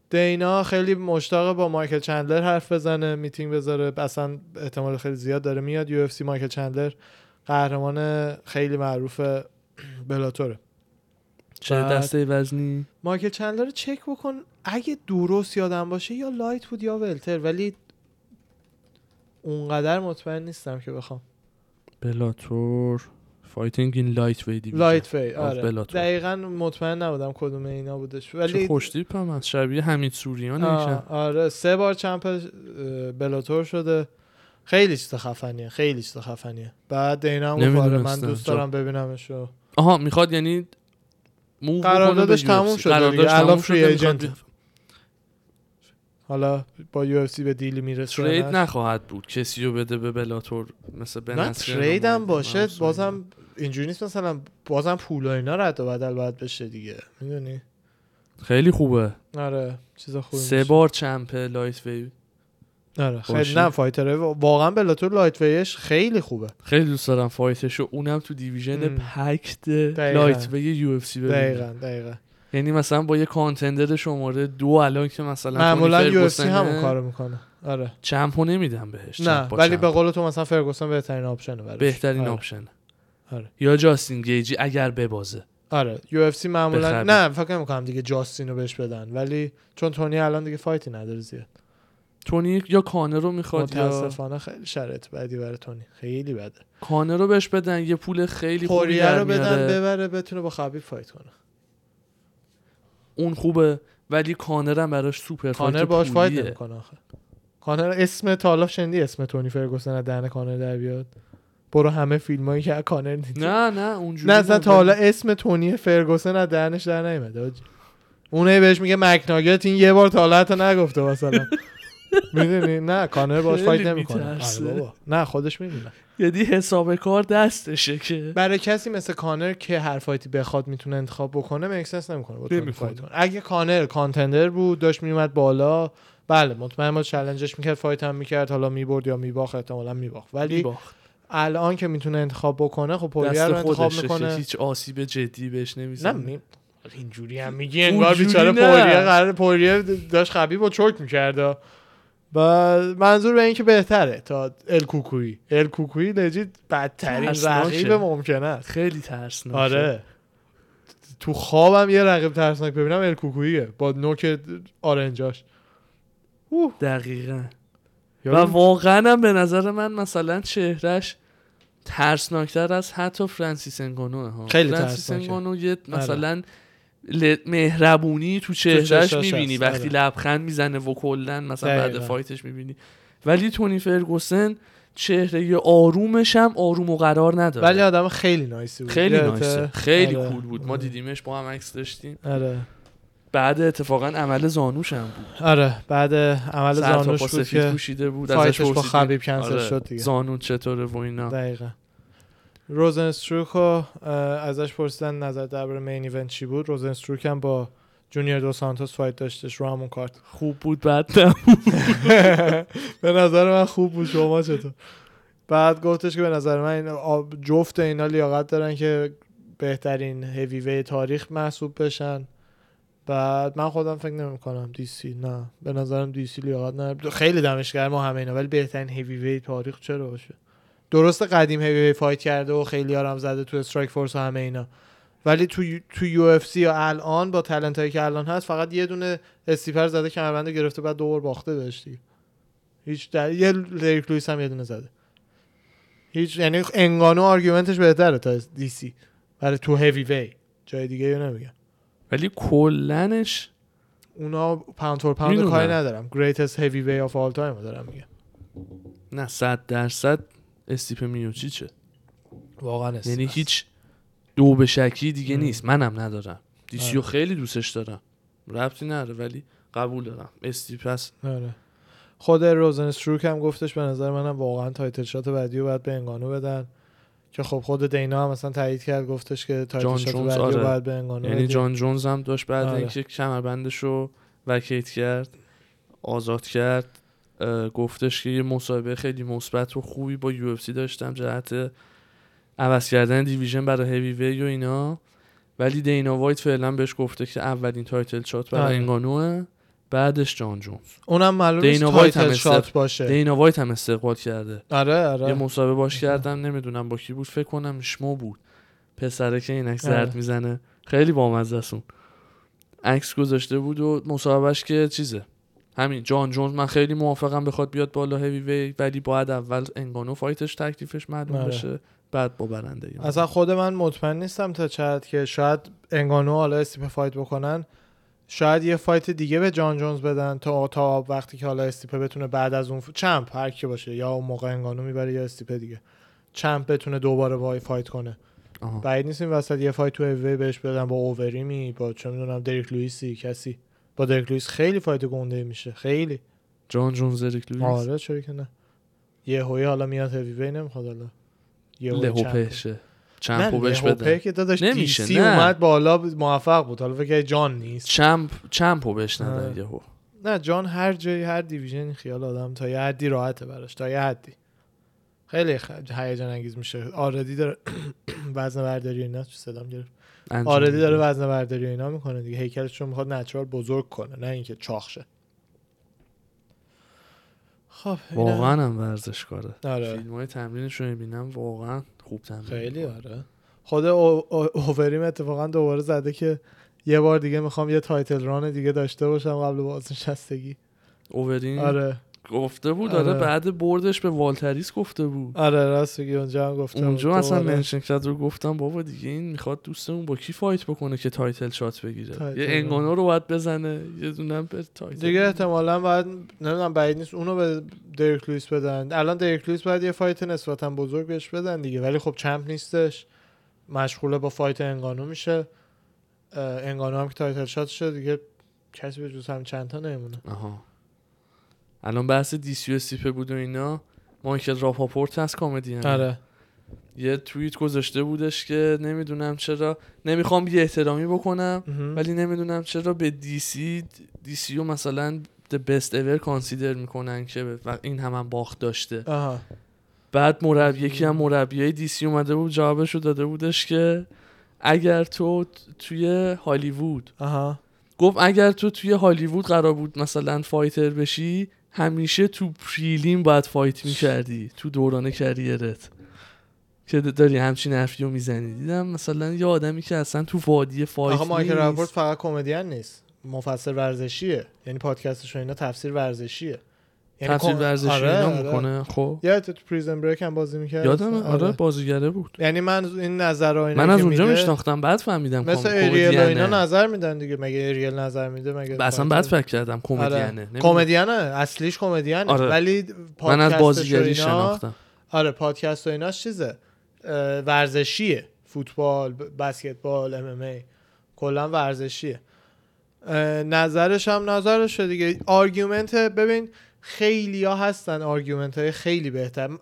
[SPEAKER 1] دینا خیلی مشتاق با مایکل چندلر حرف بزنه میتینگ بذاره اصلا احتمال خیلی زیاد داره میاد یو مایکل چندلر قهرمان خیلی معروف بلاتوره
[SPEAKER 2] چه
[SPEAKER 1] بعد-
[SPEAKER 2] دسته وزنی
[SPEAKER 1] مایکل چندلر رو چک بکن اگه درست یادم باشه یا لایت بود یا ولتر ولی اونقدر مطمئن نیستم که بخوام
[SPEAKER 2] بلاتور فایتینگ این لایت وی دیویژن
[SPEAKER 1] لایت فی
[SPEAKER 2] آف
[SPEAKER 1] آره
[SPEAKER 2] بلاتور.
[SPEAKER 1] دقیقا مطمئن نبودم کدوم اینا بودش
[SPEAKER 2] چه
[SPEAKER 1] ولی
[SPEAKER 2] خوشتیپ هم از شبیه حمید سوریان
[SPEAKER 1] آه،
[SPEAKER 2] یکم.
[SPEAKER 1] آره سه بار چمپ اه، بلاتور شده خیلی چیز خفنیه خیلی چیز خفنیه بعد دینا هم گفت آره، من
[SPEAKER 2] نمی‌دونستم.
[SPEAKER 1] دوست دارم ببینمش و
[SPEAKER 2] آها میخواد یعنی مو
[SPEAKER 1] قراردادش تموم شده دیگه. الان فری ایجنت. حالا با یو اف سی به دیلی میرسه
[SPEAKER 2] ترید نخواهد بود کسی رو بده به بلاتور مثل به
[SPEAKER 1] نه
[SPEAKER 2] نصر
[SPEAKER 1] ترید هم
[SPEAKER 2] نمایدی،
[SPEAKER 1] باشه
[SPEAKER 2] محسن.
[SPEAKER 1] بازم اینجوری نیست مثلا بازم پول و اینا رد و بدل باید بشه دیگه میدونی
[SPEAKER 2] خیلی خوبه
[SPEAKER 1] آره چیز خوبی
[SPEAKER 2] سه
[SPEAKER 1] میشه.
[SPEAKER 2] بار چمپ لایت وی
[SPEAKER 1] آره خیلی
[SPEAKER 2] باشی.
[SPEAKER 1] نه فایتره واقعا بلاتور لایت ویش خیلی خوبه
[SPEAKER 2] خیلی دوست دارم فایتشو اونم تو دیویژن
[SPEAKER 1] مم.
[SPEAKER 2] پکت
[SPEAKER 1] دقیقاً.
[SPEAKER 2] لایت وی یو اف سی ببینیم
[SPEAKER 1] دقیقا دقیقا
[SPEAKER 2] یعنی مثلا با یه کانتندر شماره دو الان که مثلا تونی
[SPEAKER 1] معمولا یو اف سی
[SPEAKER 2] فرگوسنه،
[SPEAKER 1] همون کارو میکنه آره
[SPEAKER 2] چمپو نمیدم بهش
[SPEAKER 1] نه
[SPEAKER 2] چمپو
[SPEAKER 1] ولی به
[SPEAKER 2] چمپو.
[SPEAKER 1] قول تو مثلا فرگوسن بهترین آپشنه براش
[SPEAKER 2] بهترین
[SPEAKER 1] آره.
[SPEAKER 2] آپشن
[SPEAKER 1] آره.
[SPEAKER 2] یا جاستین گیجی اگر ببازه
[SPEAKER 1] آره یو اف سی معمولا
[SPEAKER 2] بخری.
[SPEAKER 1] نه فکر نمی‌کنم دیگه جاستین رو بهش بدن ولی چون تونی الان دیگه فایتی نداره زیاد
[SPEAKER 2] تونی یا کانر رو میخواد یا
[SPEAKER 1] متاسفانه خیلی شرایط بدی برای تونی خیلی بده
[SPEAKER 2] کانر رو بهش بدن یه پول خیلی خوبی
[SPEAKER 1] پوریا
[SPEAKER 2] در
[SPEAKER 1] رو بدن
[SPEAKER 2] میاره
[SPEAKER 1] ببره بتونه با خبیب فایت کنه
[SPEAKER 2] اون خوبه ولی کانر هم براش سوپر
[SPEAKER 1] کانر
[SPEAKER 2] فایت
[SPEAKER 1] باش فایت
[SPEAKER 2] پولیه.
[SPEAKER 1] نمیکنه آخه کانر اسم تا حالا شنیدی اسم تونی فرگوسن از دهن کانر در بیاد برو همه فیلمایی که از کانر دیدی
[SPEAKER 2] نه نه اونجوری
[SPEAKER 1] نه اصلا تا
[SPEAKER 2] ولی-
[SPEAKER 1] حالا اسم تونی فرگوسن از دهنش در نیومده حاجی. اونه بهش میگه مکناگت این یه بار تا حالا حتی نگفته
[SPEAKER 2] [LAUGHS]
[SPEAKER 1] مثلا میدونی نه کانر باش
[SPEAKER 2] خیلی
[SPEAKER 1] فایت نمیکنه آره
[SPEAKER 2] می‌ترسه.
[SPEAKER 1] نه خودش میدونه
[SPEAKER 2] یعنی حساب کار دستشه که
[SPEAKER 1] برای کسی مثل کانر که هر فایتی بخواد میتونه انتخاب بکنه مکسنس نمیکنه با تونی
[SPEAKER 2] نمی‌کنه.
[SPEAKER 1] فایت کنه. اگه کانر کانتندر بود داشت میومد بالا بله مطمئن بود چلنجش میکرد فایت هم میکرد حالا میبرد یا میباخت احتمالا میباخت ولی
[SPEAKER 2] می‌باخت.
[SPEAKER 1] الان که میتونه انتخاب بکنه خب پوریا
[SPEAKER 2] دست
[SPEAKER 1] رو انتخاب
[SPEAKER 2] خودشه که
[SPEAKER 1] میکنه
[SPEAKER 2] هیچ آسیب جدی بهش
[SPEAKER 1] نه
[SPEAKER 2] نمیزنه
[SPEAKER 1] می... اینجوری هم میگی انگار
[SPEAKER 2] اونجوری
[SPEAKER 1] بیچاره
[SPEAKER 2] نه.
[SPEAKER 1] پوریا قرار پوریا داشت خبیب و چوک میکرد و منظور به این که بهتره تا الکوکویی الکوکویی لجیت بدترین
[SPEAKER 2] ترسناکه.
[SPEAKER 1] رقیب ممکن است
[SPEAKER 2] خیلی ترسناکه
[SPEAKER 1] آره تو خوابم یه رقیب ترسناک ببینم الکوکویه با نوک آرنجاش
[SPEAKER 2] دقیقا و
[SPEAKER 1] یادم-
[SPEAKER 2] واقعا هم به نظر من مثلا چهرش ترسناکتر از حتی فرانسیس انگانو ها
[SPEAKER 1] خیلی
[SPEAKER 2] فرانسیس
[SPEAKER 1] ترسناکه. آره.
[SPEAKER 2] انگانو یه مثلا ل- مهربونی تو چهرش
[SPEAKER 1] چشاش
[SPEAKER 2] میبینی
[SPEAKER 1] هست،
[SPEAKER 2] وقتی
[SPEAKER 1] آره.
[SPEAKER 2] لبخند میزنه و کلا مثلا بعد
[SPEAKER 1] دقیقاً.
[SPEAKER 2] فایتش میبینی ولی تونی فرگوسن چهره آرومش هم آروم و قرار نداره
[SPEAKER 1] ولی آدم خیلی نایسی بود
[SPEAKER 2] خیلی
[SPEAKER 1] یادته؟
[SPEAKER 2] نایسه خیلی
[SPEAKER 1] آره.
[SPEAKER 2] کول بود ما
[SPEAKER 1] آره.
[SPEAKER 2] دیدیمش با هم عکس داشتیم
[SPEAKER 1] آره
[SPEAKER 2] بعد اتفاقا عمل زانوش هم بود
[SPEAKER 1] آره بعد عمل
[SPEAKER 2] سر تا
[SPEAKER 1] زانوش
[SPEAKER 2] پا
[SPEAKER 1] بود
[SPEAKER 2] سفید
[SPEAKER 1] که
[SPEAKER 2] پوشیده بود ازش
[SPEAKER 1] فایتش با
[SPEAKER 2] پرسیدیم.
[SPEAKER 1] خبیب کنسل
[SPEAKER 2] آره،
[SPEAKER 1] شد دیگه
[SPEAKER 2] زانون چطوره و اینا
[SPEAKER 1] دقیقا روزنستروک رو اه، ازش پرسیدن نظر درباره مین ایونت چی بود روزنستروک هم با جونیور دو سانتوس فایت داشتش رو همون کارت
[SPEAKER 2] خوب بود بعد نه
[SPEAKER 1] [LAUGHS] به نظر من خوب بود شما چطور بعد گفتش که به نظر من این آب- جفت اینا لیاقت دارن که بهترین هیویوی تاریخ محسوب بشن بعد من خودم فکر نمی کنم دیسی نه به نظرم دیسی لیاقت نه خیلی دمش گرم ما همه اینا ولی بهترین هیویوی تاریخ چرا باشه درست قدیم هیویوی فایت کرده و خیلی آرام زده تو استرایک فورس و همه اینا ولی تو یو- تو یو اف سی یا الان با تلنت هایی که الان هست فقط یه دونه استیپر زده کمربند رو گرفته بعد دوبار باخته بهش دیگه. هیچ در... یه لیریک لویس هم یه دونه زده هیچ یعنی انگانو آرگومنتش بهتره تا دی سی برای تو هیوی وی جای دیگه یا نمیگم
[SPEAKER 2] ولی کلنش
[SPEAKER 1] اونا پاوند فور پاوند
[SPEAKER 2] می‌دونم.
[SPEAKER 1] کاری ندارم greatest heavy way of all time رو دارم میگم
[SPEAKER 2] نه صد درصد استیپ میوچیچه
[SPEAKER 1] واقعا
[SPEAKER 2] یعنی هیچ دو به شکی دیگه
[SPEAKER 1] مم.
[SPEAKER 2] نیست منم ندارم دیسیو
[SPEAKER 1] آره.
[SPEAKER 2] خیلی دوستش دارم ربطی نره ولی قبول دارم استیپ هست
[SPEAKER 1] آره. خود روزن استروک هم گفتش به نظر منم واقعا تایتل شات بعدی رو باید به انگانو بدن که خب خود دینا هم مثلا تایید کرد گفتش که تایتل
[SPEAKER 2] جان
[SPEAKER 1] شات
[SPEAKER 2] جونز،
[SPEAKER 1] بعدی رو
[SPEAKER 2] آره.
[SPEAKER 1] باید به انگانو
[SPEAKER 2] یعنی
[SPEAKER 1] بدیم.
[SPEAKER 2] جان جونز هم داشت بعد
[SPEAKER 1] آره.
[SPEAKER 2] اینکه کمربندش رو وکیت کرد آزاد کرد اه، گفتش که یه مصاحبه خیلی مثبت و خوبی با یو داشتم جهت عوض کردن دیویژن برای هیوی وی و اینا ولی دینا وایت فعلا بهش گفته که اولین تایتل شات برای
[SPEAKER 1] آره.
[SPEAKER 2] انگانوه بعدش جان جونز
[SPEAKER 1] اونم معلوم نیست
[SPEAKER 2] دینا وایت هم
[SPEAKER 1] تایتل
[SPEAKER 2] استر-
[SPEAKER 1] شات باشه
[SPEAKER 2] دینا وایت هم استقبال کرده
[SPEAKER 1] آره
[SPEAKER 2] یه
[SPEAKER 1] آره
[SPEAKER 2] مصاحبه باش کردم نمیدونم با کی بود فکر کنم شما بود پسره که عینک زرد
[SPEAKER 1] آره.
[SPEAKER 2] میزنه خیلی بامزه است اون عکس گذاشته بود و مصاحبهش که چیزه همین جان جونز من خیلی موافقم بخواد بیاد بالا هیوی وی ولی باید اول انگانو فایتش تکلیفش معلوم
[SPEAKER 1] آره.
[SPEAKER 2] بشه بعد با برنده یا.
[SPEAKER 1] اصلا خود من مطمئن نیستم تا چقدر که شاید انگانو حالا استیپ فایت بکنن شاید یه فایت دیگه به جان جونز بدن تا تا وقتی که حالا استیپه بتونه بعد از اون ف... چمپ هر کی باشه یا اون موقع انگانو میبره یا استیپه دیگه چمپ بتونه دوباره وای فایت کنه
[SPEAKER 2] آها.
[SPEAKER 1] بعید نیست این وسط یه فایت تو اوی بهش بدن با اووریمی با چه میدونم دریک لوئیسی کسی با دریک لوئیس خیلی فایت گنده میشه خیلی
[SPEAKER 2] جان جونز اریک لوئیس
[SPEAKER 1] آره چرا که نه یه هوی حالا میاد هیوی وی نمیخواد حالا یه هوی
[SPEAKER 2] لهو
[SPEAKER 1] چمپ.
[SPEAKER 2] پشه چمپو
[SPEAKER 1] نه
[SPEAKER 2] بهش بدن
[SPEAKER 1] لهوپه که داداش
[SPEAKER 2] نمیشه،
[SPEAKER 1] دیسی
[SPEAKER 2] نه.
[SPEAKER 1] اومد بالا موفق بود حالا فکر کردی جان نیست
[SPEAKER 2] چمپ چمپو بهش ندن
[SPEAKER 1] آره.
[SPEAKER 2] یهو
[SPEAKER 1] نه جان هر جایی هر دیویژنی خیال آدم تا یه حدی راحته براش تا یه حدی خیلی خ- هیجان انگیز میشه آردی داره [CLEARS THROAT] وزن برداری و اینا چه صدام گرفت
[SPEAKER 2] انجام
[SPEAKER 1] آردی آره، داره
[SPEAKER 2] میده.
[SPEAKER 1] وزن برداری و اینا میکنه دیگه هیکلش رو میخواد نچرال بزرگ کنه نه اینکه چاخ شه خب اینم-
[SPEAKER 2] واقعا هم ورزشکاره
[SPEAKER 1] آره
[SPEAKER 2] فیلم های تمرینش رو میبینم واقعا خوب تمرین
[SPEAKER 1] خیلی
[SPEAKER 2] می‌کنه.
[SPEAKER 1] آره خود او- او- اووریم اتفاقا دوباره زده که یه بار دیگه میخوام یه تایتل ران دیگه داشته باشم قبل بازنشستگی
[SPEAKER 2] اوورین
[SPEAKER 1] آره
[SPEAKER 2] گفته بود
[SPEAKER 1] آره.
[SPEAKER 2] آره. بعد بردش به والتریس گفته بود
[SPEAKER 1] آره راست میگی اونجا هم گفتم آره.
[SPEAKER 2] اونجا
[SPEAKER 1] دوباره.
[SPEAKER 2] اصلا منشن کرد رو گفتم بابا دیگه این میخواد دوستمون با کی فایت بکنه که تایتل شات بگیره
[SPEAKER 1] تایتل
[SPEAKER 2] یه
[SPEAKER 1] رو.
[SPEAKER 2] انگانو رو باید بزنه یه دونم به تایتل
[SPEAKER 1] دیگه احتمالا باید نمیدونم بعید نیست اونو به دریک لویس بدن الان دریک لویس باید یه فایت نسبتا بزرگ بهش بدن دیگه ولی خب چمپ نیستش مشغول با فایت انگانو میشه اه، انگانو هم که تایتل شات شد دیگه کسی به جز هم چند تا نمونه
[SPEAKER 2] آها الان بحث دیسی و سیپه بود و اینا مایکل راپاپورت هست کمدین
[SPEAKER 1] آره
[SPEAKER 2] یه توییت گذاشته بودش که نمیدونم چرا نمیخوام بی احترامی بکنم
[SPEAKER 1] مهم.
[SPEAKER 2] ولی نمیدونم چرا به دی سی دی سی رو مثلا the best ever کانسیدر میکنن که به- و این هم, هم باخت داشته
[SPEAKER 1] آها
[SPEAKER 2] بعد مرب یکی هم مربیای دی سی اومده بود جوابش رو داده بودش که اگر تو ت- توی هالیوود
[SPEAKER 1] آها
[SPEAKER 2] گفت اگر تو توی هالیوود قرار بود مثلا فایتر بشی همیشه تو پریلیم باید فایت میکردی تو دوران کریرت که داری همچین حرفی رو میزنی دیدم مثلا یه آدمی که اصلا تو وادی فایت
[SPEAKER 1] آها مایکل
[SPEAKER 2] نیست.
[SPEAKER 1] راپورت فقط کمدین نیست مفسر ورزشیه یعنی پادکستش و اینا تفسیر ورزشیه
[SPEAKER 2] تفسیر
[SPEAKER 1] کم-
[SPEAKER 2] ورزشی
[SPEAKER 1] آره،
[SPEAKER 2] اینا
[SPEAKER 1] آره. یعنی
[SPEAKER 2] میکنه خب
[SPEAKER 1] یادت تو پریزن بریک هم بازی میکرد
[SPEAKER 2] یادم آره بازیگره بود
[SPEAKER 1] یعنی من این نظر و اینا
[SPEAKER 2] من از
[SPEAKER 1] یعنی که
[SPEAKER 2] اونجا
[SPEAKER 1] میده،
[SPEAKER 2] میشناختم بعد فهمیدم
[SPEAKER 1] مثل
[SPEAKER 2] کم-
[SPEAKER 1] اریل و اینا
[SPEAKER 2] کمدینه.
[SPEAKER 1] نظر میدن دیگه مگه اریل نظر میده مگه
[SPEAKER 2] و اصلا بعد فکر کردم
[SPEAKER 1] آره.
[SPEAKER 2] کمدینه نمی‌دونم.
[SPEAKER 1] کمدینه اصلیش کمدینه
[SPEAKER 2] آره.
[SPEAKER 1] ولی
[SPEAKER 2] من از
[SPEAKER 1] پادکستش و
[SPEAKER 2] بازیگری
[SPEAKER 1] اینا-
[SPEAKER 2] شناختم
[SPEAKER 1] آره پادکست و ایناش چیزه اه، ورزشیه فوتبال ب- بسکتبال ام ام ای کلا ورزشیه اه، نظرش هم نظرشه دیگه آرگومنت ببین خیلی ها هستن آرگومنت های خیلی بهتر م-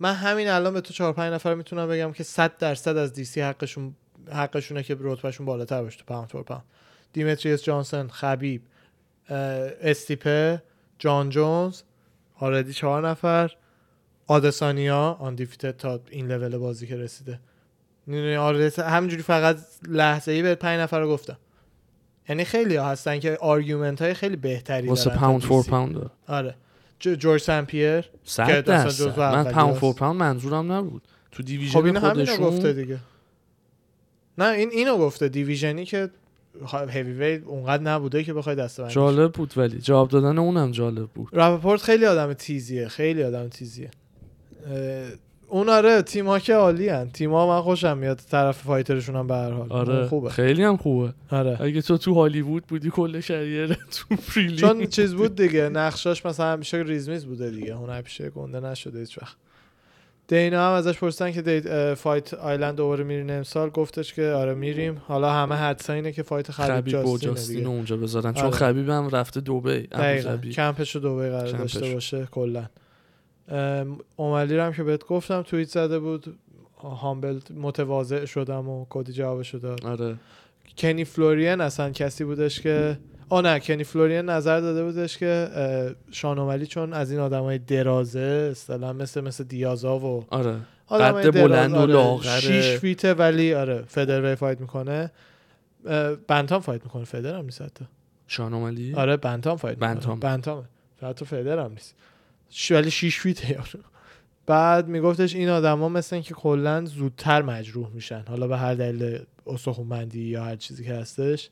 [SPEAKER 1] من همین الان به تو چهار پنج نفر میتونم بگم که 100 درصد از دیسی حقشون حقشونه که رتبهشون بالاتر باشه تو پاوند فور پاوند دیمتریس جانسن خبیب اه، استیپه جان جونز آردی چهار نفر آدسانیا آندیفیتد تا این لول بازی که رسیده میدونی آرس همینجوری فقط لحظه ای به پنج نفر رو گفتم یعنی خیلی ها هستن که آرگومنت های خیلی بهتری
[SPEAKER 2] واسه
[SPEAKER 1] دارن تا
[SPEAKER 2] پاوند فور
[SPEAKER 1] DC.
[SPEAKER 2] پاوند داره.
[SPEAKER 1] آره جو- جورج سن پیر
[SPEAKER 2] صد
[SPEAKER 1] که اصلا
[SPEAKER 2] درصد
[SPEAKER 1] جزو
[SPEAKER 2] من
[SPEAKER 1] اولی
[SPEAKER 2] پاوند
[SPEAKER 1] هست.
[SPEAKER 2] فور پاوند منظورم نبود تو دیویژن
[SPEAKER 1] خب اینو همینو گفته
[SPEAKER 2] خودشون
[SPEAKER 1] دیگه نه این اینو گفته دیویژنی که هیوی ویت اونقدر نبوده که بخوای دست بندی کنی.
[SPEAKER 2] جالب بود ولی جواب دادن اونم جالب بود
[SPEAKER 1] راپاپورت خیلی آدم تیزیه خیلی آدم تیزیه اه، اون آره تیما که عالی هن تیما من خوشم میاد طرف فایترشون هم به هر حال اون
[SPEAKER 2] آره
[SPEAKER 1] خب، خوبه
[SPEAKER 2] خیلی هم خوبه
[SPEAKER 1] آره
[SPEAKER 2] اگه تو تو هالیوود بودی کل شریعه تو پریلی
[SPEAKER 1] چون چیز بود دیگه نقشاش مثلا همیشه ریزمیز بوده دیگه اون همیشه گنده نشده هیچ وقت دینا هم ازش پرسیدن که دی- اه، فایت آیلند دوباره میرین امسال گفتش که آره میریم حالا همه حدسا اینه که فایت خبیب,
[SPEAKER 2] خبیب و
[SPEAKER 1] جاستینه
[SPEAKER 2] جاستین
[SPEAKER 1] دیگه.
[SPEAKER 2] رو اونجا بذارن چون
[SPEAKER 1] آره.
[SPEAKER 2] خبیب هم رفته دبی
[SPEAKER 1] دقیقا
[SPEAKER 2] ابوظبی
[SPEAKER 1] کمپش رو دوباره قرار داشته
[SPEAKER 2] کمپش.
[SPEAKER 1] باشه کلا ام، اوملی رو هم که بهت گفتم توییت زده بود هامبل متواضع شدم و کدی جوابشو داد
[SPEAKER 2] آره
[SPEAKER 1] کنی فلورین اصلا کسی بودش که آ نه کنی فلورین نظر داده بودش که اه، شان اوملی چون از این آدمای درازه اصطلاحا مثل مثل دیازا و
[SPEAKER 2] آره
[SPEAKER 1] آدمای
[SPEAKER 2] قد
[SPEAKER 1] دراز،
[SPEAKER 2] بلند و
[SPEAKER 1] آره،
[SPEAKER 2] لاغره.
[SPEAKER 1] شیش فیته ولی آره فدروی فایت میکنه اه، بنتام فایت میکنه فدر هم نیست حتی.
[SPEAKER 2] شان اوملی
[SPEAKER 1] آره بنتام فایت می‌کنه.
[SPEAKER 2] بنتام.
[SPEAKER 1] بنتامه فقط تو فدر هم نیست ش- ولی 6 فیت یارو بعد میگفتش این آدما مثل که کلا زودتر مجروح میشن حالا به هر دلیل استخوانبندی یا هر چیزی که هستش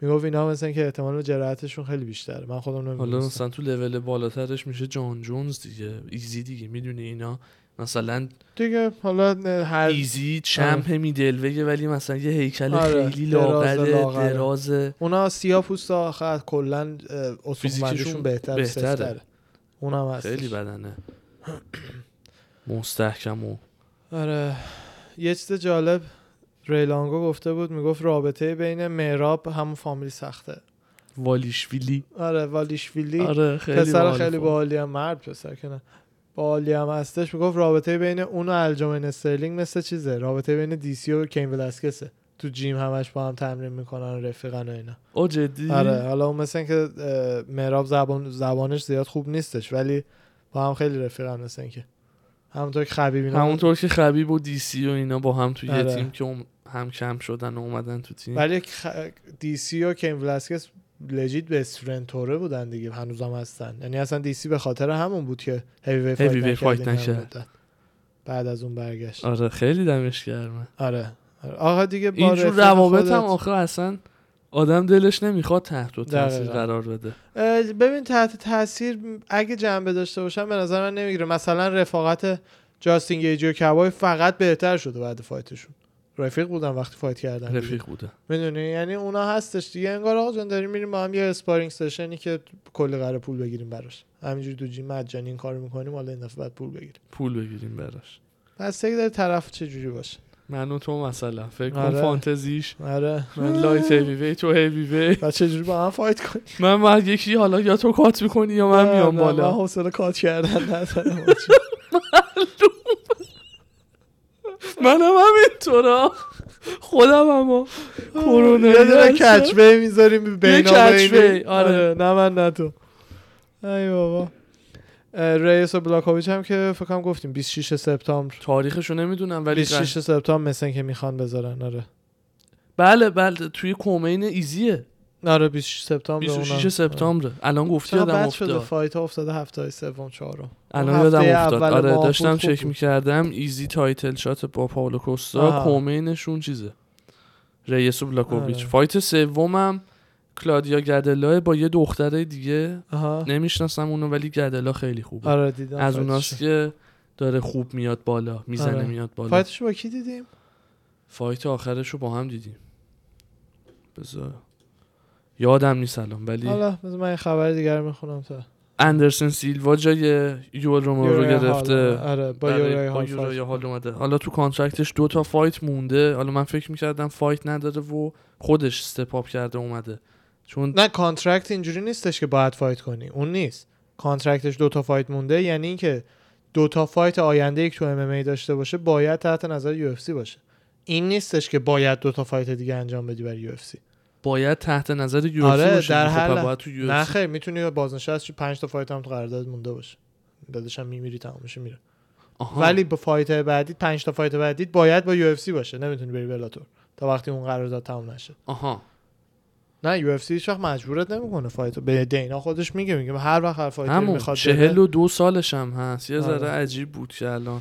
[SPEAKER 1] میگفت اینا مثل که احتمال جراحتشون خیلی بیشتره من خودم
[SPEAKER 2] حالا
[SPEAKER 1] نمیدونم
[SPEAKER 2] مثلا تو لول بالاترش میشه جان جونز دیگه ایزی دیگه میدونی اینا مثلا
[SPEAKER 1] دیگه حالا نه، هر
[SPEAKER 2] ایزی چمپ میدلوگه ولی مثلا یه هیکل
[SPEAKER 1] آره،
[SPEAKER 2] خیلی
[SPEAKER 1] دراز
[SPEAKER 2] لاغره
[SPEAKER 1] لاغره.
[SPEAKER 2] درازه
[SPEAKER 1] اونا سیاه پوست آخر کلا استخوانبندیشون
[SPEAKER 2] فیزیکشون
[SPEAKER 1] بهتر
[SPEAKER 2] بهتره.
[SPEAKER 1] بهتره اونم هست
[SPEAKER 2] خیلی بدنه مستحکم و
[SPEAKER 1] آره یه چیز جالب ریلانگو گفته بود میگفت رابطه بین مهراب همون فامیلی سخته
[SPEAKER 2] والیشویلی
[SPEAKER 1] آره والیشویلی
[SPEAKER 2] آره خیلی
[SPEAKER 1] پسر
[SPEAKER 2] باحال
[SPEAKER 1] خیلی
[SPEAKER 2] بود.
[SPEAKER 1] باحالی هم مرد پسر که نه باحالی هم هستش میگفت رابطه بین اون و الجامن استرلینگ مثل چیزه رابطه بین دیسی و کین ولاسکسه تو جیم همش با هم تمرین میکنن و رفیقن و اینا
[SPEAKER 2] او جدی
[SPEAKER 1] آره حالا اون مثل که مهراب زبان زبانش زیاد خوب نیستش ولی با هم خیلی رفیقن مثل که همونطور که خبیب اینا-
[SPEAKER 2] همونطور که خبیب و دیسی و اینا با هم توی
[SPEAKER 1] آره.
[SPEAKER 2] یه تیم که اوم- هم کم شدن و اومدن تو تیم
[SPEAKER 1] ولی خ... دی سی و کین ولاسکس لجیت به استرنتوره بودن دیگه هنوزم هستن یعنی اصلا دیسی به خاطر همون بود که هیوی فایت, نکرد این
[SPEAKER 2] Heavyweight فایت
[SPEAKER 1] همه
[SPEAKER 2] نکرد.
[SPEAKER 1] مدت. بعد از اون برگشت
[SPEAKER 2] آره خیلی دمش گرمه
[SPEAKER 1] آره آره. آقا دیگه با
[SPEAKER 2] اینجور
[SPEAKER 1] رفیق
[SPEAKER 2] روابط هم
[SPEAKER 1] خودت-
[SPEAKER 2] آخه اصلا آدم دلش نمیخواد تحت و تاثیر
[SPEAKER 1] دقیقاً.
[SPEAKER 2] قرار بده
[SPEAKER 1] اه، ببین تحت تاثیر اگه جنبه داشته باشم به نظر من نمیگیره مثلا رفاقت جاستین گیجی و کوای فقط بهتر شده بعد فایتشون رفیق بودن وقتی فایت کردن دیگه.
[SPEAKER 2] رفیق بوده
[SPEAKER 1] میدونی یعنی اونا هستش دیگه انگار آقا جان داریم میریم با هم یه اسپارینگ سشنی که کلی قرار پول بگیریم براش همینجوری دو جیم مجانی این کارو میکنیم حالا این دفعه بعد پول بگیریم
[SPEAKER 2] پول بگیریم براش
[SPEAKER 1] بس دیگه داره طرف چه جوری باشه
[SPEAKER 2] من و تو مثلا فکر کن
[SPEAKER 1] آره.
[SPEAKER 2] فانتزیش
[SPEAKER 1] آره
[SPEAKER 2] من [LAUGHS] لایت هیوی وی تو هیوی وی
[SPEAKER 1] و چه جوری با هم فایت کنیم
[SPEAKER 2] من باید یکی حالا یا تو کات میکنی یا من میام
[SPEAKER 1] نه، من
[SPEAKER 2] بالا
[SPEAKER 1] حوصله کات کردن ندارم
[SPEAKER 2] منم همینطورا خودم اما کرونا
[SPEAKER 1] یه دونه
[SPEAKER 2] ویروسه.
[SPEAKER 1] کچبه میذاریم بین
[SPEAKER 2] کچوهی، آره.
[SPEAKER 1] نه من نه تو ای بابا اه، ریس و بلاکوویچ هم که فکر کنم گفتیم 26 سپتامبر
[SPEAKER 2] تاریخشو نمیدونم ولی
[SPEAKER 1] 26 سپتامبر مثل که میخوان بذارن آره
[SPEAKER 2] بله بله توی کمین ایزیه
[SPEAKER 1] آره 26 سپتامبر
[SPEAKER 2] 26 سپتامبر الان گفتی
[SPEAKER 1] چرا
[SPEAKER 2] یادم
[SPEAKER 1] بد شده
[SPEAKER 2] افتاد
[SPEAKER 1] فایت ها افتاده هفته های سوم چهارم
[SPEAKER 2] الان
[SPEAKER 1] اون
[SPEAKER 2] یادم
[SPEAKER 1] هفته
[SPEAKER 2] افتاد
[SPEAKER 1] اول
[SPEAKER 2] آره
[SPEAKER 1] ماه
[SPEAKER 2] داشتم
[SPEAKER 1] بود، خوب
[SPEAKER 2] چک
[SPEAKER 1] بود.
[SPEAKER 2] میکردم ایزی تایتل شات با پاولو کوستا
[SPEAKER 1] آها.
[SPEAKER 2] کومینشون چیزه ریس و بلاکوویچ
[SPEAKER 1] آره.
[SPEAKER 2] فایت سومم کلادیا گدلا با یه دختره دیگه
[SPEAKER 1] آها
[SPEAKER 2] نمیشناسم اونو ولی گدلا خیلی خوبه
[SPEAKER 1] آره دیدم
[SPEAKER 2] از
[SPEAKER 1] فایتشو.
[SPEAKER 2] اوناست که داره خوب میاد بالا میزنه
[SPEAKER 1] آره.
[SPEAKER 2] میاد بالا فایت,
[SPEAKER 1] فایتشو با کی دیدیم
[SPEAKER 2] آخرش رو با هم دیدیم بذار یادم نیست الان ولی
[SPEAKER 1] حالا بذار من یه خبر دیگر میخونم تا
[SPEAKER 2] اندرسن سیلوا جای یول رومرو رو
[SPEAKER 1] یورای هال.
[SPEAKER 2] گرفته
[SPEAKER 1] آره با
[SPEAKER 2] برای-
[SPEAKER 1] یورای
[SPEAKER 2] بله، با
[SPEAKER 1] هال
[SPEAKER 2] یورای
[SPEAKER 1] فایت.
[SPEAKER 2] هال اومده حالا تو کانترکتش دو تا فایت مونده حالا من فکر میکردم فایت نداره و خودش استپاپ کرده اومده چون
[SPEAKER 1] نه کانترکت اینجوری نیستش که باید فایت کنی اون نیست کانترکتش دو تا فایت مونده یعنی اینکه دو تا فایت آینده یک تو ام ام ای داشته باشه باید تحت نظر یو اف سی باشه این نیستش که باید دو تا فایت دیگه انجام بدی برای یو اف سی
[SPEAKER 2] باید تحت نظر یو
[SPEAKER 1] آره،
[SPEAKER 2] باشه
[SPEAKER 1] در
[SPEAKER 2] خب،
[SPEAKER 1] هر لحظه.
[SPEAKER 2] باید تو UFC
[SPEAKER 1] نه خیر میتونی بازنشست شی 5 تا فایت هم تو قرارداد مونده باشه داداشم میمیری تمامش میره
[SPEAKER 2] آها.
[SPEAKER 1] ولی به فایت بعدی 5 تا فایت بعدی باید با یو اف سی باشه نمیتونی بری بلاتور تا وقتی اون قرارداد تمام نشه
[SPEAKER 2] آها
[SPEAKER 1] نه یو اف سی هیچ وقت مجبورت نمیکنه فایت رو. به دینا خودش میگه میگه هر وقت هر فایتری
[SPEAKER 2] همون
[SPEAKER 1] میخواد
[SPEAKER 2] چهل و دو سالش هم هست یه ذره
[SPEAKER 1] آره.
[SPEAKER 2] عجیب بود که الان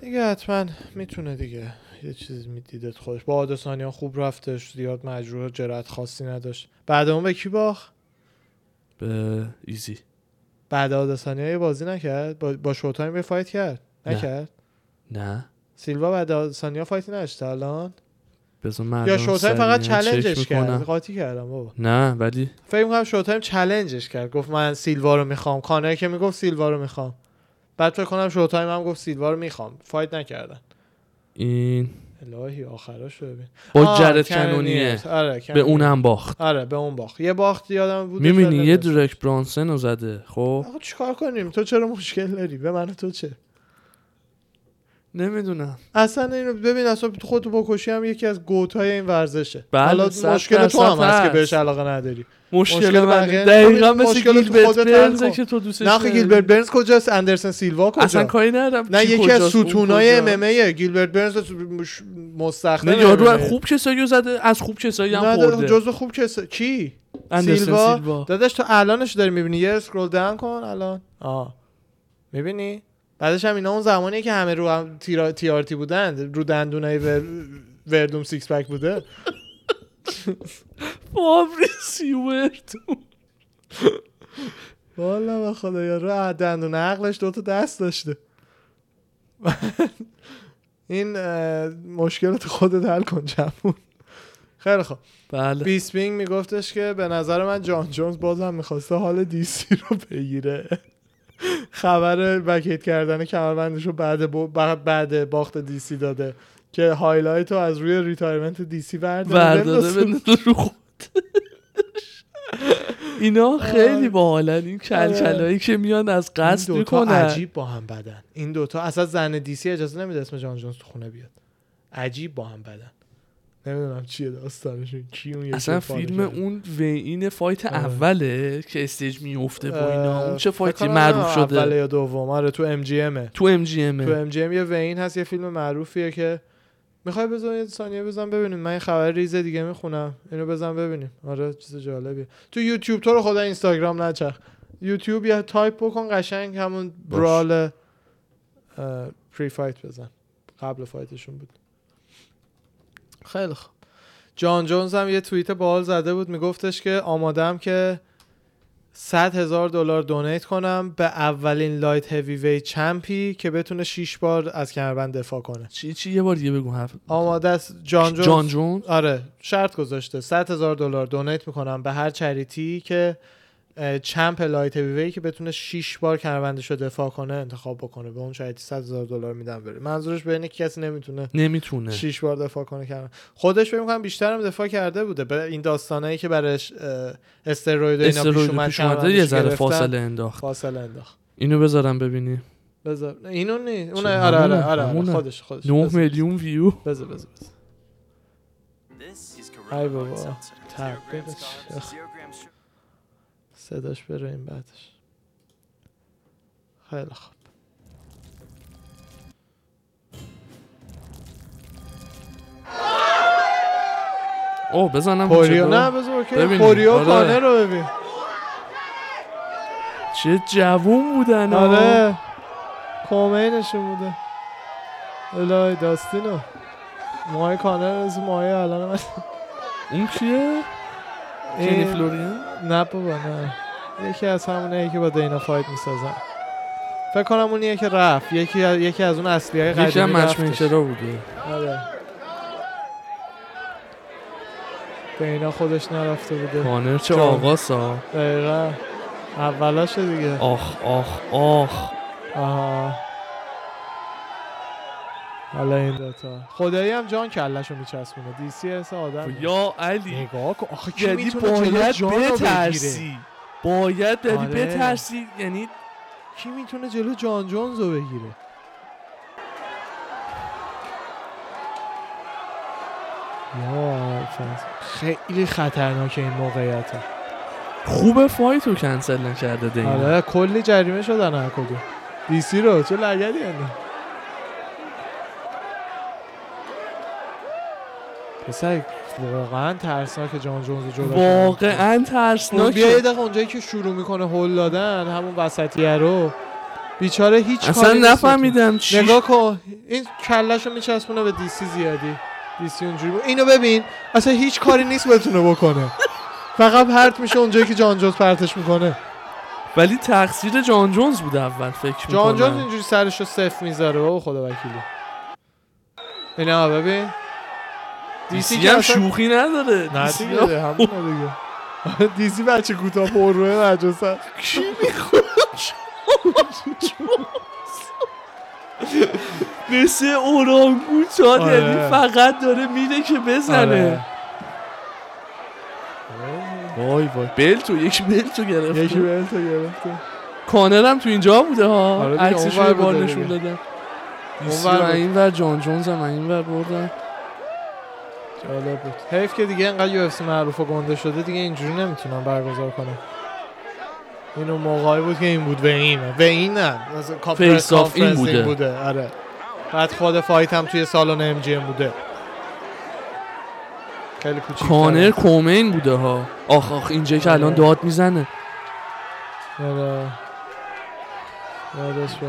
[SPEAKER 1] دیگه حتما میتونه دیگه یه چیز میدیدت خودش با آدسانیا خوب رفتش زیاد مجروح جرأت خاصی نداشت بعد اون به کی باخت
[SPEAKER 2] به ایزی
[SPEAKER 1] بعد آدسانیا یه بازی نکرد با, با شوتایم یه فایت کرد
[SPEAKER 2] نه.
[SPEAKER 1] نکرد
[SPEAKER 2] نه
[SPEAKER 1] سیلوا بعد آدسانیا فایتی نداشت الان
[SPEAKER 2] بذار من
[SPEAKER 1] یا
[SPEAKER 2] الان
[SPEAKER 1] شوتایم فقط
[SPEAKER 2] سریعاً چک
[SPEAKER 1] چلنجش کرد
[SPEAKER 2] می‌کنم.
[SPEAKER 1] قاطی کردم بابا
[SPEAKER 2] نه ولی
[SPEAKER 1] فکر میکنم شوتایم چلنجش کرد گفت من سیلوا رو میخوام کانر که میگفت سیلوا رو میخوام بعد فکر کنم شوتایم هم گفت سیلوا رو میخوام فایت نکردن
[SPEAKER 2] این
[SPEAKER 1] الهی آخراشو ببین
[SPEAKER 2] با
[SPEAKER 1] آه،
[SPEAKER 2] جرد
[SPEAKER 1] کنونیرز.
[SPEAKER 2] کنونیه
[SPEAKER 1] آره
[SPEAKER 2] به
[SPEAKER 1] کنونیر.
[SPEAKER 2] اونم باخت
[SPEAKER 1] آره به اون باخت یه باخت یادم بود
[SPEAKER 2] میبینی
[SPEAKER 1] اشاره
[SPEAKER 2] یه
[SPEAKER 1] داشت.
[SPEAKER 2] درک برانسن رو زده خب
[SPEAKER 1] آقا چیکار کنیم تو چرا مشکل داری به من و تو چه
[SPEAKER 2] نمیدونم
[SPEAKER 1] اصلا اینو ببین اصلا تو خود بکشی هم یکی از گوتای این ورزشه
[SPEAKER 2] بله،
[SPEAKER 1] حالا
[SPEAKER 2] صد
[SPEAKER 1] مشکل تو هم
[SPEAKER 2] درصد
[SPEAKER 1] هست که
[SPEAKER 2] هست.
[SPEAKER 1] بهش علاقه نداری
[SPEAKER 2] مشکل
[SPEAKER 1] مشکل
[SPEAKER 2] من
[SPEAKER 1] بقیه-
[SPEAKER 2] دقیقا
[SPEAKER 1] همین
[SPEAKER 2] مثل
[SPEAKER 1] مشکل رو تو
[SPEAKER 2] گیلبرت
[SPEAKER 1] خودت حل
[SPEAKER 2] برنزه
[SPEAKER 1] کن.
[SPEAKER 2] که تو دوستش
[SPEAKER 1] نه آخه
[SPEAKER 2] داری.
[SPEAKER 1] گیلبرت برنز کجاست اندرسن سیلوا کجا
[SPEAKER 2] اصلا کاری ندارم
[SPEAKER 1] نه
[SPEAKER 2] کی
[SPEAKER 1] یکی از
[SPEAKER 2] کجاست، اون
[SPEAKER 1] ستونای
[SPEAKER 2] کجاست.
[SPEAKER 1] ام ام ایه. گیلبرت برنز مش- مستخدم
[SPEAKER 2] نه یارو
[SPEAKER 1] MMA.
[SPEAKER 2] خوب کسایی رو زده از خوب کسایی هم
[SPEAKER 1] نه داداش،
[SPEAKER 2] خورده
[SPEAKER 1] جزو خوب کسه کی
[SPEAKER 2] اندرسن سیلوا.
[SPEAKER 1] سیلوا داداش تو الانش داری میبینی یه اسکرول داون کن الان آه میبینی بعدش هم اینا اون زمانی که همه رو هم تیرا... تی آر تی بودن رو دندونای ور... وردوم سیکس پک بوده
[SPEAKER 2] فابریسیو ورتون.
[SPEAKER 1] والا به خدا یارو دندون عقلش دوتا دست داشته این اه، مشکل رو تو خودت حل کن جمعون خیلی خوب
[SPEAKER 2] بله
[SPEAKER 1] بیسپینگ میگفتش که به نظر من جان جونز بازم میخواسته حال دیسی رو بگیره خبر وکیت کردن کمربندش رو بعد, با- بعد, بعد باخت دیسی داده که هایلایت رو از روی ریتایرمنت دیسی برداره
[SPEAKER 2] برداره
[SPEAKER 1] بندازه.
[SPEAKER 2] بندازه رو خودش اینا خیلی باحالن این کلکلایی که میان از
[SPEAKER 1] این
[SPEAKER 2] قصد
[SPEAKER 1] دوتا
[SPEAKER 2] میکنن
[SPEAKER 1] عجیب با هم بدن این دوتا اصلا زن دیسی اجازه نمیده اسم جان جونز تو خونه بیاد عجیب با هم بدن نمیدونم چیه داستانشون کی اون یکی
[SPEAKER 2] اصلا
[SPEAKER 1] رو فالو
[SPEAKER 2] فیلم
[SPEAKER 1] کرده.
[SPEAKER 2] اون وین فایت
[SPEAKER 1] آره.
[SPEAKER 2] اوله که استیج میفته با اینا اون چه
[SPEAKER 1] فکر
[SPEAKER 2] فایتی
[SPEAKER 1] کنم
[SPEAKER 2] معروف
[SPEAKER 1] اول
[SPEAKER 2] شده
[SPEAKER 1] یا دوم آره تو ام جی
[SPEAKER 2] تو ام جی
[SPEAKER 1] تو ام جی ام یه وین هست یه فیلم معروفیه که میخوای بزن یه ثانیه بزن ببینیم من یه خبر ریز دیگه میخونم اینو بزن ببینیم آره چیز جالبیه تو یوتیوب تو رو خدا اینستاگرام نچرخ یوتیوب یه تایپ بکن قشنگ همون
[SPEAKER 3] باش.
[SPEAKER 1] برال اه، پری فایت بزن قبل فایتشون بود خیلی خوب جان جونز هم یه توییت باحال زده بود میگفتش که آمادم که 100 هزار دلار دونیت کنم به اولین لایت هیوی وی چمپی که بتونه 6 بار از کمربند دفاع کنه
[SPEAKER 2] چی چی یه بار دیگه بگو حرف
[SPEAKER 1] آماده است جان جونز
[SPEAKER 2] جان جون
[SPEAKER 1] آره شرط گذاشته 100 هزار دلار دونیت میکنم به هر چریتی که اه، چمپ لایت وی که بتونه 6 بار کمربندش رو دفاع کنه انتخاب بکنه به اون چریتی 100 هزار دلار میدم بره منظورش به اینه که کسی نمیتونه
[SPEAKER 2] نمیتونه
[SPEAKER 1] 6 بار دفاع کنه کمربند خودش فکر میکنم بیشترم دفاع کرده بوده به این داستانایی که برش اه، استروید و اینا پیش
[SPEAKER 2] استروید
[SPEAKER 1] اومد
[SPEAKER 2] پیش اومده
[SPEAKER 1] کمربندش
[SPEAKER 2] یه ذره
[SPEAKER 1] گرفتن،
[SPEAKER 2] فاصله انداخت
[SPEAKER 1] فاصله انداخت
[SPEAKER 2] اینو بذارم ببینی
[SPEAKER 1] بذار نه، اینو نی اون
[SPEAKER 2] چه،
[SPEAKER 1] آره آره آره, آره.
[SPEAKER 2] همونه.
[SPEAKER 1] خودش خودش
[SPEAKER 2] 9
[SPEAKER 1] بذار
[SPEAKER 2] میلیون ویو
[SPEAKER 1] بذار بذار بذار.
[SPEAKER 4] ای
[SPEAKER 1] ای
[SPEAKER 4] بابا
[SPEAKER 1] بابا.
[SPEAKER 4] تب
[SPEAKER 1] تب بده. صداش بره این بعدش خیلی خوب
[SPEAKER 2] او بزنم
[SPEAKER 1] کوریو
[SPEAKER 2] جلو.
[SPEAKER 1] نه بذار اوکی
[SPEAKER 2] ببینیم.
[SPEAKER 1] کوریو
[SPEAKER 2] آره.
[SPEAKER 1] کانر رو ببین
[SPEAKER 2] چه جوون بودن آه.
[SPEAKER 1] آره کومینشون بوده الهی داستینو ماهی کانر از ماهی الان من
[SPEAKER 2] اون کیه
[SPEAKER 1] این-
[SPEAKER 2] جنی فلوریان
[SPEAKER 1] نه بابا نه یکی از همونه که با دینا فایت میسازن فکر کنم اونیه که رفت یکی یکی از اون اصلی های
[SPEAKER 2] یکی هم
[SPEAKER 1] قدیمی
[SPEAKER 2] مچ
[SPEAKER 1] رفتش
[SPEAKER 2] میکرا بوده
[SPEAKER 1] آره دینا خودش نرفته بوده
[SPEAKER 2] کانر چه
[SPEAKER 1] جان.
[SPEAKER 2] آقاسا
[SPEAKER 1] دقیقا اولاشه دیگه
[SPEAKER 2] آخ آخ آخ
[SPEAKER 1] آها حالا این دوتا خدایی هم جان کلش رو میچسبونه دی سی اس آدم
[SPEAKER 2] یا علی
[SPEAKER 1] نگاه کن آخه کی
[SPEAKER 2] خب یعنی
[SPEAKER 1] میتونه جلو جان
[SPEAKER 2] باید
[SPEAKER 1] رو بگیره
[SPEAKER 2] بترسی باید داری
[SPEAKER 1] آره.
[SPEAKER 2] بترسی یعنی
[SPEAKER 1] کی میتونه جلو جان جونز رو بگیره یا الفاظ. خیلی خطرناکه این موقعیت ها
[SPEAKER 2] خوب فایت رو کنسل نکرده دیگه
[SPEAKER 1] آره کلی جریمه شدن هر کدوم دی سی رو چه لگدی انداخت پسر واقعا ترسناک جان جونز رو جدا کردن.
[SPEAKER 2] واقعا
[SPEAKER 1] اون بیا یه
[SPEAKER 2] ترسناکه
[SPEAKER 1] دقیقه اونجایی که شروع میکنه هل دادن همون وسطیه رو بیچاره هیچ
[SPEAKER 2] اصلا
[SPEAKER 1] کاری نیست
[SPEAKER 2] نفهمیدم
[SPEAKER 1] بهتون.
[SPEAKER 2] چی
[SPEAKER 1] نگاه کن این کلش رو میچسبونه به دیسی زیادی دیسی اونجوری بود. اینو ببین اصلا هیچ کاری نیست بتونه بکنه فقط پرت میشه اونجایی که جان جونز پرتش میکنه
[SPEAKER 2] ولی تقصیر جان جونز بود اول فکر
[SPEAKER 1] جان جونز
[SPEAKER 2] میکنم
[SPEAKER 1] اینجوری سرش رو صفر میذاره بابا خدا وکیلی اینا ببین
[SPEAKER 2] دیسی
[SPEAKER 1] که
[SPEAKER 2] هم
[SPEAKER 1] اصلا-
[SPEAKER 2] شوخی نداره
[SPEAKER 1] نه
[SPEAKER 2] دیسی
[SPEAKER 1] دیگه
[SPEAKER 2] هم-
[SPEAKER 1] ده، همونه دیگه آره، دیسی بچه کوتاه پروه مجلسه
[SPEAKER 2] کی میخواد مثل اورانگوتان
[SPEAKER 1] آره.
[SPEAKER 2] یعنی فقط داره میده که
[SPEAKER 1] آره.
[SPEAKER 2] بزنه وای وای بل تو یک بل تو
[SPEAKER 1] یکی
[SPEAKER 2] گرفت
[SPEAKER 1] به تو گرفته
[SPEAKER 2] کانر هم تو اینجا بوده ها
[SPEAKER 1] آره دیگه،
[SPEAKER 2] عکسش
[SPEAKER 1] اونور
[SPEAKER 2] رو بار
[SPEAKER 1] بوده
[SPEAKER 2] نشون
[SPEAKER 1] دیگه.
[SPEAKER 2] دادن
[SPEAKER 1] اونور
[SPEAKER 2] اونور
[SPEAKER 1] بود.
[SPEAKER 2] این ور جان جونز هم این ور بردن
[SPEAKER 1] جالب بود حیف که دیگه اینقدر یو اف معروف و گنده شده دیگه اینجوری نمیتونم برگزار کنم اینو موقعی بود که این بود و این و این نه مثلا کانفرنس
[SPEAKER 2] Face off این
[SPEAKER 1] کانفرنس
[SPEAKER 2] بوده.
[SPEAKER 1] این بوده آره بعد خود فایت هم توی سالن ام جی بوده خیلی کوچیک
[SPEAKER 2] کانر کومین بوده ها آخ آخ اینجا که الان
[SPEAKER 1] آره.
[SPEAKER 2] داد میزنه
[SPEAKER 1] آره یادش بخیر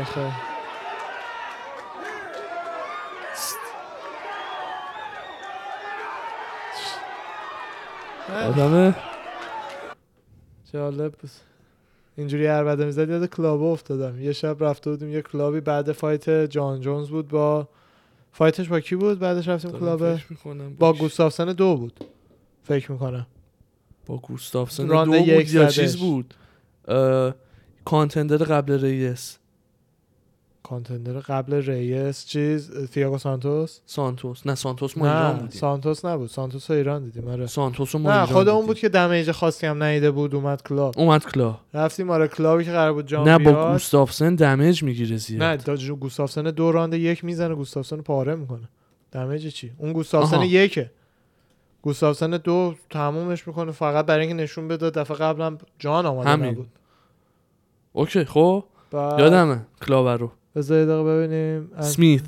[SPEAKER 1] آه.
[SPEAKER 2] آدم
[SPEAKER 1] جالب بود اینجوری هر بده میزد یاد کلاب افتادم یه شب رفته بودیم یه کلابی بعد فایت جان جونز بود با فایتش با کی بود بعدش رفتیم کلاب با گوستافسن دو بود فکر میکنم
[SPEAKER 2] با گوستافسن دو
[SPEAKER 1] راند
[SPEAKER 2] بود
[SPEAKER 1] یک
[SPEAKER 2] یا
[SPEAKER 1] زدش.
[SPEAKER 2] چیز بود اه، کانتندر قبل ریس
[SPEAKER 1] کانتندر قبل ریس چیز تیاگو سانتوس
[SPEAKER 2] سانتوس نه سانتوس ما ایران
[SPEAKER 1] نه
[SPEAKER 2] بودیم
[SPEAKER 1] سانتوس نبود سانتوس رو ایران دیدیم آره
[SPEAKER 2] سانتوس رو ما
[SPEAKER 1] نه
[SPEAKER 2] ایران
[SPEAKER 1] خود اون
[SPEAKER 2] دیدیم.
[SPEAKER 1] بود که دمیج خاصی هم نیده بود اومد کلاب
[SPEAKER 2] اومد کلا
[SPEAKER 1] رفتیم آره کلابی که قرار بود جان
[SPEAKER 2] نه با
[SPEAKER 1] بیاد.
[SPEAKER 2] گوستافسن دمیج میگیره زیاد
[SPEAKER 1] نه دا جو- گوستافسن دو راند یک میزنه گوستافسن رو پاره میکنه دمیج چی اون گوستافسن
[SPEAKER 2] آها.
[SPEAKER 1] یکه گوستافسن دو تمومش میکنه فقط برای اینکه نشون بده دفعه قبلم جان آماده
[SPEAKER 2] همین.
[SPEAKER 1] نبود
[SPEAKER 2] اوکی خب
[SPEAKER 1] بعد-
[SPEAKER 2] یادمه کلاور رو
[SPEAKER 1] بذار یه دقیقه ببینیم از-
[SPEAKER 2] سمیت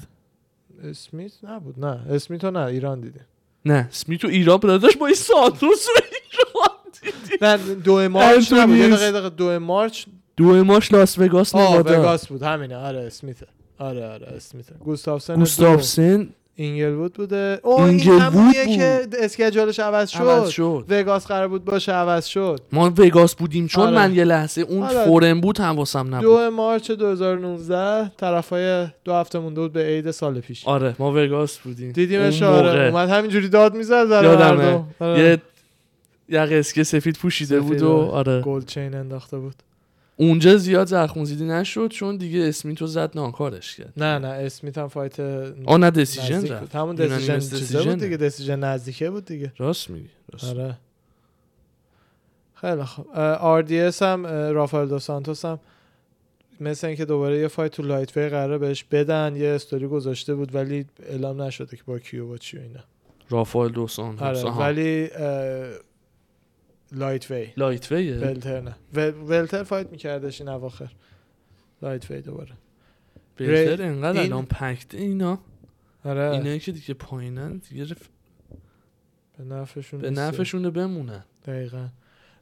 [SPEAKER 1] اسمیت نبود نه اسمیتو نه ایران
[SPEAKER 2] [LAUGHS]
[SPEAKER 1] دیدیم
[SPEAKER 2] نه اسمی تو ایران داداش ما این سانتوس رو ایران دیدیم
[SPEAKER 1] نه دو مارچ نبود یه
[SPEAKER 2] انتونیوس.
[SPEAKER 1] دقیقه- یه دقیقه دو مارچ
[SPEAKER 2] دو ماش لاس وگاس
[SPEAKER 1] آه
[SPEAKER 2] نوادا
[SPEAKER 1] وگاس بود همینه آره اسمیته آره آره اسمیته گوستافسن دو.
[SPEAKER 2] گوستافسن
[SPEAKER 1] اینگلوود بوده اوه این
[SPEAKER 2] اینگلوود
[SPEAKER 1] همونیه
[SPEAKER 2] بود.
[SPEAKER 1] که اسکجولش عوض شد
[SPEAKER 2] عوض شد
[SPEAKER 1] وگاس قرار بود باشه عوض شد
[SPEAKER 2] ما وگاس بودیم چون
[SPEAKER 1] آره.
[SPEAKER 2] من یه لحظه اون
[SPEAKER 1] آره.
[SPEAKER 2] فورن بود حواسم نبود
[SPEAKER 1] دو مارچ 2019 طرفای دو هفته مونده بود به عید سال پیش
[SPEAKER 2] آره ما وگاس بودیم اون
[SPEAKER 1] دیدیمش آره
[SPEAKER 2] موقع.
[SPEAKER 1] اومد همینجوری داد میزد در
[SPEAKER 2] یادمه.
[SPEAKER 1] مردم آره.
[SPEAKER 2] یه یقه اسکی سفید پوشیده
[SPEAKER 1] سفید،
[SPEAKER 2] بود و آره
[SPEAKER 1] گل چین انداخته بود
[SPEAKER 2] اونجا زیاد زخم زیدی نشد چون دیگه اسمیتو زد ناکارش کرد
[SPEAKER 1] نه نه اسمیت هم فایت
[SPEAKER 2] آه نه
[SPEAKER 1] نزدیک
[SPEAKER 2] دسیژن
[SPEAKER 1] بود.
[SPEAKER 2] رفت
[SPEAKER 1] همون
[SPEAKER 2] یونانیمس
[SPEAKER 1] دسیژن چیزه
[SPEAKER 2] دسیژنه.
[SPEAKER 1] بود دیگه دسیژن نزدیکه بود دیگه
[SPEAKER 2] راست میگی راست میگی.
[SPEAKER 1] آره خیلی خب آر دی اس هم اه، رافائل دو سانتوس هم مثل اینکه دوباره یه فایت تو لایت وی قراره بهش بدن یه استوری گذاشته بود ولی اعلام نشده که با کیو با چی و اینا
[SPEAKER 2] رافائل دوسان
[SPEAKER 1] آره ولی اه، لایت وی
[SPEAKER 2] لایت ویه
[SPEAKER 1] ولتر نه ول- ولتر فایت میکردش این اواخر لایت وی دوباره
[SPEAKER 2] بهتر
[SPEAKER 1] ری-
[SPEAKER 2] انقدر
[SPEAKER 1] این-
[SPEAKER 2] الان پکت اینا
[SPEAKER 1] آره
[SPEAKER 2] اینایی که دیگه پایینن دیگه رف-
[SPEAKER 1] به نفعشون
[SPEAKER 2] به
[SPEAKER 1] نیست.
[SPEAKER 2] نفعشونه بمونن
[SPEAKER 1] دقیقا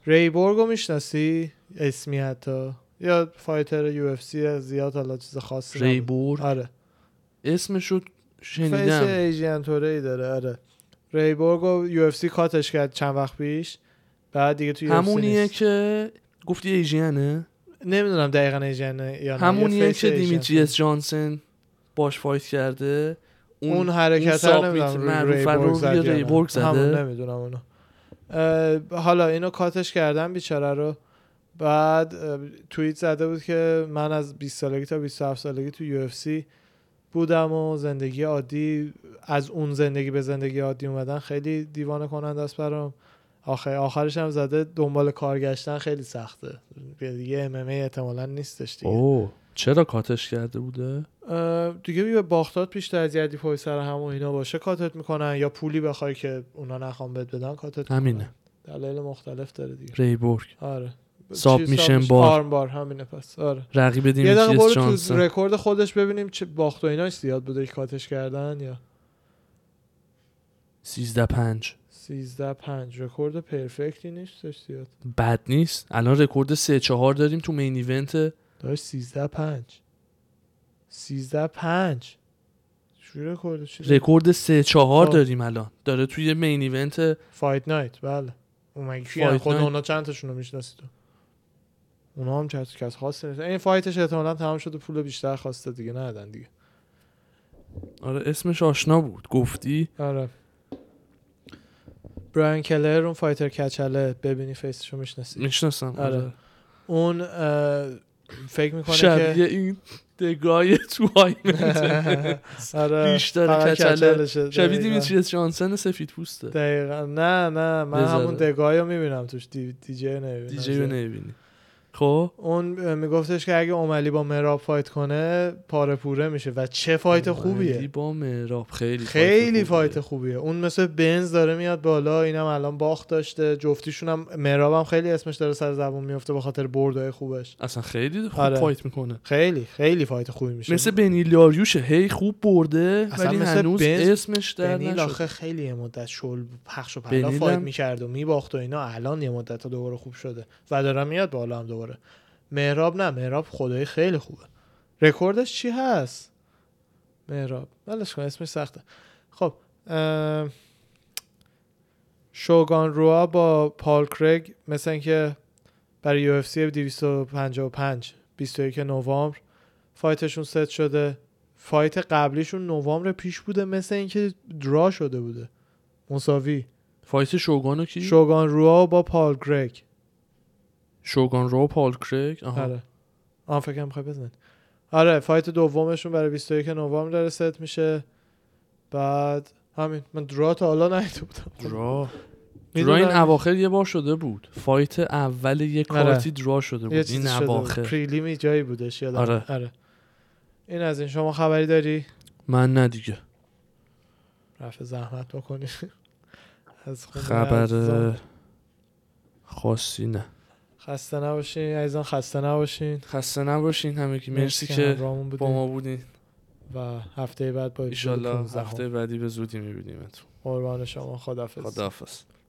[SPEAKER 1] ری بورگو میشناسی اسمی حتی یا فایتر یو اف سی زیاد حالا چیز خاصی نبود.
[SPEAKER 2] ریبور
[SPEAKER 1] آره
[SPEAKER 2] اسمشو
[SPEAKER 1] فیس
[SPEAKER 2] شنیدم
[SPEAKER 1] ایژین توره ای داره آره ری بورگو یو اف سی کاتش کرد چند وقت پیش بعد دیگه تو UFC
[SPEAKER 2] همونیه
[SPEAKER 1] نیست.
[SPEAKER 2] که گفتی ایژینه
[SPEAKER 1] نمیدونم دقیقا ایژنه یا نه بله، یه
[SPEAKER 2] همونیه
[SPEAKER 1] فیس
[SPEAKER 2] که
[SPEAKER 1] ایژن.
[SPEAKER 2] دیمیتریس جانسن باش فایت کرده
[SPEAKER 1] اون,
[SPEAKER 2] اون
[SPEAKER 1] حرکت
[SPEAKER 2] اون
[SPEAKER 1] رو
[SPEAKER 2] سابمیت
[SPEAKER 1] نمیدونم ری
[SPEAKER 2] معروف رو
[SPEAKER 1] بورگ
[SPEAKER 2] روی
[SPEAKER 1] زد یا
[SPEAKER 2] ری
[SPEAKER 1] نه.
[SPEAKER 2] بورگ زده.
[SPEAKER 1] همون نمیدونم اونو اه، حالا اینو کاتش کردم بیچاره رو بعد اه، توییت زده بود که من از 20 سالگی تا 27 سالگی تو یو بودم و زندگی عادی از اون زندگی به زندگی عادی اومدن خیلی دیوانه کننده است برام آخر آخرش هم زده دنبال کار گشتن خیلی سخته دیگه ام ام ای احتمالاً نیستش دیگه
[SPEAKER 2] اوه چرا کاتش کرده بوده
[SPEAKER 1] اه، دیگه به باختات پیشتر از یدی پای سر هم و اینا باشه کاتت میکنن یا پولی بخوای که اونا نخوام بهت بدن کاتت
[SPEAKER 2] همینه
[SPEAKER 1] میکنن. دلایل مختلف داره دیگه
[SPEAKER 2] ریبورگ
[SPEAKER 1] آره
[SPEAKER 2] ساب
[SPEAKER 1] چی
[SPEAKER 2] میشن
[SPEAKER 1] سابش-
[SPEAKER 2] بار.
[SPEAKER 1] آرم بار همینه پس آره
[SPEAKER 2] رقیب
[SPEAKER 1] یه دقیقه
[SPEAKER 2] دیمیتریس
[SPEAKER 1] برو تو
[SPEAKER 2] جانسن
[SPEAKER 1] رکورد خودش ببینیم چه باخت و ایناش زیاد بوده که کاتش کردن یا
[SPEAKER 2] 13 5
[SPEAKER 1] 13 5 رکورد پرفکتی نیستش زیاد
[SPEAKER 2] بد نیست الان رکورد 3 4 داریم تو مین ایونت
[SPEAKER 1] داشت 13 5 13 5 چه رکورد چیز
[SPEAKER 2] رکورد 3 4
[SPEAKER 1] آه.
[SPEAKER 2] داریم الان داره توی مین ایونت
[SPEAKER 1] فایت نایت بله اون مگه کیه
[SPEAKER 2] فایت
[SPEAKER 1] خود
[SPEAKER 2] نایت.
[SPEAKER 1] اونا چند تاشون رو میشناسی تو اونا هم چند تا کس خاصی نیست این فایتش احتمالا تمام شد و پول بیشتر خواسته دیگه ندادن دیگه
[SPEAKER 2] آره اسمش آشنا بود گفتی
[SPEAKER 1] آره براین کلر اون فایتر کچله ببینی فیسشو میشناسی
[SPEAKER 2] میشناسم
[SPEAKER 1] آره.
[SPEAKER 2] آره
[SPEAKER 1] اون اه، فکر میکنه که
[SPEAKER 2] شبیه این دگای تو های
[SPEAKER 1] [LAUGHS] آره
[SPEAKER 2] بیشتر
[SPEAKER 1] فقط
[SPEAKER 2] کچله.
[SPEAKER 1] کچلشه.
[SPEAKER 2] شبیه
[SPEAKER 1] دقیقاً.
[SPEAKER 2] دیمیتریس جانسن سفید پوسته
[SPEAKER 1] دقیقا نه نه من
[SPEAKER 2] بذاره.
[SPEAKER 1] همون دگاهی رو میبینم توش دی, دی جی نمیبینم
[SPEAKER 2] دیجی رو نمیبینی خب
[SPEAKER 1] اون اه، میگفتش که اگه اوملی با مراب فایت کنه پاره پوره میشه و چه فایت
[SPEAKER 2] مهدی
[SPEAKER 1] خوبیه
[SPEAKER 2] با مهراب خیلی
[SPEAKER 1] خیلی
[SPEAKER 2] خوبیه.
[SPEAKER 1] فایت خوبیه اون مثل بنز داره میاد بالا اینم الان باخت داشته جفتیشون هم مهراب هم خیلی اسمش داره سر زبون میفته به خاطر بردای خوبش
[SPEAKER 2] اصلا خیلی خوب
[SPEAKER 1] آره.
[SPEAKER 2] فایت میکنه
[SPEAKER 1] خیلی خیلی فایت خوبی میشه
[SPEAKER 2] مثل بنیلاریوشه هی خوب برده
[SPEAKER 1] اصلا
[SPEAKER 2] ولی
[SPEAKER 1] مثل
[SPEAKER 2] هنوز
[SPEAKER 1] بنز-
[SPEAKER 2] اسمش در
[SPEAKER 1] بنیل
[SPEAKER 2] نشد
[SPEAKER 1] آخه خیلی یه مدت شل پخش و پلا
[SPEAKER 2] بنیلم-
[SPEAKER 1] فایت میکرد و میباخت و اینا الان یه مدت دوباره خوب شده و داره میاد بالا هم دوباره مهراب نه مهراب خدای خیلی خوبه رکوردش چی هست مهراب ولش کن اسمش سخته خب ام، شوگان روا با پال کرگ مثل اینکه برای یو اف سی 255 21 نوامبر فایتشون ست شده فایت قبلیشون نوامبر پیش بوده مثل اینکه درا شده بوده مساوی
[SPEAKER 2] فایت شوگانو کی
[SPEAKER 1] شوگان روا با پال گرگ
[SPEAKER 2] شوگان رو پال کرک آها
[SPEAKER 1] آره آن فکر میخوای بزن آره فایت دومشون برای 21 نوامبر داره ست میشه بعد همین من درا تا حالا نیده بودم
[SPEAKER 2] درا درا
[SPEAKER 1] می‌دونم
[SPEAKER 2] این اواخر یه بار شده بود فایت اول یه
[SPEAKER 1] آره.
[SPEAKER 2] کارتی درا شده بود
[SPEAKER 1] یه چیزی
[SPEAKER 2] این
[SPEAKER 1] شده بود.
[SPEAKER 2] اواخر
[SPEAKER 1] پریلیمی جایی بودش یادم
[SPEAKER 2] آره.
[SPEAKER 1] آره این از این شما خبری داری
[SPEAKER 2] من نه دیگه
[SPEAKER 1] رفع زحمت بکنی [LAUGHS] از خوندن
[SPEAKER 2] خبر
[SPEAKER 1] عزیزان.
[SPEAKER 2] خاصی نه
[SPEAKER 1] خسته نباشین عزیزان خسته نباشین
[SPEAKER 2] خسته نباشین همگی مرسی که
[SPEAKER 1] همراهمون بودین.
[SPEAKER 2] با ما بودین
[SPEAKER 1] و هفته بعد با اپیزود
[SPEAKER 2] ایشالله
[SPEAKER 1] 15
[SPEAKER 2] هفته بعدی به زودی میبینیم
[SPEAKER 1] قربان شما خدافظ
[SPEAKER 2] خداحافظ